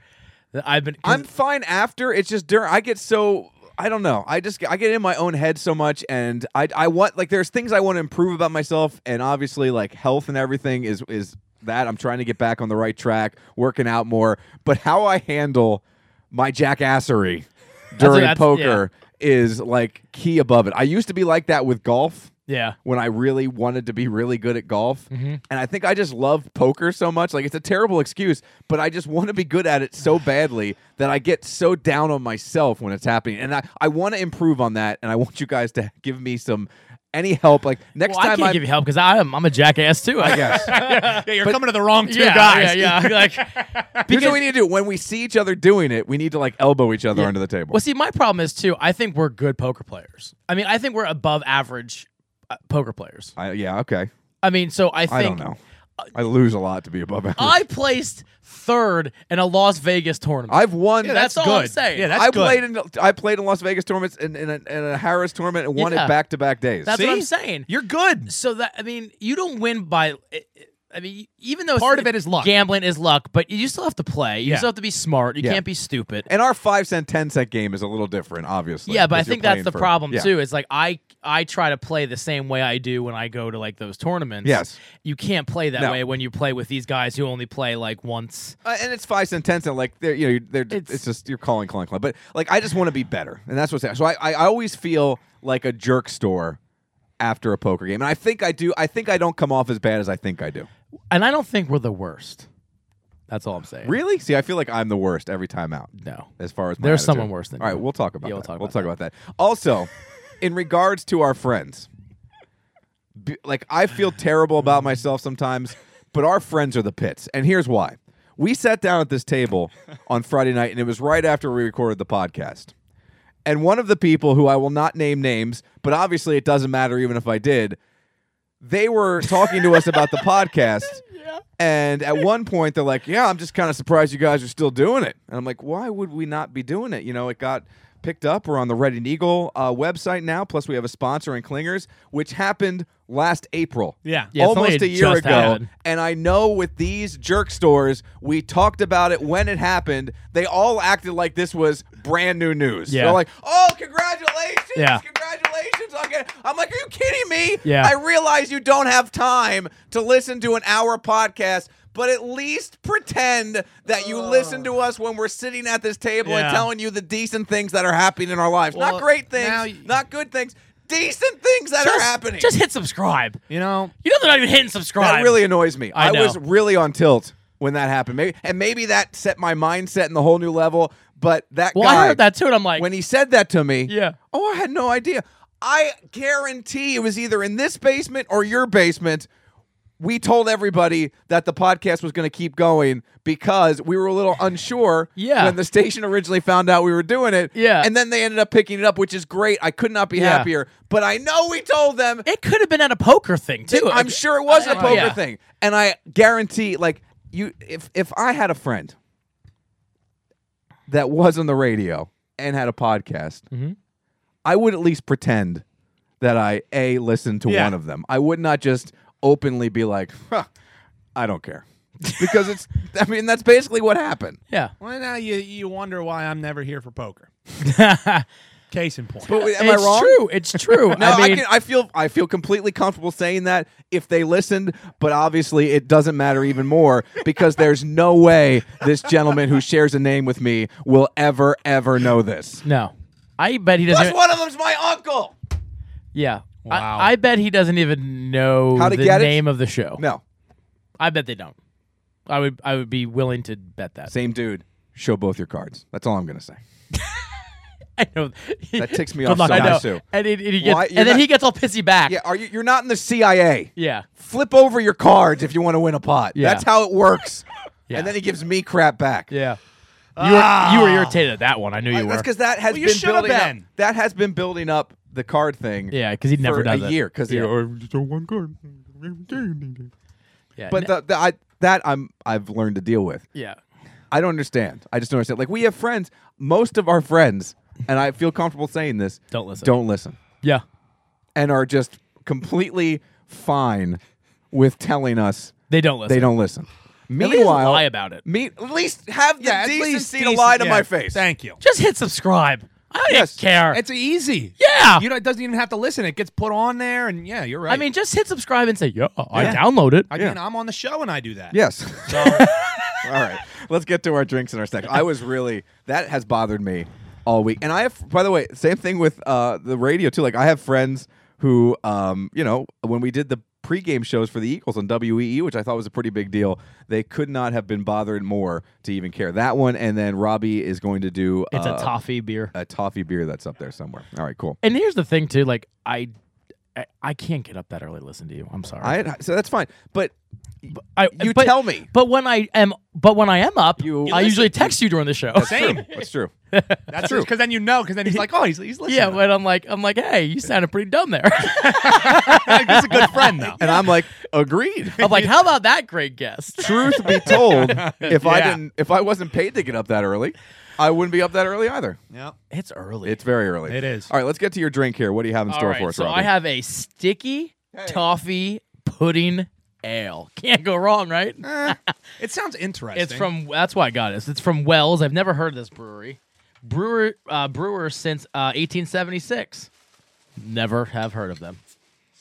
[SPEAKER 2] that I've been. 'cause
[SPEAKER 1] I'm fine after. It's just during. I get so I don't know. I just I get in my own head so much, and I I want like there's things I want to improve about myself, and obviously like health and everything is is that I'm trying to get back on the right track, working out more. But how I handle my jackassery during
[SPEAKER 2] that's-
[SPEAKER 1] poker is like key above it. I used to be like that with golf
[SPEAKER 2] yeah, Mm-hmm.
[SPEAKER 1] when I really wanted to be really good at golf. And I think I just love poker so much. Like, it's a terrible excuse, but I just want to be good at it so badly that I get so down on myself when it's happening. And I, I want to improve on that. And I want you guys to give me some, any help. Like, next
[SPEAKER 2] well, I
[SPEAKER 1] time
[SPEAKER 2] can't
[SPEAKER 1] I.
[SPEAKER 2] give you help because I'm I'm a jackass too. I
[SPEAKER 1] Yes.
[SPEAKER 3] Yeah, you're coming to the wrong two
[SPEAKER 2] yeah,
[SPEAKER 3] guys.
[SPEAKER 2] Yeah, yeah. Like,
[SPEAKER 1] Here's what we need to do. When we see each other doing it, we need to like elbow each other under the table.
[SPEAKER 2] well, see, my problem is too. I think we're good poker players. I mean, I think we're above average uh, poker players.
[SPEAKER 1] I, yeah, okay.
[SPEAKER 2] I mean, so I think
[SPEAKER 1] I don't know. I lose a lot to be above average.
[SPEAKER 2] I placed third in a Las Vegas tournament.
[SPEAKER 1] I've won.
[SPEAKER 2] Yeah, that's, all I'm
[SPEAKER 3] good.
[SPEAKER 2] saying.
[SPEAKER 3] Yeah, that's
[SPEAKER 1] I
[SPEAKER 3] good.
[SPEAKER 1] played in I played in Las Vegas tournaments and in, a, in a Harris tournament and won
[SPEAKER 2] Yeah.
[SPEAKER 1] it back to back days.
[SPEAKER 2] that's what I'm
[SPEAKER 3] See?
[SPEAKER 2] saying.
[SPEAKER 3] You're good.
[SPEAKER 2] so that I mean, you don't win by. I- I mean, even though
[SPEAKER 3] Part
[SPEAKER 2] it's-
[SPEAKER 3] of it is luck.
[SPEAKER 2] Gambling is luck, but you still have to play. You
[SPEAKER 3] Yeah.
[SPEAKER 2] still have to be smart. You
[SPEAKER 1] Yeah.
[SPEAKER 2] can't be stupid.
[SPEAKER 1] And our five cent, ten cent game is a little different, obviously.
[SPEAKER 2] Yeah, but I
[SPEAKER 1] because you're
[SPEAKER 2] think that's
[SPEAKER 1] playing
[SPEAKER 2] the
[SPEAKER 1] for-
[SPEAKER 2] problem
[SPEAKER 1] yeah.
[SPEAKER 2] too. It's like I I try to play the same way I do when I go to like those tournaments.
[SPEAKER 1] Yes.
[SPEAKER 2] you can't play that
[SPEAKER 1] No.
[SPEAKER 2] way when you play with these guys who only play like once.
[SPEAKER 1] Uh, and it's five cent, ten cent. Like they're you know they're it's,
[SPEAKER 2] It's-
[SPEAKER 1] just you're calling, calling, calling. But like I just want to be better, and that's what's so I, I I always feel like a jerk store after a poker game, and I think I do. I think I don't come off as bad as I think I do.
[SPEAKER 2] And I don't think we're the worst. That's all I'm saying.
[SPEAKER 1] Really? See, I feel like I'm the worst every time out.
[SPEAKER 2] No.
[SPEAKER 1] as far as my
[SPEAKER 2] There's
[SPEAKER 1] attitude.
[SPEAKER 2] someone worse than
[SPEAKER 1] All right,
[SPEAKER 2] you.
[SPEAKER 1] we'll talk about
[SPEAKER 2] Yeah,
[SPEAKER 1] that.
[SPEAKER 2] we'll talk
[SPEAKER 1] we'll
[SPEAKER 2] about
[SPEAKER 1] talk about that. Also, in regards to our friends, b- like I feel terrible about myself sometimes, but our friends are the pits, and here's why. We sat down at this table on Friday night, and it was right after we recorded the podcast. And one of the people who I will not name names, but obviously it doesn't matter even if I did, they were talking to us about the podcast. And at one point, they're like, "Yeah, I'm just kind of surprised you guys are still doing it." And I'm like, "Why would we not be doing it? You know, it got picked up. We're on the Red and Eagle uh, website now. Plus, we have a sponsor in Clingers, which happened last April.
[SPEAKER 3] Yeah.
[SPEAKER 2] Yeah, it's only
[SPEAKER 1] almost a year
[SPEAKER 2] just
[SPEAKER 1] ago.
[SPEAKER 2] happened.
[SPEAKER 1] And I know with these jerk stores, we talked about it when it happened. They all acted like this was brand new news.
[SPEAKER 2] Yeah.
[SPEAKER 1] They're like, "Oh, congratulations!
[SPEAKER 2] Yeah.
[SPEAKER 1] Congratulations on getting." I'm like, "Are you kidding me?
[SPEAKER 2] Yeah.
[SPEAKER 1] I realize you don't have time to listen to an hour podcast, but at least pretend that you listen to us when we're sitting at this table and
[SPEAKER 3] Yeah.
[SPEAKER 1] telling you the decent things that are happening in our lives.
[SPEAKER 3] Well,
[SPEAKER 1] not great things,
[SPEAKER 3] now y-
[SPEAKER 1] not good things, decent things that are
[SPEAKER 2] Just-
[SPEAKER 1] happening.
[SPEAKER 2] Just hit subscribe.
[SPEAKER 3] You know,
[SPEAKER 2] You know they're not even hitting subscribe.
[SPEAKER 1] that really annoys me.
[SPEAKER 2] I
[SPEAKER 1] I, was
[SPEAKER 2] know.
[SPEAKER 1] really on tilt when that happened. Maybe and maybe that set my mindset in the whole new level, but that
[SPEAKER 2] Well,
[SPEAKER 1] guy
[SPEAKER 2] I heard that too, and I'm like,
[SPEAKER 1] when he said that to me,
[SPEAKER 2] Yeah.
[SPEAKER 1] Oh, I had no idea. I guarantee it was either in this basement or your basement. We told everybody that the podcast was going to keep going because we were a little unsure
[SPEAKER 2] Yeah.
[SPEAKER 1] when the station originally found out we were doing it.
[SPEAKER 2] Yeah.
[SPEAKER 1] And then they ended up picking it up, which is great. I could not be
[SPEAKER 2] Yeah.
[SPEAKER 1] happier. But I know we told them
[SPEAKER 2] it could have been at a poker thing too.
[SPEAKER 1] I'm
[SPEAKER 2] Like,
[SPEAKER 1] sure it was a
[SPEAKER 2] I-
[SPEAKER 1] poker
[SPEAKER 2] yeah.
[SPEAKER 1] thing, and I guarantee, like you, if if I had a friend that was on the radio and had a podcast,
[SPEAKER 2] Mm-hmm.
[SPEAKER 1] I would at least pretend that I a listened to
[SPEAKER 3] Yeah.
[SPEAKER 1] one of them. I would not just openly be like, huh, I don't care, because it's. I mean, that's basically what happened.
[SPEAKER 2] Yeah.
[SPEAKER 3] well, now you, you wonder why I'm never here for poker. Case in point.
[SPEAKER 1] But wait, am
[SPEAKER 2] Uh, it's
[SPEAKER 1] I wrong?
[SPEAKER 2] true. It's true.
[SPEAKER 1] No,
[SPEAKER 2] I
[SPEAKER 1] I,
[SPEAKER 2] mean,
[SPEAKER 1] can, I feel I feel completely comfortable saying that if they listened, but obviously it doesn't matter even more because there's no way this gentleman who shares a name with me will ever ever know this.
[SPEAKER 2] no. I bet he doesn't.
[SPEAKER 1] Plus, one of them's my uncle.
[SPEAKER 2] Yeah.
[SPEAKER 3] Wow.
[SPEAKER 2] I, I bet he doesn't even know
[SPEAKER 1] How to
[SPEAKER 2] the
[SPEAKER 1] get it?
[SPEAKER 2] name of the show.
[SPEAKER 1] No,
[SPEAKER 2] I bet they don't. I would I would be willing to bet that.
[SPEAKER 1] same dude. Show both your cards. That's all I'm gonna say.
[SPEAKER 2] I know
[SPEAKER 1] That ticks me
[SPEAKER 2] Good
[SPEAKER 1] off
[SPEAKER 2] luck,
[SPEAKER 1] so
[SPEAKER 2] I
[SPEAKER 1] much,
[SPEAKER 2] know.
[SPEAKER 1] too.
[SPEAKER 2] And, it, and he
[SPEAKER 1] Why-
[SPEAKER 2] gets,
[SPEAKER 1] you're
[SPEAKER 2] and then
[SPEAKER 1] not-
[SPEAKER 2] he gets all pissy back.
[SPEAKER 1] Yeah, are you? You're not in the CIA.
[SPEAKER 2] Yeah.
[SPEAKER 1] Flip over your cards if you want to win a pot.
[SPEAKER 2] Yeah.
[SPEAKER 1] That's how it works.
[SPEAKER 2] Yeah.
[SPEAKER 1] And then he gives me crap back.
[SPEAKER 2] Yeah. You were, you were irritated at that one. I knew you were.
[SPEAKER 1] Ah. That's because that has
[SPEAKER 3] Well, you
[SPEAKER 1] been
[SPEAKER 3] should have
[SPEAKER 1] building up.
[SPEAKER 3] been.
[SPEAKER 1] That has been building up the card thing.
[SPEAKER 2] Yeah, 'cause he never
[SPEAKER 1] for
[SPEAKER 2] does
[SPEAKER 1] a
[SPEAKER 2] it.
[SPEAKER 1] year because
[SPEAKER 2] Yeah.
[SPEAKER 1] one card.
[SPEAKER 2] yeah.
[SPEAKER 1] But
[SPEAKER 2] n-
[SPEAKER 1] the, the, I, that I'm I've learned to deal with.
[SPEAKER 2] yeah.
[SPEAKER 1] I don't understand. I just don't understand. Like we have friends, most of our friends, and I feel comfortable saying this.
[SPEAKER 2] Don't listen.
[SPEAKER 1] Don't listen,
[SPEAKER 2] Yeah.
[SPEAKER 1] and are just completely fine with telling us
[SPEAKER 2] They don't listen.
[SPEAKER 1] they don't listen.
[SPEAKER 2] least
[SPEAKER 1] Meanwhile,
[SPEAKER 2] lie about it.
[SPEAKER 1] Me, at least have the
[SPEAKER 3] Yeah, at least
[SPEAKER 1] decency to lie to
[SPEAKER 3] decent-
[SPEAKER 1] my
[SPEAKER 3] yeah,
[SPEAKER 1] face.
[SPEAKER 3] Thank you.
[SPEAKER 2] Just hit subscribe. I don't
[SPEAKER 1] Yes.
[SPEAKER 2] care.
[SPEAKER 3] It's easy.
[SPEAKER 2] Yeah.
[SPEAKER 3] You know, it doesn't even have to listen. It gets put on there, and yeah, you're right.
[SPEAKER 2] I mean, just hit subscribe and say, yeah, I
[SPEAKER 1] Yeah.
[SPEAKER 2] download it.
[SPEAKER 3] I mean, I'm on the show and I do that.
[SPEAKER 1] Yes. all right. Let's get to our drinks and our snacks. I was really that has bothered me all week. And I have by the way, same thing with uh the radio too. Like I have friends who um, you know, when we did the pregame shows for the Eagles on WEE, which I thought was a pretty big deal, they could not have been bothered more to even care. That one and then Robbie is going to do
[SPEAKER 2] It's
[SPEAKER 1] uh,
[SPEAKER 2] a toffee beer.
[SPEAKER 1] a toffee beer that's up there somewhere. All right, cool.
[SPEAKER 2] And here's the thing, too. Like, I, I, I can't get up that early to listen to you. I'm sorry.
[SPEAKER 1] I so that's fine. But
[SPEAKER 2] I-
[SPEAKER 1] you
[SPEAKER 2] but-
[SPEAKER 1] tell me.
[SPEAKER 2] But when I am, but when I am up,
[SPEAKER 1] You- You
[SPEAKER 2] I
[SPEAKER 1] listen.
[SPEAKER 2] usually text you during the show.
[SPEAKER 3] Same.
[SPEAKER 1] That's true.
[SPEAKER 3] That's true. Because then you know. Because then he's like, oh, he's, he's listening.
[SPEAKER 2] yeah, but I'm like, I'm like, hey, you sounded pretty dumb there.
[SPEAKER 3] he's a good friend though.
[SPEAKER 1] And I'm like, agreed.
[SPEAKER 2] I'm like, how about that great guest?
[SPEAKER 1] truth be told, if I
[SPEAKER 3] Yeah.
[SPEAKER 1] didn't, if I wasn't paid to get up that early, I wouldn't be up that early either.
[SPEAKER 3] Yep.
[SPEAKER 2] It's early.
[SPEAKER 1] It's very early.
[SPEAKER 3] It is.
[SPEAKER 1] All right, let's get to your drink here. What do you have in
[SPEAKER 2] All
[SPEAKER 1] store
[SPEAKER 2] right,
[SPEAKER 1] for us,
[SPEAKER 2] so
[SPEAKER 1] Robbie?
[SPEAKER 2] I have a sticky toffee pudding ale. Can't go wrong, right?
[SPEAKER 3] It sounds interesting.
[SPEAKER 2] It's from that's why I got this. It's from Wells. I've never heard of this brewery. Brewer uh, brewer since uh, 1876. Never have heard of them.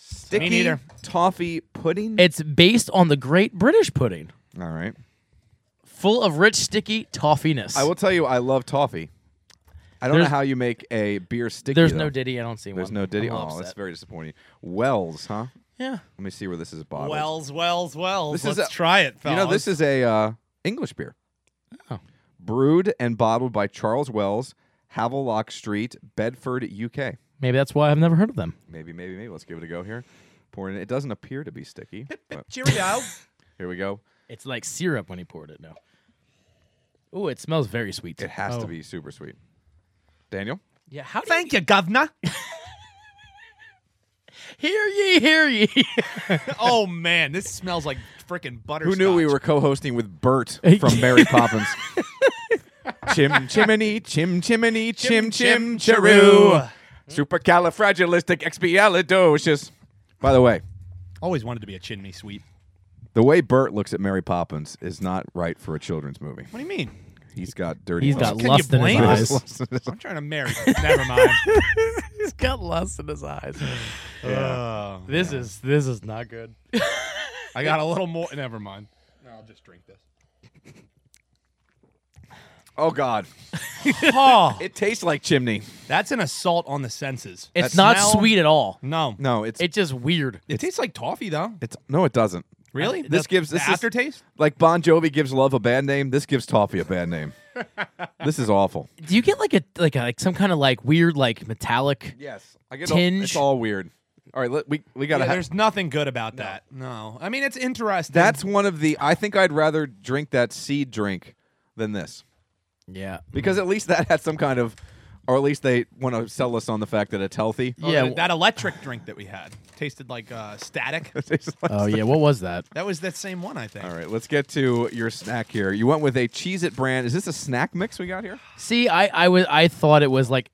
[SPEAKER 1] Sticky
[SPEAKER 3] neither.
[SPEAKER 1] toffee pudding.
[SPEAKER 2] It's based on the Great British Pudding,
[SPEAKER 1] All right.
[SPEAKER 2] full of rich sticky toffiness.
[SPEAKER 1] I will tell you, I love toffee. I don't
[SPEAKER 2] There's-
[SPEAKER 1] know how you make a beer sticky.
[SPEAKER 2] There's
[SPEAKER 1] though.
[SPEAKER 2] no Diddy. I don't see
[SPEAKER 1] There's
[SPEAKER 2] one.
[SPEAKER 1] no Diddy.
[SPEAKER 2] I'm a
[SPEAKER 1] Oh,
[SPEAKER 2] little
[SPEAKER 1] that's
[SPEAKER 2] upset.
[SPEAKER 1] very disappointing. Wells, huh?
[SPEAKER 2] yeah.
[SPEAKER 1] Let me see where this is bottled.
[SPEAKER 3] Wells, Wells, Wells.
[SPEAKER 1] This is
[SPEAKER 3] Let's
[SPEAKER 1] a-
[SPEAKER 3] try it,
[SPEAKER 1] You
[SPEAKER 3] fellas.
[SPEAKER 1] know, this is a uh, English beer.
[SPEAKER 2] Oh.
[SPEAKER 1] Brewed and bottled by Charles Wells, Havelock Street, Bedford, UK.
[SPEAKER 2] Maybe that's why I've never heard of them.
[SPEAKER 1] Maybe, maybe, maybe. Let's give it a go here. Pour it in. It doesn't appear to be sticky. but
[SPEAKER 3] Cheerio.
[SPEAKER 1] here we go.
[SPEAKER 2] It's like syrup when he poured it. No. Ooh, it smells very sweet.
[SPEAKER 1] It has to
[SPEAKER 2] Oh.
[SPEAKER 1] be super sweet. Daniel?
[SPEAKER 2] Yeah. How do you
[SPEAKER 3] Thank you, governor.
[SPEAKER 2] Hear ye, hear ye.
[SPEAKER 3] oh man, this smells like freaking butter.
[SPEAKER 1] Who knew we were co hosting with Bert from Mary Poppins? chim chimney, chim chimney, chim chim
[SPEAKER 3] chim
[SPEAKER 1] charoo. Supercalifragilisticexpialidocious. By the way,
[SPEAKER 3] Always wanted to be a chinmy sweet.
[SPEAKER 1] the way Bert looks at Mary Poppins is not right for a children's movie.
[SPEAKER 3] What do you mean?
[SPEAKER 1] He's got dirty.
[SPEAKER 2] He's got
[SPEAKER 1] looks.
[SPEAKER 3] Can
[SPEAKER 2] lust in his
[SPEAKER 3] you blame
[SPEAKER 2] eyes.
[SPEAKER 3] us? I'm trying to marry. you. Never mind.
[SPEAKER 2] He's got lust in his eyes.
[SPEAKER 3] Oh,
[SPEAKER 2] This is this is not good.
[SPEAKER 3] I got a little more. Never mind. No, I'll just drink this.
[SPEAKER 1] Oh, God.
[SPEAKER 3] Oh,
[SPEAKER 1] It tastes like chimney.
[SPEAKER 3] that's an assault on the senses.
[SPEAKER 2] It's
[SPEAKER 3] That
[SPEAKER 2] not
[SPEAKER 3] smell-
[SPEAKER 2] sweet at all.
[SPEAKER 3] No,
[SPEAKER 1] No, it's.
[SPEAKER 2] It's just weird.
[SPEAKER 3] It tastes like toffee though.
[SPEAKER 1] it's no, it doesn't.
[SPEAKER 3] Really?
[SPEAKER 1] This
[SPEAKER 3] The-
[SPEAKER 1] gives
[SPEAKER 3] the
[SPEAKER 1] this is-
[SPEAKER 3] aftertaste.
[SPEAKER 1] Like Bon Jovi gives love a bad name, this gives toffee a bad name. this is awful.
[SPEAKER 2] Do you get like a like a, like some kind of like weird like metallic?
[SPEAKER 1] Yes, I get
[SPEAKER 2] all- it's
[SPEAKER 1] it's
[SPEAKER 2] Tinge.
[SPEAKER 1] all weird. All right, let, we we gotta.
[SPEAKER 3] Yeah,
[SPEAKER 1] ha-
[SPEAKER 3] there's nothing good about that. No, I mean it's interesting.
[SPEAKER 1] that's one of the. I think I'd rather drink that seed drink than this
[SPEAKER 2] Yeah.
[SPEAKER 1] because at least that had some kind of, or at least they want to sell us on the fact that it's healthy.
[SPEAKER 3] Oh,
[SPEAKER 2] yeah.
[SPEAKER 3] that, that electric drink that we had tasted like uh, static.
[SPEAKER 1] It tastes like-
[SPEAKER 3] Uh.
[SPEAKER 2] Oh yeah. What was that?
[SPEAKER 3] That was that same one, I think.
[SPEAKER 1] all right, let's get to your snack here. You went with a Cheez It brand. Is this a snack mix we got here?
[SPEAKER 2] See, I I was I thought it was like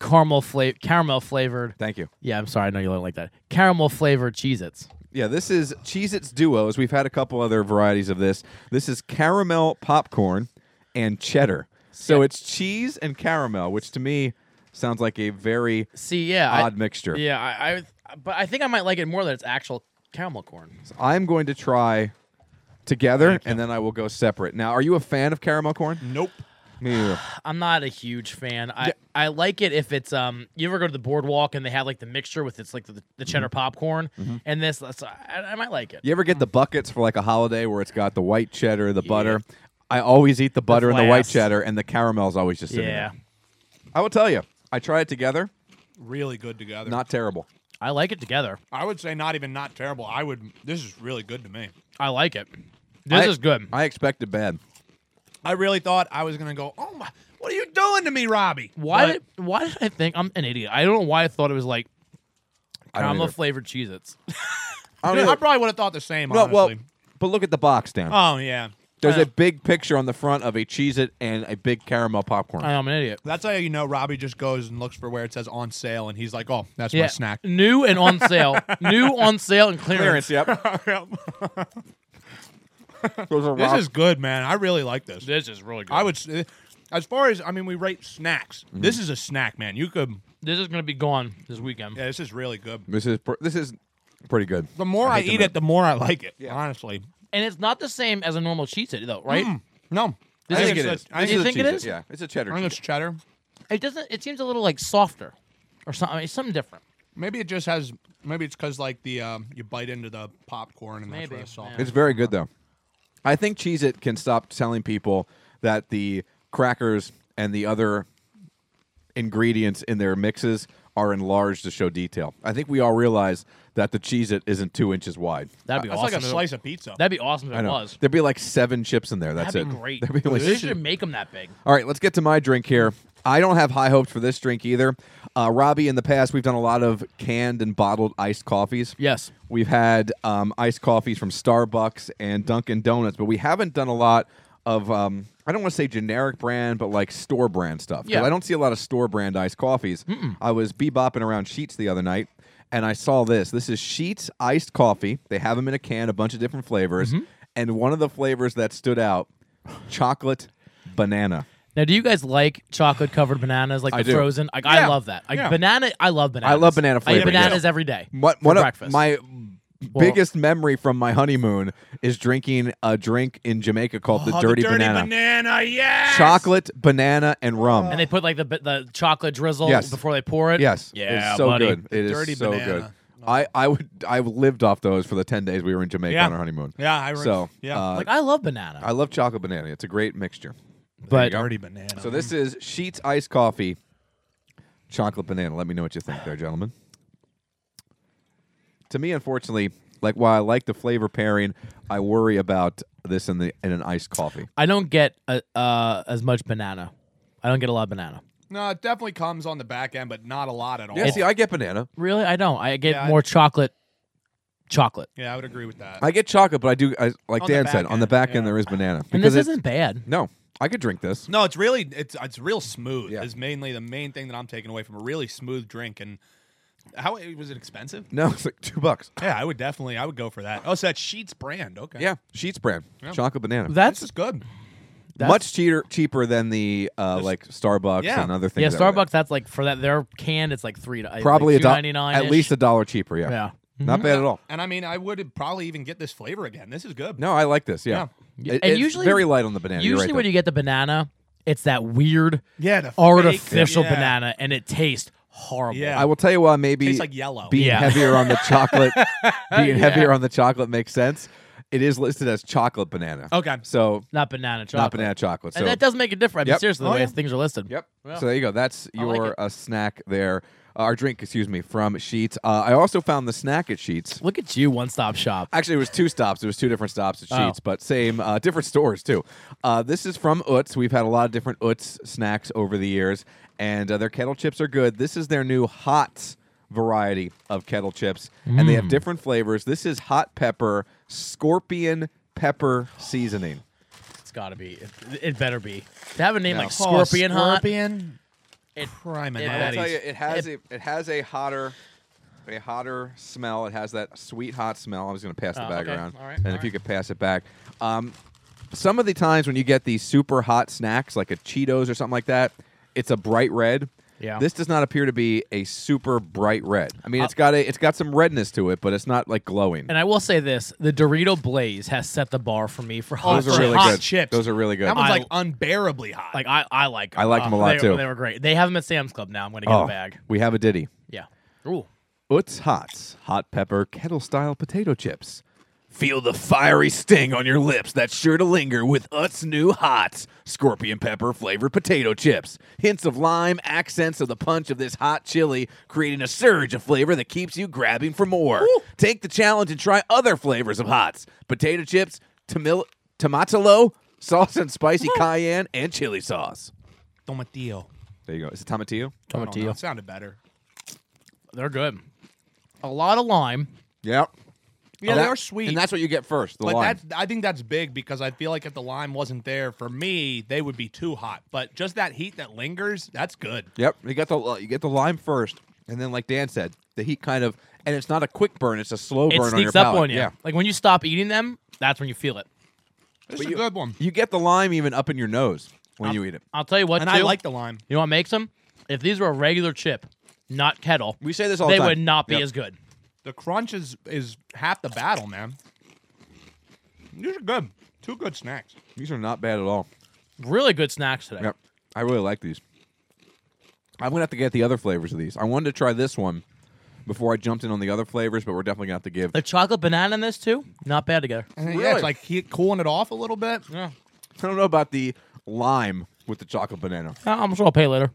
[SPEAKER 2] caramel flavor caramel flavored.
[SPEAKER 1] Thank you.
[SPEAKER 2] Yeah, I'm sorry. I know you don't like that. Caramel flavored Cheez-Its.
[SPEAKER 1] Yeah, this is Cheez Its Duos. We've had a couple other varieties of this. This is caramel popcorn and cheddar. So it's cheese and caramel, which to me sounds like a very
[SPEAKER 2] See, yeah.
[SPEAKER 1] odd
[SPEAKER 2] I,
[SPEAKER 1] mixture.
[SPEAKER 2] Yeah, I, I but I think I might like it more than it's actual caramel corn.
[SPEAKER 1] I'm going to try together and then I will go separate. Now, are you a fan of caramel
[SPEAKER 2] Mm-hmm.
[SPEAKER 1] corn?
[SPEAKER 3] Nope.
[SPEAKER 1] Me neither.
[SPEAKER 2] I'm not a huge fan. I, I like it if it's um. You ever go to the boardwalk and they have like the mixture with it's like the, the cheddar popcorn and this. That's, I, I might like it.
[SPEAKER 1] You ever get the buckets for like a holiday where it's got the white cheddar, the butter? I always eat the butter and the white
[SPEAKER 2] flask.
[SPEAKER 1] cheddar, and the caramel's always just sitting
[SPEAKER 2] Yeah,
[SPEAKER 1] there. I will tell you, I try it together.
[SPEAKER 3] Really good together.
[SPEAKER 1] Not terrible.
[SPEAKER 2] I like it together.
[SPEAKER 3] I would say not even not terrible. I would. This is really good to me.
[SPEAKER 2] I like it. This
[SPEAKER 1] I-
[SPEAKER 2] is good.
[SPEAKER 1] I expected bad.
[SPEAKER 3] I really thought I was gonna go. Oh my! What are you doing to me, Robbie?
[SPEAKER 2] Why?
[SPEAKER 3] But-
[SPEAKER 2] did, why did I think I'm an idiot? I don't know why I thought it was like
[SPEAKER 1] I don't
[SPEAKER 2] caramel
[SPEAKER 1] either.
[SPEAKER 2] flavored Cheez-Its.
[SPEAKER 1] I
[SPEAKER 3] I,
[SPEAKER 1] don't either.
[SPEAKER 3] probably would have thought the same.
[SPEAKER 1] No,
[SPEAKER 3] honestly.
[SPEAKER 1] well, but look at the box, Dan.
[SPEAKER 3] oh yeah,
[SPEAKER 1] There's a big picture on the front of a Cheez It and a big caramel popcorn.
[SPEAKER 2] I am an idiot.
[SPEAKER 3] that's how you know Robbie just goes and looks for where it says on sale, and he's like, "Oh, that's my snack."
[SPEAKER 2] New and on sale. New on sale and clearance.
[SPEAKER 1] Clearance, yep. Those are
[SPEAKER 3] This
[SPEAKER 1] Rob-
[SPEAKER 3] is good, man. I really like this.
[SPEAKER 2] This is really good.
[SPEAKER 3] I would, s- eh, as far as I mean, we rate snacks.
[SPEAKER 1] Mm-hmm.
[SPEAKER 3] This is a snack, man. You could.
[SPEAKER 2] This is gonna be gone this weekend.
[SPEAKER 3] Yeah, this is really good.
[SPEAKER 1] this is pr- this is pretty good.
[SPEAKER 3] The more I,
[SPEAKER 1] hate the
[SPEAKER 3] eat
[SPEAKER 1] mi-
[SPEAKER 3] it, the more I like it. Honestly,
[SPEAKER 2] And it's not the same as a normal Cheez-It though, right?
[SPEAKER 3] no.
[SPEAKER 1] I think it
[SPEAKER 3] it's a-
[SPEAKER 1] is.
[SPEAKER 3] I
[SPEAKER 1] This
[SPEAKER 3] think,
[SPEAKER 1] a
[SPEAKER 2] think it
[SPEAKER 1] Cheez-It,
[SPEAKER 2] is?
[SPEAKER 1] Yeah, it's a cheddar.
[SPEAKER 3] I think it's
[SPEAKER 1] Cheez-It.
[SPEAKER 3] cheddar.
[SPEAKER 2] It doesn't. It seems a little like softer, or something. It's something different.
[SPEAKER 3] Maybe it just has. Maybe it's because like the um, you bite into the popcorn and that's
[SPEAKER 2] Maybe,
[SPEAKER 3] where it's soft.
[SPEAKER 2] yeah.
[SPEAKER 1] It's very good though. I think Cheez It can stop telling people that the crackers and the other ingredients in their mixes are enlarged to show detail. I think we all realize that the Cheez It isn't two inches wide.
[SPEAKER 2] That'd be
[SPEAKER 3] That's
[SPEAKER 2] awesome.
[SPEAKER 3] like a
[SPEAKER 2] if it-
[SPEAKER 3] slice of pizza.
[SPEAKER 2] That'd be awesome if
[SPEAKER 1] I
[SPEAKER 2] it
[SPEAKER 1] know.
[SPEAKER 2] was.
[SPEAKER 1] There'd be like seven chips in there. That's
[SPEAKER 2] That'd
[SPEAKER 1] it.
[SPEAKER 2] be great.
[SPEAKER 1] There'd be like
[SPEAKER 2] they should make them that big.
[SPEAKER 1] All right, let's get to my drink here. I don't have high hopes for this drink either. Uh, Robbie, in the past, we've done a lot of canned and bottled iced coffees.
[SPEAKER 2] Yes.
[SPEAKER 1] We've had um, iced coffees from Starbucks and Dunkin' Donuts, but we haven't done a lot of, um, I don't want to say generic brand, but like store brand stuff. 'Cause
[SPEAKER 2] Yeah.
[SPEAKER 1] I don't see a lot of store brand iced coffees. I was bebopping around Sheets the other night. And I saw this. This is Sheets iced coffee. They have them in a can, a bunch of different flavors.
[SPEAKER 2] Mm-hmm.
[SPEAKER 1] And one of the flavors that stood out, chocolate banana.
[SPEAKER 2] Now, do you guys like chocolate covered bananas, like
[SPEAKER 1] I do.
[SPEAKER 2] the frozen? Like, I
[SPEAKER 3] Yeah.
[SPEAKER 2] love that. Like
[SPEAKER 3] Yeah.
[SPEAKER 2] banana, I love bananas.
[SPEAKER 1] I love banana
[SPEAKER 2] I eat
[SPEAKER 1] flavor, yeah.
[SPEAKER 2] bananas every day
[SPEAKER 1] What
[SPEAKER 2] for
[SPEAKER 1] one of
[SPEAKER 2] breakfast.
[SPEAKER 1] my biggest memory from my honeymoon is drinking a drink in Jamaica called the
[SPEAKER 3] Oh,
[SPEAKER 1] Dirty,
[SPEAKER 3] the dirty
[SPEAKER 1] Banana.
[SPEAKER 3] banana, yes.
[SPEAKER 1] Chocolate, banana, and rum.
[SPEAKER 2] and they put like the the chocolate drizzle
[SPEAKER 1] Yes.
[SPEAKER 2] before they pour it.
[SPEAKER 1] yes,
[SPEAKER 2] yeah,
[SPEAKER 1] it's so
[SPEAKER 2] buddy.
[SPEAKER 1] good. It is
[SPEAKER 3] Dirty
[SPEAKER 1] so
[SPEAKER 3] Banana.
[SPEAKER 1] good. I, I would I lived off those for the ten days we were in Jamaica
[SPEAKER 3] Yeah.
[SPEAKER 1] on our honeymoon.
[SPEAKER 3] Yeah, I re-
[SPEAKER 1] so
[SPEAKER 3] yeah.
[SPEAKER 1] uh,
[SPEAKER 2] Like I love banana,
[SPEAKER 1] I love chocolate banana. It's a great mixture.
[SPEAKER 2] but
[SPEAKER 3] Dirty banana.
[SPEAKER 1] So this is Sheets iced coffee, chocolate banana. Let me know what you think, there, gentlemen. To me, unfortunately, like while I like the flavor pairing, I worry about this in the in an iced coffee.
[SPEAKER 2] I don't get uh, uh, as much banana. I don't get a lot of banana.
[SPEAKER 3] no, it definitely comes on the back end, but not a lot at all.
[SPEAKER 1] Yeah, see, I get banana.
[SPEAKER 2] Really, I don't. I get
[SPEAKER 3] Yeah, I-
[SPEAKER 2] more chocolate. Chocolate,
[SPEAKER 3] Yeah, I would agree with that.
[SPEAKER 1] I get chocolate, but I do I, like
[SPEAKER 3] On the
[SPEAKER 1] Dan
[SPEAKER 3] back
[SPEAKER 1] said on the
[SPEAKER 3] end,
[SPEAKER 1] back end
[SPEAKER 3] yeah.
[SPEAKER 1] there is banana
[SPEAKER 2] and this
[SPEAKER 1] it's-
[SPEAKER 2] isn't bad.
[SPEAKER 1] no, I could drink this.
[SPEAKER 3] no, it's really it's it's real smooth.
[SPEAKER 1] Yeah.
[SPEAKER 3] Is mainly the main thing that I'm taking away from a really smooth drink. And how was it expensive?
[SPEAKER 1] No, it's like two bucks.
[SPEAKER 3] Yeah, I would definitely I would go for that. Oh, so that's Sheets brand. Okay.
[SPEAKER 1] Yeah, Sheets brand
[SPEAKER 3] Yeah.
[SPEAKER 1] chocolate banana.
[SPEAKER 3] That's
[SPEAKER 2] That's
[SPEAKER 3] just good.
[SPEAKER 2] that's-
[SPEAKER 1] Much cheaper cheaper than the uh, like Starbucks
[SPEAKER 3] Yeah.
[SPEAKER 1] and other
[SPEAKER 2] yeah.
[SPEAKER 1] things. that were there.
[SPEAKER 2] Starbucks, that's like for that their can, it's like three. to-
[SPEAKER 1] probably a
[SPEAKER 2] like
[SPEAKER 1] dollar,
[SPEAKER 2] $2.99 -ish.
[SPEAKER 1] at least a dollar cheaper. Yeah,
[SPEAKER 2] Yeah.
[SPEAKER 1] not bad at all.
[SPEAKER 3] And I mean, I would probably even get this flavor again. This is good.
[SPEAKER 1] No, I like this. Yeah,
[SPEAKER 2] Yeah.
[SPEAKER 1] It-
[SPEAKER 2] And
[SPEAKER 1] it's
[SPEAKER 2] usually-
[SPEAKER 1] very light on the banana.
[SPEAKER 2] Usually, when you get the banana, it's that weird,
[SPEAKER 3] Yeah, the fake-
[SPEAKER 2] artificial
[SPEAKER 3] yeah.
[SPEAKER 2] banana, and it tastes horrible.
[SPEAKER 3] Yeah.
[SPEAKER 1] I will tell you why maybe
[SPEAKER 3] Tastes like yellow.
[SPEAKER 1] Being
[SPEAKER 2] Yeah.
[SPEAKER 1] heavier on the chocolate, being heavier on the chocolate makes sense. It is listed as chocolate banana.
[SPEAKER 3] Okay.
[SPEAKER 1] so
[SPEAKER 2] not banana chocolate.
[SPEAKER 1] not banana chocolate. So
[SPEAKER 2] And that does make a difference. I mean,
[SPEAKER 1] Yep.
[SPEAKER 2] seriously, the
[SPEAKER 1] Oh,
[SPEAKER 2] way
[SPEAKER 1] yeah.
[SPEAKER 2] things are listed.
[SPEAKER 1] Yep.
[SPEAKER 2] Yeah.
[SPEAKER 1] So there you go. That's
[SPEAKER 2] I like
[SPEAKER 1] your
[SPEAKER 2] it.
[SPEAKER 1] uh, snack there. Uh, our drink, excuse me, from Sheets. Uh, I also found the snack at Sheets.
[SPEAKER 2] Look at you, one stop shop.
[SPEAKER 1] Actually, it was two stops. It was two different stops at
[SPEAKER 2] Oh.
[SPEAKER 1] Sheets, but same, uh, different stores too. Uh, this is from Utz. We've had a lot of different Utz snacks over the years, and uh, their kettle chips are good. This is their new hot variety of kettle chips, and they have different flavors. This is hot pepper, scorpion pepper seasoning.
[SPEAKER 2] It's got to be. It, it better be. To have a name
[SPEAKER 3] No.
[SPEAKER 2] like Scorpion
[SPEAKER 3] oh,
[SPEAKER 2] Hot.
[SPEAKER 3] Scorpion.
[SPEAKER 2] It-
[SPEAKER 3] Prime
[SPEAKER 2] it-
[SPEAKER 1] I'll tell you,
[SPEAKER 3] and
[SPEAKER 1] it has a it has a hotter a hotter smell. It has that sweet hot smell. I was going to pass the
[SPEAKER 2] Oh,
[SPEAKER 1] bag
[SPEAKER 2] okay.
[SPEAKER 1] around,
[SPEAKER 2] All right,
[SPEAKER 1] and
[SPEAKER 2] all
[SPEAKER 1] if you
[SPEAKER 2] right.
[SPEAKER 1] could pass it back. Um, some of the times when you get these super hot snacks like a Cheetos or something like that, it's a bright red.
[SPEAKER 2] Yeah. Uh,
[SPEAKER 1] This does not appear to be a super bright red. I mean, it's got a it's got some redness to it, but it's not like glowing.
[SPEAKER 2] And I will say this: the Dorito Blaze has set the bar for me for hot.
[SPEAKER 1] Those are
[SPEAKER 2] chips.
[SPEAKER 1] really
[SPEAKER 3] hot
[SPEAKER 1] good.
[SPEAKER 3] chips.
[SPEAKER 1] Those are really good.
[SPEAKER 3] That one's
[SPEAKER 2] I-
[SPEAKER 3] like unbearably hot.
[SPEAKER 2] Like I, I like.
[SPEAKER 1] I liked them a lot,
[SPEAKER 2] they,
[SPEAKER 1] too.
[SPEAKER 2] They were great. They have them at Sam's Club now. I'm gonna get
[SPEAKER 1] oh,
[SPEAKER 2] a bag.
[SPEAKER 1] we have a ditty.
[SPEAKER 2] Yeah. Ooh.
[SPEAKER 1] Utz Hots hot pepper kettle style potato chips. Feel the fiery sting on your lips that's sure to linger with Utz new Hots scorpion pepper flavored potato chips. Hints of lime, accents of the punch of this hot chili, creating a surge of flavor that keeps you grabbing for more. Take the challenge and try other flavors of Hots potato chips, tamil- tomatolo, Sauce and spicy cayenne and chili sauce.
[SPEAKER 3] Tomatillo.
[SPEAKER 1] There you go. Is it tomatillo?
[SPEAKER 3] I don't know. It sounded better.
[SPEAKER 2] They're good. A lot of lime.
[SPEAKER 1] Yep. Oh,
[SPEAKER 3] Yeah,
[SPEAKER 1] That-
[SPEAKER 3] they are sweet.
[SPEAKER 1] And that's what you get first. The
[SPEAKER 3] but
[SPEAKER 1] lime.
[SPEAKER 3] that's I think that's big because I feel like if the lime wasn't there for me, they would be too hot. But just that heat that lingers, that's good.
[SPEAKER 1] Yep, you get the uh, you get the lime first, and then like Dan said, the heat kind of and it's not a quick burn; it's a slow
[SPEAKER 2] It
[SPEAKER 1] burn on your
[SPEAKER 2] sneaks up
[SPEAKER 1] palate.
[SPEAKER 2] on you.
[SPEAKER 1] Yeah,
[SPEAKER 2] Like when you stop eating them, that's when you feel it.
[SPEAKER 3] This is a good one.
[SPEAKER 1] you get the lime even up in your nose when you eat it.
[SPEAKER 2] I'll tell you what.
[SPEAKER 3] And
[SPEAKER 2] too,
[SPEAKER 3] I like the lime.
[SPEAKER 2] You know what makes them? If these were a regular chip, not kettle,
[SPEAKER 1] We say this all
[SPEAKER 2] they
[SPEAKER 1] the time.
[SPEAKER 2] would not be
[SPEAKER 1] Yep.
[SPEAKER 2] as good.
[SPEAKER 3] The crunch is is half the battle, man. These are good. Two good snacks.
[SPEAKER 1] These are not bad at all.
[SPEAKER 2] Really good snacks today.
[SPEAKER 1] Yep, I really like these. I'm gonna have to get the other flavors of these. I wanted to try this one before I jumped in on the other flavors, but we're definitely gonna have to give.
[SPEAKER 2] The chocolate banana in this too, not bad together.
[SPEAKER 3] And then, Yeah,
[SPEAKER 1] Really?
[SPEAKER 3] it's like he, cooling it off a little bit.
[SPEAKER 2] Yeah,
[SPEAKER 1] I don't know about the lime with the chocolate banana.
[SPEAKER 2] Ah, I'm sure I'll pay later.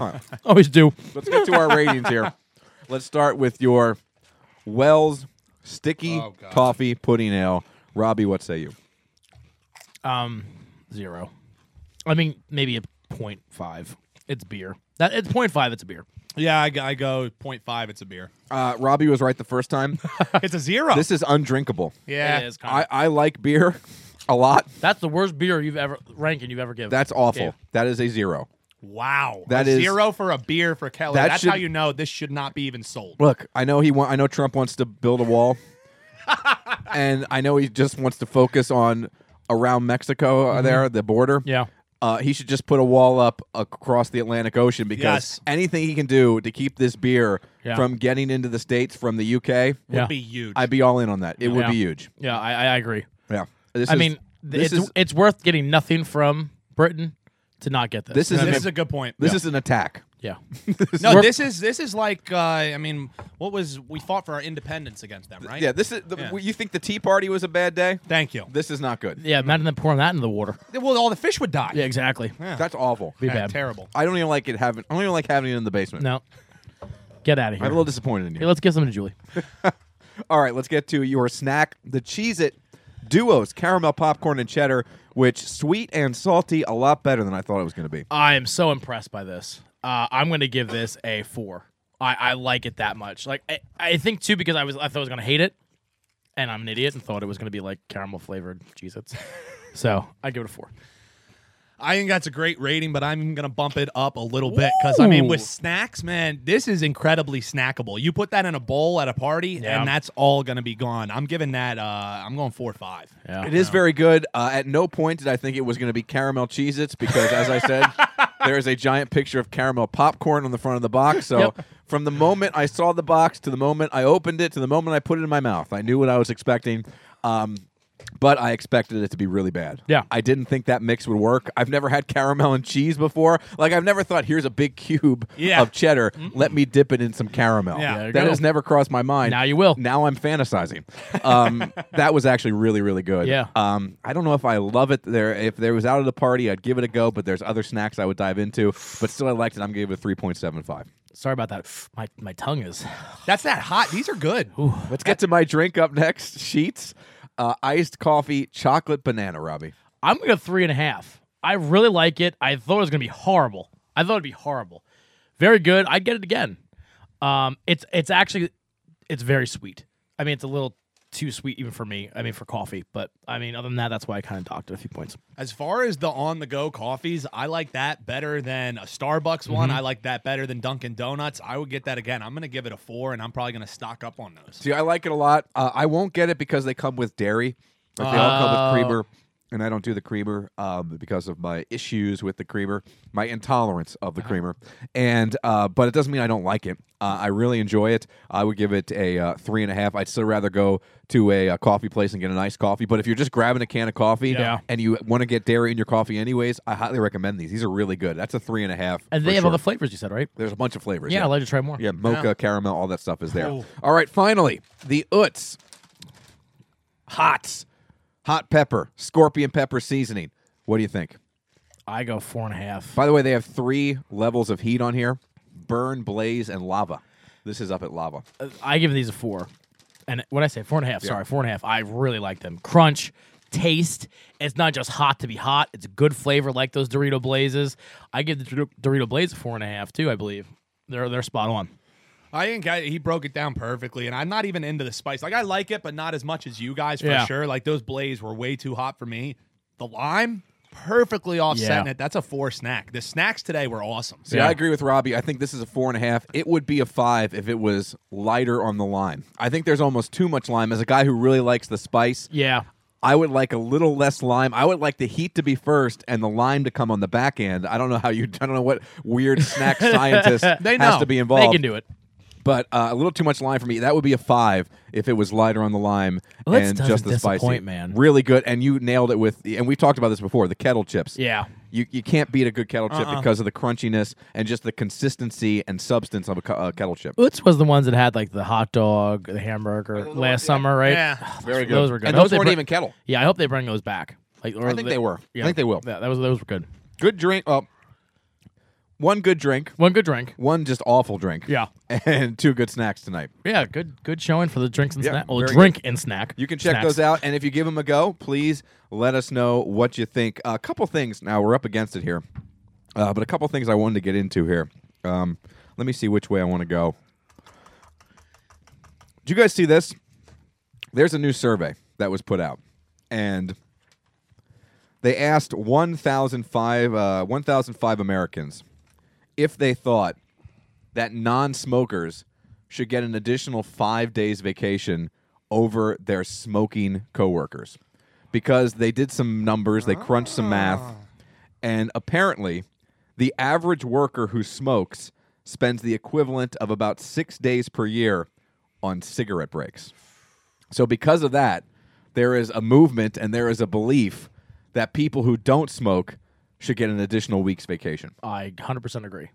[SPEAKER 1] All right.
[SPEAKER 2] Always do.
[SPEAKER 1] Let's get to our ratings here. Let's start with your Wells Sticky
[SPEAKER 3] Oh, God.
[SPEAKER 1] Toffee Pudding Ale. Robbie, what say you?
[SPEAKER 2] Um, zero. I mean, maybe a point five. It's beer. That it's point five. It's a beer.
[SPEAKER 3] Yeah, I, go- I go 0.5. It's a beer.
[SPEAKER 1] Uh, Robbie was right the first time.
[SPEAKER 3] It's a zero.
[SPEAKER 1] this is undrinkable.
[SPEAKER 3] yeah.
[SPEAKER 2] It is kind
[SPEAKER 1] I,
[SPEAKER 2] of-
[SPEAKER 1] I like beer a lot.
[SPEAKER 2] that's the worst beer you've ever ranking you've ever given.
[SPEAKER 1] That's awful.
[SPEAKER 2] Yeah.
[SPEAKER 1] That is a zero.
[SPEAKER 3] Wow.
[SPEAKER 1] That
[SPEAKER 3] a
[SPEAKER 1] is-
[SPEAKER 3] zero for a beer for Kelly.
[SPEAKER 1] That
[SPEAKER 3] That's
[SPEAKER 1] should-
[SPEAKER 3] how you know this should not be even sold.
[SPEAKER 1] Look, I know he want, I know Trump wants to build a wall, and I know he just wants to focus on around Mexico
[SPEAKER 3] Mm-hmm.
[SPEAKER 1] uh, there, the border.
[SPEAKER 2] Yeah.
[SPEAKER 1] Uh, he should just put a wall up across the Atlantic Ocean because
[SPEAKER 3] Yes.
[SPEAKER 1] anything he can do to keep this beer
[SPEAKER 2] Yeah.
[SPEAKER 1] from getting into the states from the UK,
[SPEAKER 2] Yeah.
[SPEAKER 3] Would be huge.
[SPEAKER 1] I'd be all in on that. It would
[SPEAKER 2] Yeah.
[SPEAKER 1] be huge.
[SPEAKER 2] Yeah, I, I I agree.
[SPEAKER 1] Yeah, this
[SPEAKER 2] I
[SPEAKER 1] is-
[SPEAKER 2] mean, th-
[SPEAKER 1] this
[SPEAKER 2] it's
[SPEAKER 1] is
[SPEAKER 2] it's worth getting nothing from Britain to not get this.
[SPEAKER 1] This
[SPEAKER 2] You know
[SPEAKER 1] is
[SPEAKER 2] what
[SPEAKER 3] this
[SPEAKER 1] I
[SPEAKER 3] is a good point.
[SPEAKER 1] this is an attack.
[SPEAKER 2] I mean? yeah.
[SPEAKER 3] no,
[SPEAKER 2] We're-
[SPEAKER 3] this is this is like uh, I mean, what was we fought for our independence against them, right?
[SPEAKER 1] Yeah, this is. The,
[SPEAKER 3] Yeah.
[SPEAKER 1] You think the Tea Party was a bad day?
[SPEAKER 3] Thank you.
[SPEAKER 1] This is not good.
[SPEAKER 2] Yeah, imagine them pouring that into the water.
[SPEAKER 3] Well, all the fish would die.
[SPEAKER 2] Yeah, exactly.
[SPEAKER 1] That's awful.
[SPEAKER 2] Be
[SPEAKER 3] Yeah,
[SPEAKER 2] bad.
[SPEAKER 3] Terrible.
[SPEAKER 1] I don't even like it having. I don't even like having it in the basement.
[SPEAKER 2] No. Get out of
[SPEAKER 1] I'm a
[SPEAKER 2] here.
[SPEAKER 1] little disappointed in you.
[SPEAKER 2] Hey, let's give some to Julie.
[SPEAKER 1] All right, let's get to your snack, the Cheez It Duos, caramel popcorn and cheddar, which sweet and salty, a lot better than I thought it was going to be.
[SPEAKER 2] I am so impressed by this. Uh, I'm going to give this a four. I, I like it that much. Like I, I think too because I was I thought I was going to hate it, and I'm an idiot and thought it was going to be like caramel flavored Cheez-Its. so I give it a four.
[SPEAKER 3] I think that's a great rating, but I'm gonna bump it up a little bit because I mean, with
[SPEAKER 2] Ooh.
[SPEAKER 3] snacks, man, this is incredibly snackable. You put that in a bowl at a party,
[SPEAKER 2] Yeah.
[SPEAKER 3] and that's all gonna be gone. I'm giving that. Uh, I'm going four or five.
[SPEAKER 2] Yeah.
[SPEAKER 1] It is very good. Uh, at no point did I think it was going to be caramel Cheez Its because, as I said, there is a giant picture of caramel popcorn on the front of the box. So,
[SPEAKER 2] Yep.
[SPEAKER 1] from the moment I saw the box to the moment I opened it to the moment I put it in my mouth, I knew what I was expecting. Um, but I expected it to be really bad.
[SPEAKER 2] Yeah.
[SPEAKER 1] I didn't think that mix would work. I've never had caramel and cheese before. Like, I've never thought, here's a big cube
[SPEAKER 3] Yeah.
[SPEAKER 1] of cheddar. Let me dip it in some caramel.
[SPEAKER 3] Yeah.
[SPEAKER 2] There you
[SPEAKER 1] That
[SPEAKER 2] go.
[SPEAKER 1] has never crossed my mind.
[SPEAKER 2] Now you will.
[SPEAKER 1] Now I'm fantasizing. Um, that was actually really, really good.
[SPEAKER 2] Yeah.
[SPEAKER 1] Um, I don't know if I love it there. If there was out at a party, I'd give it a go. But there's other snacks I would dive into. But still, I liked it. I'm giving it a 3.75.
[SPEAKER 2] Sorry about that. My my tongue is.
[SPEAKER 3] That's that hot. These are good.
[SPEAKER 1] Let's get to my drink up next. Sheets, uh, iced coffee, chocolate banana. Robbie,
[SPEAKER 2] I'm gonna go three and a half. I really like it. I thought it was gonna be horrible. I thought it'd be horrible. Very good. I'd get it again. Um, it's it's actually it's very sweet. I mean, it's a little too sweet even for me. I mean, for coffee. But I mean, other than that, that's why I kind of docked it a few points.
[SPEAKER 3] As far as the on-the-go coffees, I like that better than a Starbucks one. I like that better than Dunkin' Donuts. I would get that again. I'm gonna give it a four, and I'm probably gonna stock up on those.
[SPEAKER 1] see, I like it a lot. Uh, I won't get it because they come with dairy. Like they all
[SPEAKER 2] Oh.
[SPEAKER 1] come with creamer, and I don't do the creamer um, because of my issues with the creamer, my intolerance of
[SPEAKER 2] Uh-huh.
[SPEAKER 1] the creamer. And uh, but it doesn't mean I don't like it. Uh, I really enjoy it. I would give it a uh, three and a half. I'd still rather go to a, uh coffee place and get an iced coffee. But if you're just grabbing a can of coffee
[SPEAKER 2] Yeah.
[SPEAKER 1] and you want to get dairy in your coffee anyways, I highly recommend these. These are really good. That's a three and a half.
[SPEAKER 2] And
[SPEAKER 1] for
[SPEAKER 2] they have
[SPEAKER 1] sure.
[SPEAKER 2] all the flavors you said, right?
[SPEAKER 1] There's a bunch of flavors.
[SPEAKER 2] Yeah, I'd like to try more.
[SPEAKER 1] Yeah, mocha, caramel, all that stuff is there. All right, finally, the Utz. Hots. Hot pepper, scorpion pepper seasoning. What do you think?
[SPEAKER 2] I go four and a half.
[SPEAKER 1] By the way, they have three levels of heat on here burn, blaze, and lava. This is up at lava.
[SPEAKER 2] I give these a four. And what I say, four and a half. Sorry, four and a half. I really like them. Crunch, taste. It's not just hot to be hot. It's a good flavor, like those Dorito Blazes. I give the Dor- Dorito Blaze a four and a half too. I believe they're they're spot on.
[SPEAKER 3] I think I, he broke it down perfectly, and I'm not even into the spice. Like I like it, but not as much as you guys for
[SPEAKER 2] Yeah.
[SPEAKER 3] sure. Like those blaze were way too hot for me. The lime, perfectly offsetting
[SPEAKER 1] Yeah.
[SPEAKER 3] it. That's a four snack. The snacks today were awesome.
[SPEAKER 1] See, I agree with Robbie. I think this is a four and a half. It would be a five if it was lighter on the lime. I think there's almost too much lime. As a guy who really likes the spice,
[SPEAKER 2] yeah,
[SPEAKER 1] I would like a little less lime. I would like the heat to be first and the lime to come on the back end. I don't know how you. I don't know what weird snack scientist
[SPEAKER 2] They
[SPEAKER 1] has
[SPEAKER 2] know.
[SPEAKER 1] to be involved.
[SPEAKER 2] They can do it.
[SPEAKER 1] But uh, a little too much lime for me. That would be a five if it was lighter on the lime
[SPEAKER 2] Well, this
[SPEAKER 1] and
[SPEAKER 2] doesn't
[SPEAKER 1] just the spicy.
[SPEAKER 2] disappoint, man.
[SPEAKER 1] Really good, and you nailed it with. And we talked about this before. The kettle chips.
[SPEAKER 2] Yeah.
[SPEAKER 1] you you can't beat a good kettle chip
[SPEAKER 2] Uh-uh.
[SPEAKER 1] because of the crunchiness and just the consistency and substance of a, cu- a kettle chip.
[SPEAKER 2] Which was the ones that had like the hot dog, the hamburger last summer, right?
[SPEAKER 1] Yeah.
[SPEAKER 2] those,
[SPEAKER 1] Very good.
[SPEAKER 2] Those were good.
[SPEAKER 1] And
[SPEAKER 2] I hope
[SPEAKER 1] those
[SPEAKER 2] they
[SPEAKER 1] weren't
[SPEAKER 2] bring-
[SPEAKER 1] even kettle.
[SPEAKER 2] Yeah, I hope they bring those back. Like, or
[SPEAKER 1] I think they were. I
[SPEAKER 2] yeah.
[SPEAKER 1] think they will.
[SPEAKER 2] Yeah, that was those were good.
[SPEAKER 1] Good drink. Well, one good drink.
[SPEAKER 2] One good drink.
[SPEAKER 1] One just awful drink.
[SPEAKER 2] Yeah.
[SPEAKER 1] And two good snacks tonight.
[SPEAKER 2] Yeah, good good showing for the drinks and
[SPEAKER 1] Yeah,
[SPEAKER 2] snack. Well,
[SPEAKER 1] very
[SPEAKER 2] drink
[SPEAKER 1] good.
[SPEAKER 2] and snack.
[SPEAKER 1] You can check
[SPEAKER 2] Snacks.
[SPEAKER 1] those out. And if you give them a go, please let us know what you think. a couple things. Now, we're up against it here, uh, but a couple things I wanted to get into here. Um, let me see which way I want to go. Did you guys see this? There's a new survey that was put out, and they asked 1,005 uh, 1,005 Americans if they thought that non-smokers should get an additional five days vacation over their smoking coworkers because they did some numbers, they crunched some math, and apparently the average worker who smokes spends the equivalent of about six days per year on cigarette breaks. So, because of that, there is a movement and there is a belief that people who don't smoke should get an additional week's vacation.
[SPEAKER 2] I 100% agree.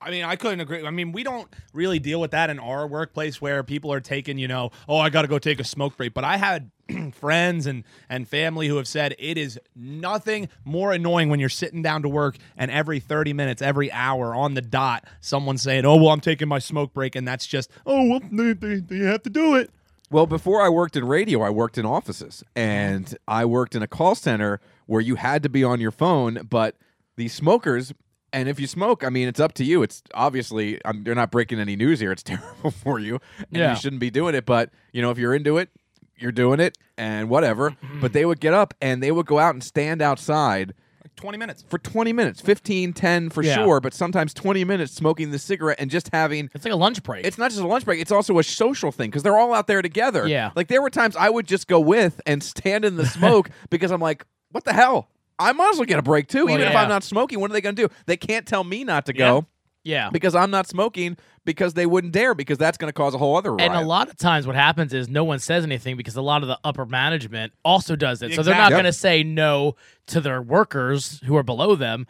[SPEAKER 3] I mean, I couldn't agree. I mean, we don't really deal with that in our workplace where people are taking, you know, oh, I got to go take a smoke break. But I had friends and and family who have said it is nothing more annoying when you're sitting down to work and every 30 minutes, every hour on the dot, someone's saying, "Oh, well, I'm taking my smoke break," and that's just, "Oh, well, they, they, they have to do it."
[SPEAKER 1] Well, before I worked in radio, I worked in offices and I worked in a call center where you had to be on your phone, but the smokers and if you smoke, I mean, it's up to you. It's obviously I'm, they're not breaking any news here. It's terrible for you, and
[SPEAKER 2] Yeah.
[SPEAKER 1] you shouldn't be doing it. But you know, if you're into it, you're doing it, and whatever.
[SPEAKER 2] Mm-hmm.
[SPEAKER 1] but they would get up and they would go out and stand outside
[SPEAKER 3] 20 minutes.
[SPEAKER 1] for 20 minutes, 15, 10 for
[SPEAKER 2] Yeah.
[SPEAKER 1] sure, but sometimes 20 minutes smoking the cigarette and just having.
[SPEAKER 2] It's like a lunch break.
[SPEAKER 1] It's not just a lunch break, it's also a social thing because they're all out there together.
[SPEAKER 2] Yeah.
[SPEAKER 1] Like there were times I would just go with and stand in the smoke because I'm like, what the hell? I might as well get a break too.
[SPEAKER 2] Well,
[SPEAKER 1] Even if
[SPEAKER 2] yeah.
[SPEAKER 1] I'm not smoking, what are they going to do? They can't tell me not to
[SPEAKER 2] Yeah.
[SPEAKER 1] go
[SPEAKER 2] Yeah.
[SPEAKER 1] because I'm not smoking because they wouldn't dare because that's going to cause a whole other riot.
[SPEAKER 2] And a lot of times, what happens is no one says anything because a lot of the upper management also does it. So they're not
[SPEAKER 1] Exactly.
[SPEAKER 2] going to say no to their workers who are below them.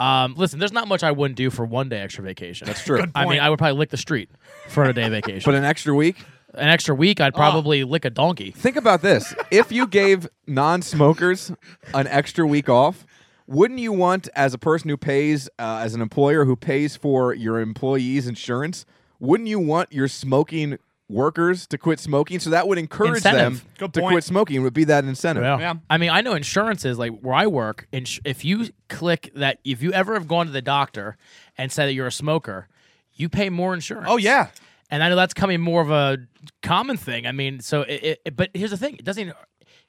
[SPEAKER 2] Um, listen, there's not much I wouldn't do for one day extra vacation. That's
[SPEAKER 1] true. Good
[SPEAKER 2] I mean,
[SPEAKER 1] point.
[SPEAKER 2] I would probably lick the street for a day vacation.
[SPEAKER 1] but an extra week?
[SPEAKER 2] An extra week, I'd probably lick a donkey.
[SPEAKER 1] Think about this. if you gave non smokers an extra week off, wouldn't you want, as a person who pays, uh, as an employer who pays for your employees' insurance, wouldn't you want your smoking workers to quit smoking? So that would encourage
[SPEAKER 2] Incentive.
[SPEAKER 1] them
[SPEAKER 2] Good
[SPEAKER 1] to
[SPEAKER 2] point.
[SPEAKER 1] quit smoking, It would be that incentive.
[SPEAKER 2] Yeah. I mean, I know insurances like where I work. Ins- if you click that, if you ever have gone to the doctor and said that you're a smoker, you pay more insurance.
[SPEAKER 3] Oh, yeah.
[SPEAKER 2] And I know that's coming more of a common thing. I mean, so it, it but here's the thing: it doesn't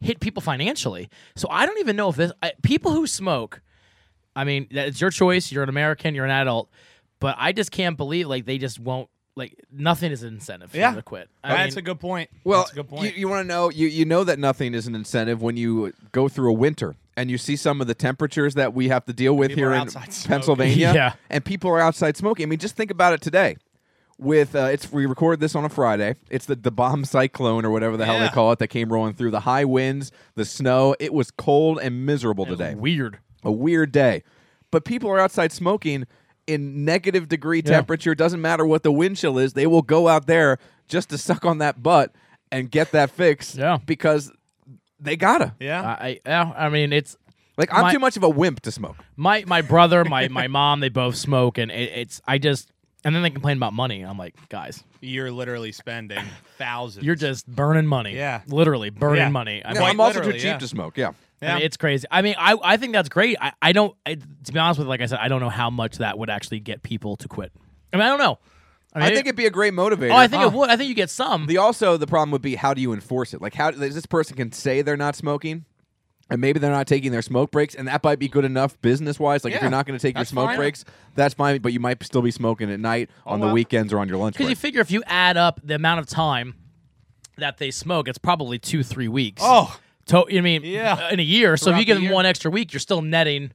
[SPEAKER 2] hit people financially. So I don't even know if this I, people who smoke. I mean, that- it's your choice. You're an American. You're an adult. But I just can't believe like they just won't like nothing is an incentive for
[SPEAKER 3] Yeah.
[SPEAKER 2] them to quit. I
[SPEAKER 3] That's
[SPEAKER 2] mean,
[SPEAKER 3] a good point.
[SPEAKER 1] Well,
[SPEAKER 3] That's a good point.
[SPEAKER 1] you, you want to know you, you know that nothing is an incentive when you go through a winter and you see some of the temperatures that we have to deal with
[SPEAKER 3] People
[SPEAKER 1] here
[SPEAKER 3] are
[SPEAKER 1] in
[SPEAKER 3] outside smoking.
[SPEAKER 1] Pennsylvania,
[SPEAKER 2] Yeah.
[SPEAKER 1] and people are outside smoking. I mean, just think about it today. With uh, it's we recorded this on a Friday. It's the the bomb cyclone or whatever the hell
[SPEAKER 3] Yeah.
[SPEAKER 1] they call it that came rolling through. The high winds, the snow. It was cold and miserable today
[SPEAKER 2] weird.
[SPEAKER 1] a weird day. But people are outside smoking in negative degree
[SPEAKER 2] Yeah.
[SPEAKER 1] temperature. Doesn't matter what the wind chill is. They will go out there just to suck on that butt and get that fix.
[SPEAKER 2] Yeah.
[SPEAKER 1] Because they gotta.
[SPEAKER 3] yeah.
[SPEAKER 2] I, I I mean, it's
[SPEAKER 1] Like I'm
[SPEAKER 2] My-
[SPEAKER 1] too much of a wimp to smoke.
[SPEAKER 2] my my brother, my my mom, they both smoke, and it, it's I just And then they complain about money. I'm like, guys,
[SPEAKER 3] You're literally spending thousands.
[SPEAKER 2] you're just burning money.
[SPEAKER 3] Yeah.
[SPEAKER 2] Literally burning
[SPEAKER 3] Yeah.
[SPEAKER 2] money. I
[SPEAKER 3] No,
[SPEAKER 2] mean,
[SPEAKER 3] I'm also too Literally,
[SPEAKER 1] cheap
[SPEAKER 3] yeah.
[SPEAKER 1] to smoke. Yeah.
[SPEAKER 2] I mean, it's crazy. I mean, I, I think that's great. I, I don't, I, to be honest with you, like I said, I don't know how much that would actually get people to quit. I mean, I don't know. I,
[SPEAKER 1] I,
[SPEAKER 2] mean,
[SPEAKER 1] think it'd be a great motivator.
[SPEAKER 2] Oh, I think
[SPEAKER 1] Huh.
[SPEAKER 2] it would. I think you get some.
[SPEAKER 1] The also the problem would be how do you enforce it? Like how does this person can say they're not smoking? And maybe they're not taking their smoke breaks, and that might be good enough business wise. Like if
[SPEAKER 3] Yeah,
[SPEAKER 1] you're not going to take your
[SPEAKER 3] that's
[SPEAKER 1] smoke
[SPEAKER 3] fine.
[SPEAKER 1] breaks, that's fine. But you might still be smoking at night, on the
[SPEAKER 3] well.
[SPEAKER 1] weekends, or on your lunch
[SPEAKER 2] Because
[SPEAKER 1] break.
[SPEAKER 2] you figure Oh, if you add up the amount of time that they smoke, it's probably two, three weeks.
[SPEAKER 3] Oh.
[SPEAKER 2] to, I mean,
[SPEAKER 3] Yeah.
[SPEAKER 2] in a year. So if
[SPEAKER 3] Throughout
[SPEAKER 2] you give
[SPEAKER 3] the
[SPEAKER 2] them
[SPEAKER 3] year.
[SPEAKER 2] one extra week, you're still netting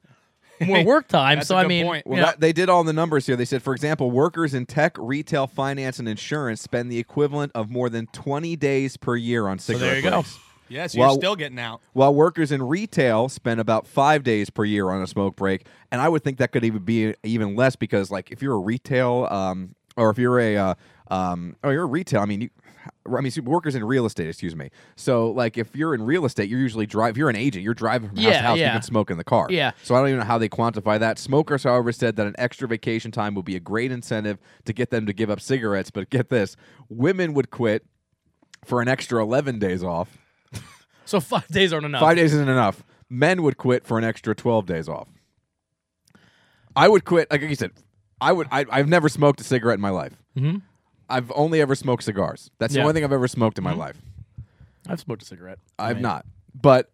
[SPEAKER 2] more work time.
[SPEAKER 3] That's
[SPEAKER 2] so
[SPEAKER 3] a
[SPEAKER 2] I
[SPEAKER 3] good
[SPEAKER 2] mean,
[SPEAKER 3] point.
[SPEAKER 2] you
[SPEAKER 1] Well,
[SPEAKER 2] know,
[SPEAKER 1] that, they did all the numbers here. They said, for example, workers in tech, retail, finance, and insurance spend the equivalent of more than 20 days per year on cigarette
[SPEAKER 2] there you go.
[SPEAKER 1] breaks.
[SPEAKER 3] Yeah, so you're
[SPEAKER 1] Well-
[SPEAKER 3] still getting out.
[SPEAKER 1] While workers in retail spend about five days per year on a smoke break, and I would think that could even be even less because, like, if you're a retail, um, or if you're a, uh, um, or you're a retail, I mean, you, I mean, workers in real estate, excuse me. So, like, if you're in real estate, you're usually drive. If you're an agent, you're driving from house to
[SPEAKER 2] Yeah,
[SPEAKER 1] house. You
[SPEAKER 2] yeah.
[SPEAKER 1] can smoke in the car.
[SPEAKER 2] Yeah.
[SPEAKER 1] So I don't even know how they quantify that. Smokers, however, said that an extra vacation time would be a great incentive to get them to give up cigarettes. But get this, women would quit for an extra 11 days off.
[SPEAKER 2] so five days aren't enough.
[SPEAKER 1] Five days isn't enough. Men would quit for an extra twelve days off. I would quit. Like you said, I would. I, I've never smoked a cigarette in my life. Mm-hmm. I've only ever smoked cigars. That's
[SPEAKER 2] Yeah. Mm-hmm.
[SPEAKER 1] the only thing I've ever smoked in my life.
[SPEAKER 2] I've smoked a cigarette.
[SPEAKER 1] I've not. But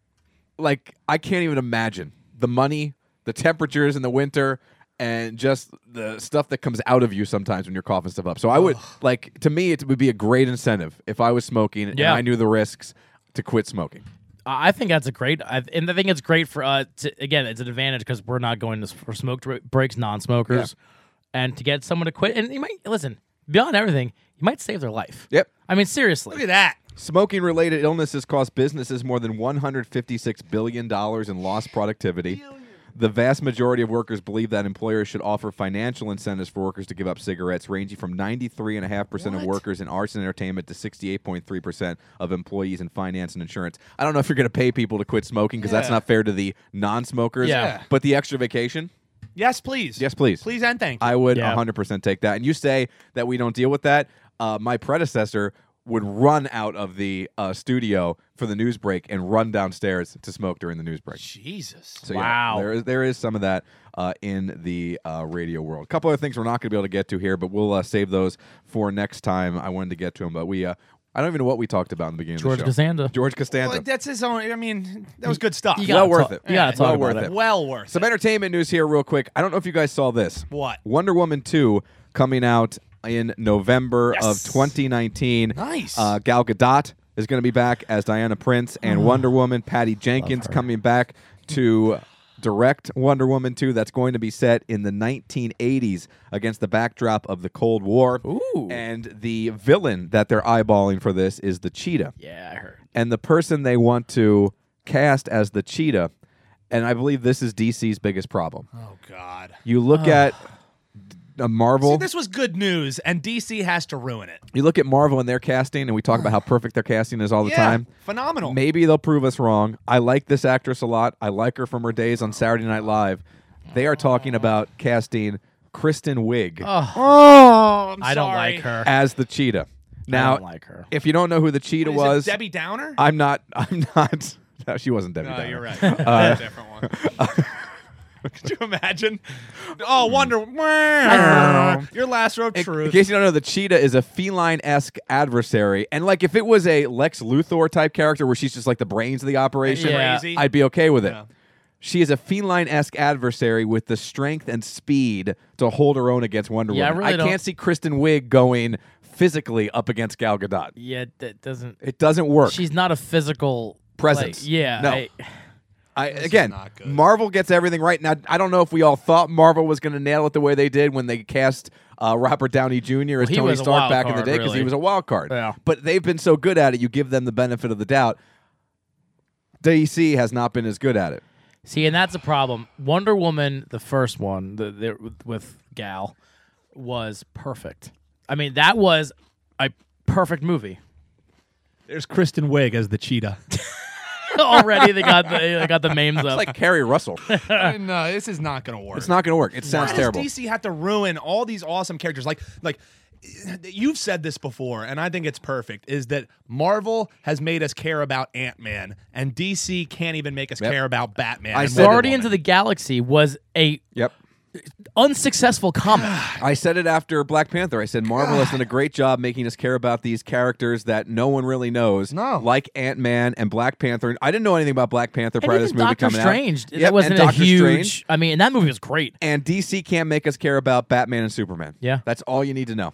[SPEAKER 1] like, I can't even imagine the money, the temperatures in the winter, and just the stuff that comes out of you sometimes when you're coughing stuff up. So I would like to me, it would be a great incentive if I was smoking
[SPEAKER 2] Yeah.
[SPEAKER 1] and I knew the risks to quit smoking.
[SPEAKER 2] I I think that's a great, I, and I think it's great for uh, to, again, it's an advantage because we're not going to s- for smoke dra- breaks, non-smokers, and to get someone to quit. And you might listen beyond everything, you might save their life.
[SPEAKER 1] Yep.
[SPEAKER 2] I mean, seriously.
[SPEAKER 3] Look at that.
[SPEAKER 1] Smoking related illnesses cost businesses more than $156 billion in lost productivity. The vast majority of workers believe that employers should offer financial incentives for workers to give up cigarettes, ranging from 93.5% of workers in arts and entertainment to 68.3% of employees in finance and insurance. I don't know if you're going to pay people to quit smoking because that's
[SPEAKER 3] Yeah.
[SPEAKER 1] not fair to the non smokers.
[SPEAKER 2] Yeah.
[SPEAKER 1] But the extra vacation,
[SPEAKER 3] Yes, please.
[SPEAKER 1] Yes, please.
[SPEAKER 3] Please and thank you.
[SPEAKER 1] I would
[SPEAKER 2] Yeah.
[SPEAKER 1] 100% take that. And you say that we don't deal with that. Uh, my predecessor would run out of the uh, studio for the news break and run downstairs to smoke during the news break.
[SPEAKER 3] Jesus.
[SPEAKER 1] So, yeah,
[SPEAKER 2] Wow.
[SPEAKER 1] there is there is some of that uh, in the uh, radio world. A couple other things we're not going to be able to get to here, but we'll uh, save those for next time. I wanted to get to them, but we uh, I don't even know what we talked about in the beginning.
[SPEAKER 2] George
[SPEAKER 1] of the show.
[SPEAKER 2] Cassandra.
[SPEAKER 1] George Costanza.
[SPEAKER 3] Well, that's his own. I mean, that was good stuff.
[SPEAKER 2] You
[SPEAKER 1] well
[SPEAKER 2] gotta
[SPEAKER 1] worth
[SPEAKER 2] talk-
[SPEAKER 1] it.
[SPEAKER 2] You gotta
[SPEAKER 1] Yeah,
[SPEAKER 2] talk
[SPEAKER 1] well
[SPEAKER 2] about
[SPEAKER 1] worth
[SPEAKER 2] it.
[SPEAKER 1] it.
[SPEAKER 3] Well worth.
[SPEAKER 1] Some entertainment news here, real quick. I don't know if you guys saw this.
[SPEAKER 3] What?
[SPEAKER 1] Wonder Woman 2 coming out in November
[SPEAKER 3] Yes.
[SPEAKER 1] of 2019.
[SPEAKER 3] Nice.
[SPEAKER 1] Uh, Gal Gadot is going to be back as Diana Prince,
[SPEAKER 3] Mm.
[SPEAKER 1] and Wonder Woman, Patty Jenkins coming back to direct Wonder Woman 2. That's going to be set in the 1980s against the backdrop of the Cold War.
[SPEAKER 2] Ooh.
[SPEAKER 1] And the villain that they're eyeballing for this is the cheetah
[SPEAKER 2] Yeah, I heard.
[SPEAKER 1] and the person they want to cast as the cheetah, and I believe this is DC's biggest problem.
[SPEAKER 3] Oh God.
[SPEAKER 1] You look at a Marvel,
[SPEAKER 3] See, this was good news, and DC has to ruin it.
[SPEAKER 1] you look at Marvel and their casting, and we talk about how perfect their casting is all the
[SPEAKER 3] yeah,
[SPEAKER 1] time.
[SPEAKER 3] phenomenal.
[SPEAKER 1] Maybe they'll prove us wrong. I like this actress a lot. I like her from her days on Saturday Night Live. They are talking about casting Kristen Wiig
[SPEAKER 3] Oh, I'm
[SPEAKER 2] I don't
[SPEAKER 3] sorry.
[SPEAKER 2] like her.
[SPEAKER 1] as the cheetah. Now,
[SPEAKER 2] don't like her.
[SPEAKER 1] if you don't know who the cheetah
[SPEAKER 3] What is it,
[SPEAKER 1] was,
[SPEAKER 3] Debbie Downer?
[SPEAKER 1] I'm not. I'm not. No, she wasn't Debbie.
[SPEAKER 3] No,
[SPEAKER 1] Downer.
[SPEAKER 3] you're right. Uh, different one. Could you imagine? Oh, Wonder. Your last row of
[SPEAKER 1] In- In
[SPEAKER 3] truth.
[SPEAKER 1] case you don't know, the cheetah is a feline esque adversary. And like if it was a Lex Luthor type character where she's just like the brains of the operation,
[SPEAKER 2] Yeah.
[SPEAKER 3] Crazy.
[SPEAKER 1] I'd be okay with it.
[SPEAKER 3] Yeah.
[SPEAKER 1] She is a feline esque adversary with the strength and speed to hold her own against Wonder
[SPEAKER 2] Yeah, I
[SPEAKER 1] Woman.
[SPEAKER 2] really don't-
[SPEAKER 1] can't see Kristen Wiig going physically up against Gal Gadot.
[SPEAKER 2] Yeah, that doesn't.
[SPEAKER 1] It doesn't work.
[SPEAKER 2] She's not a physical
[SPEAKER 1] Presence.
[SPEAKER 2] like, yeah.
[SPEAKER 1] No.
[SPEAKER 2] I-
[SPEAKER 1] I, again,
[SPEAKER 3] not good.
[SPEAKER 1] Marvel gets everything right. Now, I don't know if we all thought Marvel was going to nail it the way they did when they cast uh, Robert Downey Jr. as
[SPEAKER 2] he
[SPEAKER 1] Tony
[SPEAKER 2] was a
[SPEAKER 1] Stark
[SPEAKER 2] wild
[SPEAKER 1] back in
[SPEAKER 2] card,
[SPEAKER 1] the day because he
[SPEAKER 2] really.
[SPEAKER 1] was a wild card.
[SPEAKER 2] Yeah.
[SPEAKER 1] But they've been so good at it, you give them the benefit of the doubt. DC has not been as good at it.
[SPEAKER 2] see, and that's a problem. Wonder Woman, the first one, the, the with- with Gal, was perfect. I mean, that was a perfect movie.
[SPEAKER 3] There's Kristen Wiig as the cheetah.
[SPEAKER 2] already. They got the they got the memes up.
[SPEAKER 1] like Carrie Russell.
[SPEAKER 3] no, this is not gonna work.
[SPEAKER 1] It's not going to work. It sounds
[SPEAKER 3] Why
[SPEAKER 1] terrible.
[SPEAKER 3] Does DC have to ruin all these awesome characters? Like, like you've said this before, and I think it's perfect. Is that Marvel has made us care about Ant Man, and DC can't even make us care about Batman.
[SPEAKER 1] I
[SPEAKER 3] and
[SPEAKER 1] said it.
[SPEAKER 3] Wonder
[SPEAKER 2] Guardians of the Galaxy was a
[SPEAKER 1] Yep.
[SPEAKER 2] unsuccessful comic.
[SPEAKER 1] I said it after Black Panther. I said Marvel has done a great job making us care about these characters that no one really knows.
[SPEAKER 3] No.
[SPEAKER 1] Like Ant Man and Black Panther. I didn't know anything about Black Panther prior to this
[SPEAKER 2] even
[SPEAKER 1] movie
[SPEAKER 2] Doctor
[SPEAKER 1] coming
[SPEAKER 2] Strange.
[SPEAKER 1] out.
[SPEAKER 2] That
[SPEAKER 1] Yep, and
[SPEAKER 2] wasn't a
[SPEAKER 1] Doctor
[SPEAKER 2] huge.
[SPEAKER 1] Strange.
[SPEAKER 2] I mean, and that movie was great.
[SPEAKER 1] And DC can't make us care about Batman and Superman.
[SPEAKER 2] Yeah.
[SPEAKER 1] That's all you need to know.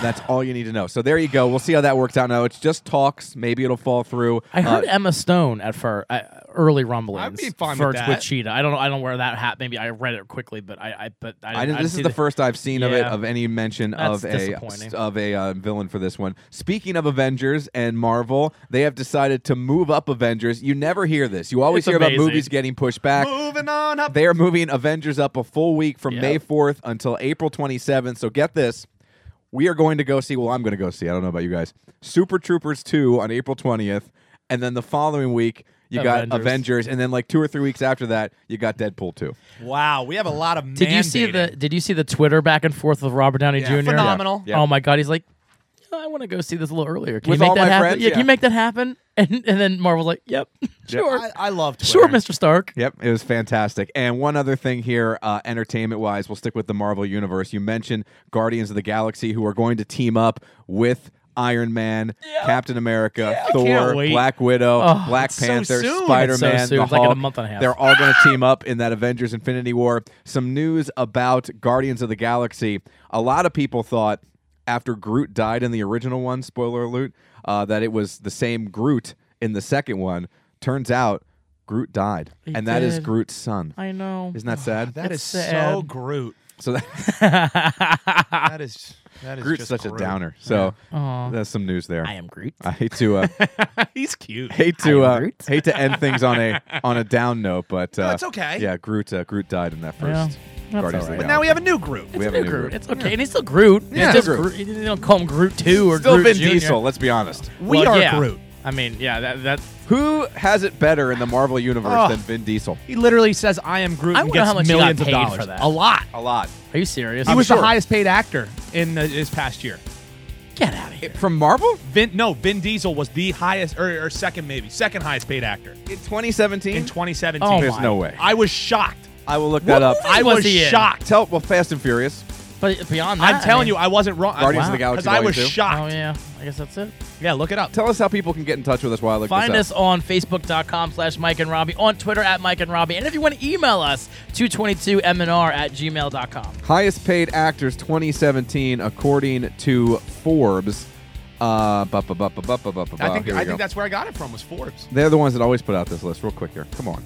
[SPEAKER 1] That's all you need to know. So there you go. We'll see how that works out now. It's just talks. Maybe it'll fall through.
[SPEAKER 2] I heard
[SPEAKER 1] Uh,
[SPEAKER 2] Emma Stone at for uh, early rumblings.
[SPEAKER 3] I'd be fine with
[SPEAKER 2] flirts
[SPEAKER 3] that.
[SPEAKER 2] Cheetah. I don't know. I don't wear that hat. Maybe I read it quickly, but I. I but I,
[SPEAKER 1] I didn't,
[SPEAKER 2] I
[SPEAKER 1] this
[SPEAKER 2] see
[SPEAKER 1] is the first I've seen of it
[SPEAKER 2] Yeah.
[SPEAKER 1] of any mention of
[SPEAKER 2] That's
[SPEAKER 1] a
[SPEAKER 2] disappointing.
[SPEAKER 1] of a uh, villain for this one. Speaking of Avengers and Marvel, they have decided to move up Avengers. You never hear this. You always
[SPEAKER 2] It's
[SPEAKER 1] hear
[SPEAKER 2] amazing.
[SPEAKER 1] about movies getting pushed back.
[SPEAKER 3] Woman. Moving on up.
[SPEAKER 1] They are moving Avengers up a full week from
[SPEAKER 2] Yep.
[SPEAKER 1] May 4th until April 27th. So get this. We are going to go see, well, I'm going to go see, I don't know about you guys, Super Troopers 2 on April 20th. And then the following week, you got
[SPEAKER 2] Avengers.
[SPEAKER 1] Avengers. And then like two or three weeks after that, you got Deadpool 2.
[SPEAKER 3] Wow, we have a lot of.
[SPEAKER 2] Did you see the Did you see the Twitter back and forth with Robert Downey
[SPEAKER 3] Yeah,
[SPEAKER 2] Jr.
[SPEAKER 3] phenomenal.
[SPEAKER 1] Yeah.
[SPEAKER 2] Oh my God, he's like, "Yeah, I want to go see this a little earlier. Can
[SPEAKER 1] With
[SPEAKER 2] you make
[SPEAKER 1] all
[SPEAKER 2] that
[SPEAKER 1] my
[SPEAKER 2] happen?
[SPEAKER 1] friends?
[SPEAKER 2] yeah, can
[SPEAKER 1] Yeah.
[SPEAKER 2] you make that happen? And and then Marvel's like, Yep, sure,
[SPEAKER 3] I, I love Twitter.
[SPEAKER 2] sure, Mr. Stark.
[SPEAKER 1] Yep, it was fantastic. And one other thing here, uh, entertainment wise, we'll stick with the Marvel Universe. You mentioned Guardians of the Galaxy, who are going to team up with Iron Man, Captain America, Thor,
[SPEAKER 2] can't wait.
[SPEAKER 1] Black Widow,
[SPEAKER 2] Oh,
[SPEAKER 1] Black
[SPEAKER 2] it's so
[SPEAKER 1] Panther,
[SPEAKER 2] soon.
[SPEAKER 1] Spider Man,
[SPEAKER 2] It's so soon.
[SPEAKER 1] the
[SPEAKER 2] It's like in a
[SPEAKER 1] Hulk.
[SPEAKER 2] month and a half.
[SPEAKER 1] They're all going to team up in that Avengers Infinity War. Some news about Guardians of the Galaxy. A lot of people thought after Groot died in the original one, spoiler alert, uh, that it was the same Groot in the second one. Turns out Groot died,
[SPEAKER 2] He
[SPEAKER 1] and that is
[SPEAKER 2] did.
[SPEAKER 1] Groot's son.
[SPEAKER 2] I know.
[SPEAKER 1] Isn't that sad?
[SPEAKER 3] That is so
[SPEAKER 2] sad.
[SPEAKER 3] Groot.
[SPEAKER 1] so that,
[SPEAKER 3] That is. That
[SPEAKER 1] Ah.
[SPEAKER 3] is
[SPEAKER 1] Groot's
[SPEAKER 3] just
[SPEAKER 1] such
[SPEAKER 3] Groot.
[SPEAKER 1] a downer. So
[SPEAKER 2] Aw.
[SPEAKER 1] that's some news there.
[SPEAKER 2] I am Groot.
[SPEAKER 1] I hate to uh,
[SPEAKER 3] He's cute.
[SPEAKER 1] hate to
[SPEAKER 2] I am
[SPEAKER 1] uh,
[SPEAKER 2] Groot.
[SPEAKER 1] hate to end things on a on a down note, but uh,
[SPEAKER 3] it's okay.
[SPEAKER 1] Yeah, Groot uh, Groot died in that first
[SPEAKER 2] that's
[SPEAKER 1] Guardians
[SPEAKER 2] all
[SPEAKER 1] of
[SPEAKER 2] right.
[SPEAKER 1] the
[SPEAKER 3] But now
[SPEAKER 1] Galaxy.
[SPEAKER 3] we have a new Groot.
[SPEAKER 1] we have
[SPEAKER 2] It's
[SPEAKER 1] a new Groot.
[SPEAKER 2] It's okay, and he's still Groot.
[SPEAKER 1] Yeah.
[SPEAKER 2] it's just
[SPEAKER 1] Groot.
[SPEAKER 2] Groot. You don't call him Groot two or
[SPEAKER 1] Still Vin
[SPEAKER 2] Groot Jr.
[SPEAKER 1] Diesel. Let's be honest.
[SPEAKER 3] We
[SPEAKER 2] Well,
[SPEAKER 3] are
[SPEAKER 2] yeah.
[SPEAKER 3] Groot.
[SPEAKER 2] I mean, yeah, that that's.
[SPEAKER 1] Who has it better in the Marvel universe
[SPEAKER 3] Oh.
[SPEAKER 1] than Vin Diesel?
[SPEAKER 3] He literally says, "I am Groot."
[SPEAKER 2] I
[SPEAKER 3] and
[SPEAKER 2] wonder
[SPEAKER 3] gets
[SPEAKER 2] how much he got
[SPEAKER 3] millions of
[SPEAKER 2] paid
[SPEAKER 3] dollars
[SPEAKER 2] for that.
[SPEAKER 3] A lot.
[SPEAKER 1] A lot
[SPEAKER 2] Are you serious?
[SPEAKER 3] He was
[SPEAKER 1] sure.
[SPEAKER 3] the highest paid actor in the, this past year.
[SPEAKER 2] get out of here.
[SPEAKER 1] from Marvel
[SPEAKER 3] Vin, no, Vin Diesel was the highest or, or second maybe second highest paid actor
[SPEAKER 1] in 2017.
[SPEAKER 3] in 2017.
[SPEAKER 2] Oh
[SPEAKER 1] There's
[SPEAKER 2] my.
[SPEAKER 1] no way.
[SPEAKER 3] I was shocked.
[SPEAKER 1] I will look that up.
[SPEAKER 2] movie?
[SPEAKER 3] I
[SPEAKER 2] was
[SPEAKER 3] was
[SPEAKER 2] he in?
[SPEAKER 3] shocked.
[SPEAKER 1] Tell well, Fast and Furious,
[SPEAKER 2] But beyond that,
[SPEAKER 3] I'm telling you, I wasn't wrong.
[SPEAKER 1] Guardians
[SPEAKER 2] of the
[SPEAKER 1] Galaxy
[SPEAKER 3] Because I was
[SPEAKER 1] Volume two.
[SPEAKER 3] shocked.
[SPEAKER 2] Oh yeah, I guess that's Oh, it.
[SPEAKER 3] Yeah, look it up.
[SPEAKER 1] tell us how people can get in touch with us while I look
[SPEAKER 2] Find
[SPEAKER 1] this
[SPEAKER 2] us
[SPEAKER 1] up.
[SPEAKER 2] on Facebook.com slash Mike and Robbie, on Twitter at Mike and Robbie, and if you want to email us, 222MNR at gmail.com.
[SPEAKER 1] Highest paid actors 2017 according to Forbes. Uh, bu- bu- bu- bu- bu- bu- bu- bu-
[SPEAKER 3] I think
[SPEAKER 1] Oh, here we
[SPEAKER 3] I think
[SPEAKER 1] go.
[SPEAKER 3] that's where I got it from was Forbes.
[SPEAKER 1] They're the ones that always put out this list. Real quick here. Come on.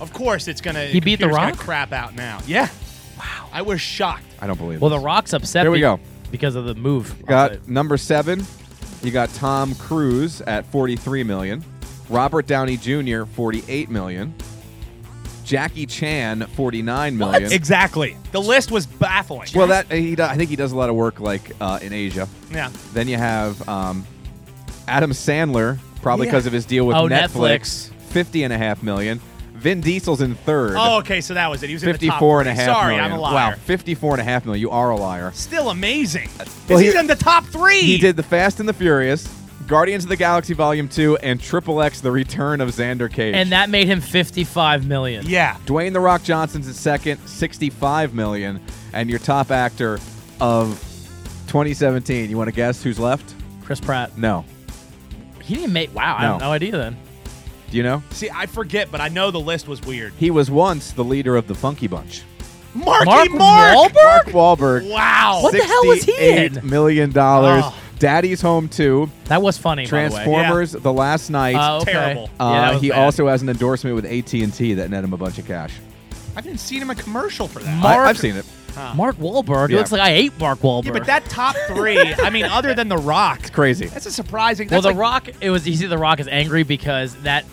[SPEAKER 3] Of course, it's gonna.
[SPEAKER 2] He beat The
[SPEAKER 3] computer's gonna
[SPEAKER 2] Rock?
[SPEAKER 3] Crap out now. Yeah. Wow. I was shocked.
[SPEAKER 1] I don't believe
[SPEAKER 2] Well,
[SPEAKER 1] this.
[SPEAKER 2] The Rock's upset
[SPEAKER 1] Here we
[SPEAKER 2] be-
[SPEAKER 1] go.
[SPEAKER 2] because of the move.
[SPEAKER 1] You got number seven. You got Tom Cruise at 43 million. Robert Downey Jr. 48 million. Jackie Chan 49 million.
[SPEAKER 3] Exactly. The list was baffling.
[SPEAKER 1] Well, that he, do- I think he does a lot of work like uh, in Asia.
[SPEAKER 3] yeah.
[SPEAKER 1] Then you have um, Adam Sandler, probably
[SPEAKER 3] Yeah.
[SPEAKER 1] because of his deal with
[SPEAKER 2] Oh,
[SPEAKER 1] Netflix,
[SPEAKER 2] Netflix.
[SPEAKER 1] 50 and a half million. Vin Diesel's in third.
[SPEAKER 3] Oh, okay. So that was it. He was in the top
[SPEAKER 1] 54 and a
[SPEAKER 3] three.
[SPEAKER 1] half
[SPEAKER 3] Sorry,
[SPEAKER 1] million.
[SPEAKER 3] I'm a liar.
[SPEAKER 1] Wow, 54 and a half million. You are a liar.
[SPEAKER 3] Still amazing. 'Cause
[SPEAKER 1] Uh, Well, he-
[SPEAKER 3] he's in the top three.
[SPEAKER 1] He did The Fast and the Furious, Guardians of the Galaxy Volume 2, and Triple X The Return of Xander Cage.
[SPEAKER 2] And that made him 55 million.
[SPEAKER 3] Yeah.
[SPEAKER 1] Dwayne The Rock Johnson's at second, 65 million. And your top actor of 2017. You want to guess who's left?
[SPEAKER 2] Chris Pratt.
[SPEAKER 1] No.
[SPEAKER 2] He didn't make. Wow, I
[SPEAKER 1] No.
[SPEAKER 2] have no idea then.
[SPEAKER 1] Do you know?
[SPEAKER 3] See, I forget, but I know the list was weird.
[SPEAKER 1] He was once the leader of the Funky Bunch.
[SPEAKER 3] Marky
[SPEAKER 2] Mark
[SPEAKER 3] Mark.
[SPEAKER 1] Mark Wahlberg.
[SPEAKER 3] Wow.
[SPEAKER 2] What the hell was he in?
[SPEAKER 1] $68 million dollars.
[SPEAKER 3] Oh.
[SPEAKER 1] Daddy's Home 2,
[SPEAKER 2] That was funny.
[SPEAKER 1] Transformers, The Last Night.
[SPEAKER 2] By the way. Oh, okay.
[SPEAKER 3] terrible.
[SPEAKER 2] Yeah,
[SPEAKER 1] Uh,
[SPEAKER 2] that was
[SPEAKER 1] he
[SPEAKER 2] bad.
[SPEAKER 1] also has an endorsement with AT&T that net him a bunch of cash.
[SPEAKER 3] I haven't seen him a commercial for that.
[SPEAKER 1] I,
[SPEAKER 2] Mark-
[SPEAKER 1] have seen it.
[SPEAKER 2] Mark Wahlberg.
[SPEAKER 1] Yeah.
[SPEAKER 2] It looks like I ate Mark Wahlberg.
[SPEAKER 3] yeah, but that top three, I mean, other than The Rock,
[SPEAKER 1] Crazy.
[SPEAKER 3] that's a surprising.
[SPEAKER 2] Well,
[SPEAKER 3] That's
[SPEAKER 2] The
[SPEAKER 3] like-
[SPEAKER 2] Rock, it was easy. The Rock is angry because that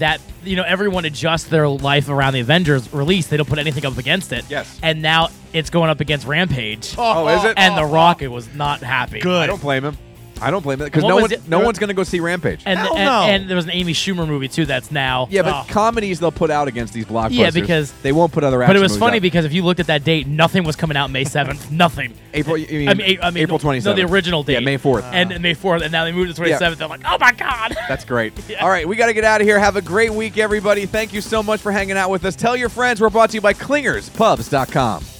[SPEAKER 2] that you know everyone adjusts their life around the Avengers release. They don't put anything up against it.
[SPEAKER 1] Yes.
[SPEAKER 2] And now it's going up against Rampage.
[SPEAKER 1] Oh, is it?
[SPEAKER 2] And The Rock, it was not happy.
[SPEAKER 3] Good.
[SPEAKER 1] I don't blame him. I don't blame it because
[SPEAKER 2] What
[SPEAKER 1] no
[SPEAKER 2] was
[SPEAKER 1] one,
[SPEAKER 2] it-
[SPEAKER 1] no
[SPEAKER 2] there-
[SPEAKER 1] one's going to go see Rampage.
[SPEAKER 2] And,
[SPEAKER 1] Hell
[SPEAKER 2] and,
[SPEAKER 1] no.
[SPEAKER 2] and there was an Amy Schumer movie too that's now.
[SPEAKER 1] yeah, but
[SPEAKER 2] Oh.
[SPEAKER 1] comedies they'll put out against these blockbusters.
[SPEAKER 2] Yeah, because-
[SPEAKER 1] they won't put other.
[SPEAKER 2] But
[SPEAKER 1] action
[SPEAKER 2] it was
[SPEAKER 1] movies
[SPEAKER 2] funny
[SPEAKER 1] out.
[SPEAKER 2] because if you looked at that date, nothing was coming out May seventh. nothing.
[SPEAKER 1] April. You mean,
[SPEAKER 2] I mean, I mean,
[SPEAKER 1] April twenty
[SPEAKER 2] No,
[SPEAKER 1] seventh.
[SPEAKER 2] the original date. Oh.
[SPEAKER 1] Yeah, May fourth.
[SPEAKER 2] and and May fourth, and now they moved to twenty seventh. I'm like, oh my god.
[SPEAKER 1] That's great. All right, we got to get out of here. Have a great week, everybody. Thank you so much for hanging out with us. Tell your friends. We're brought to you by ClingersPubs.com.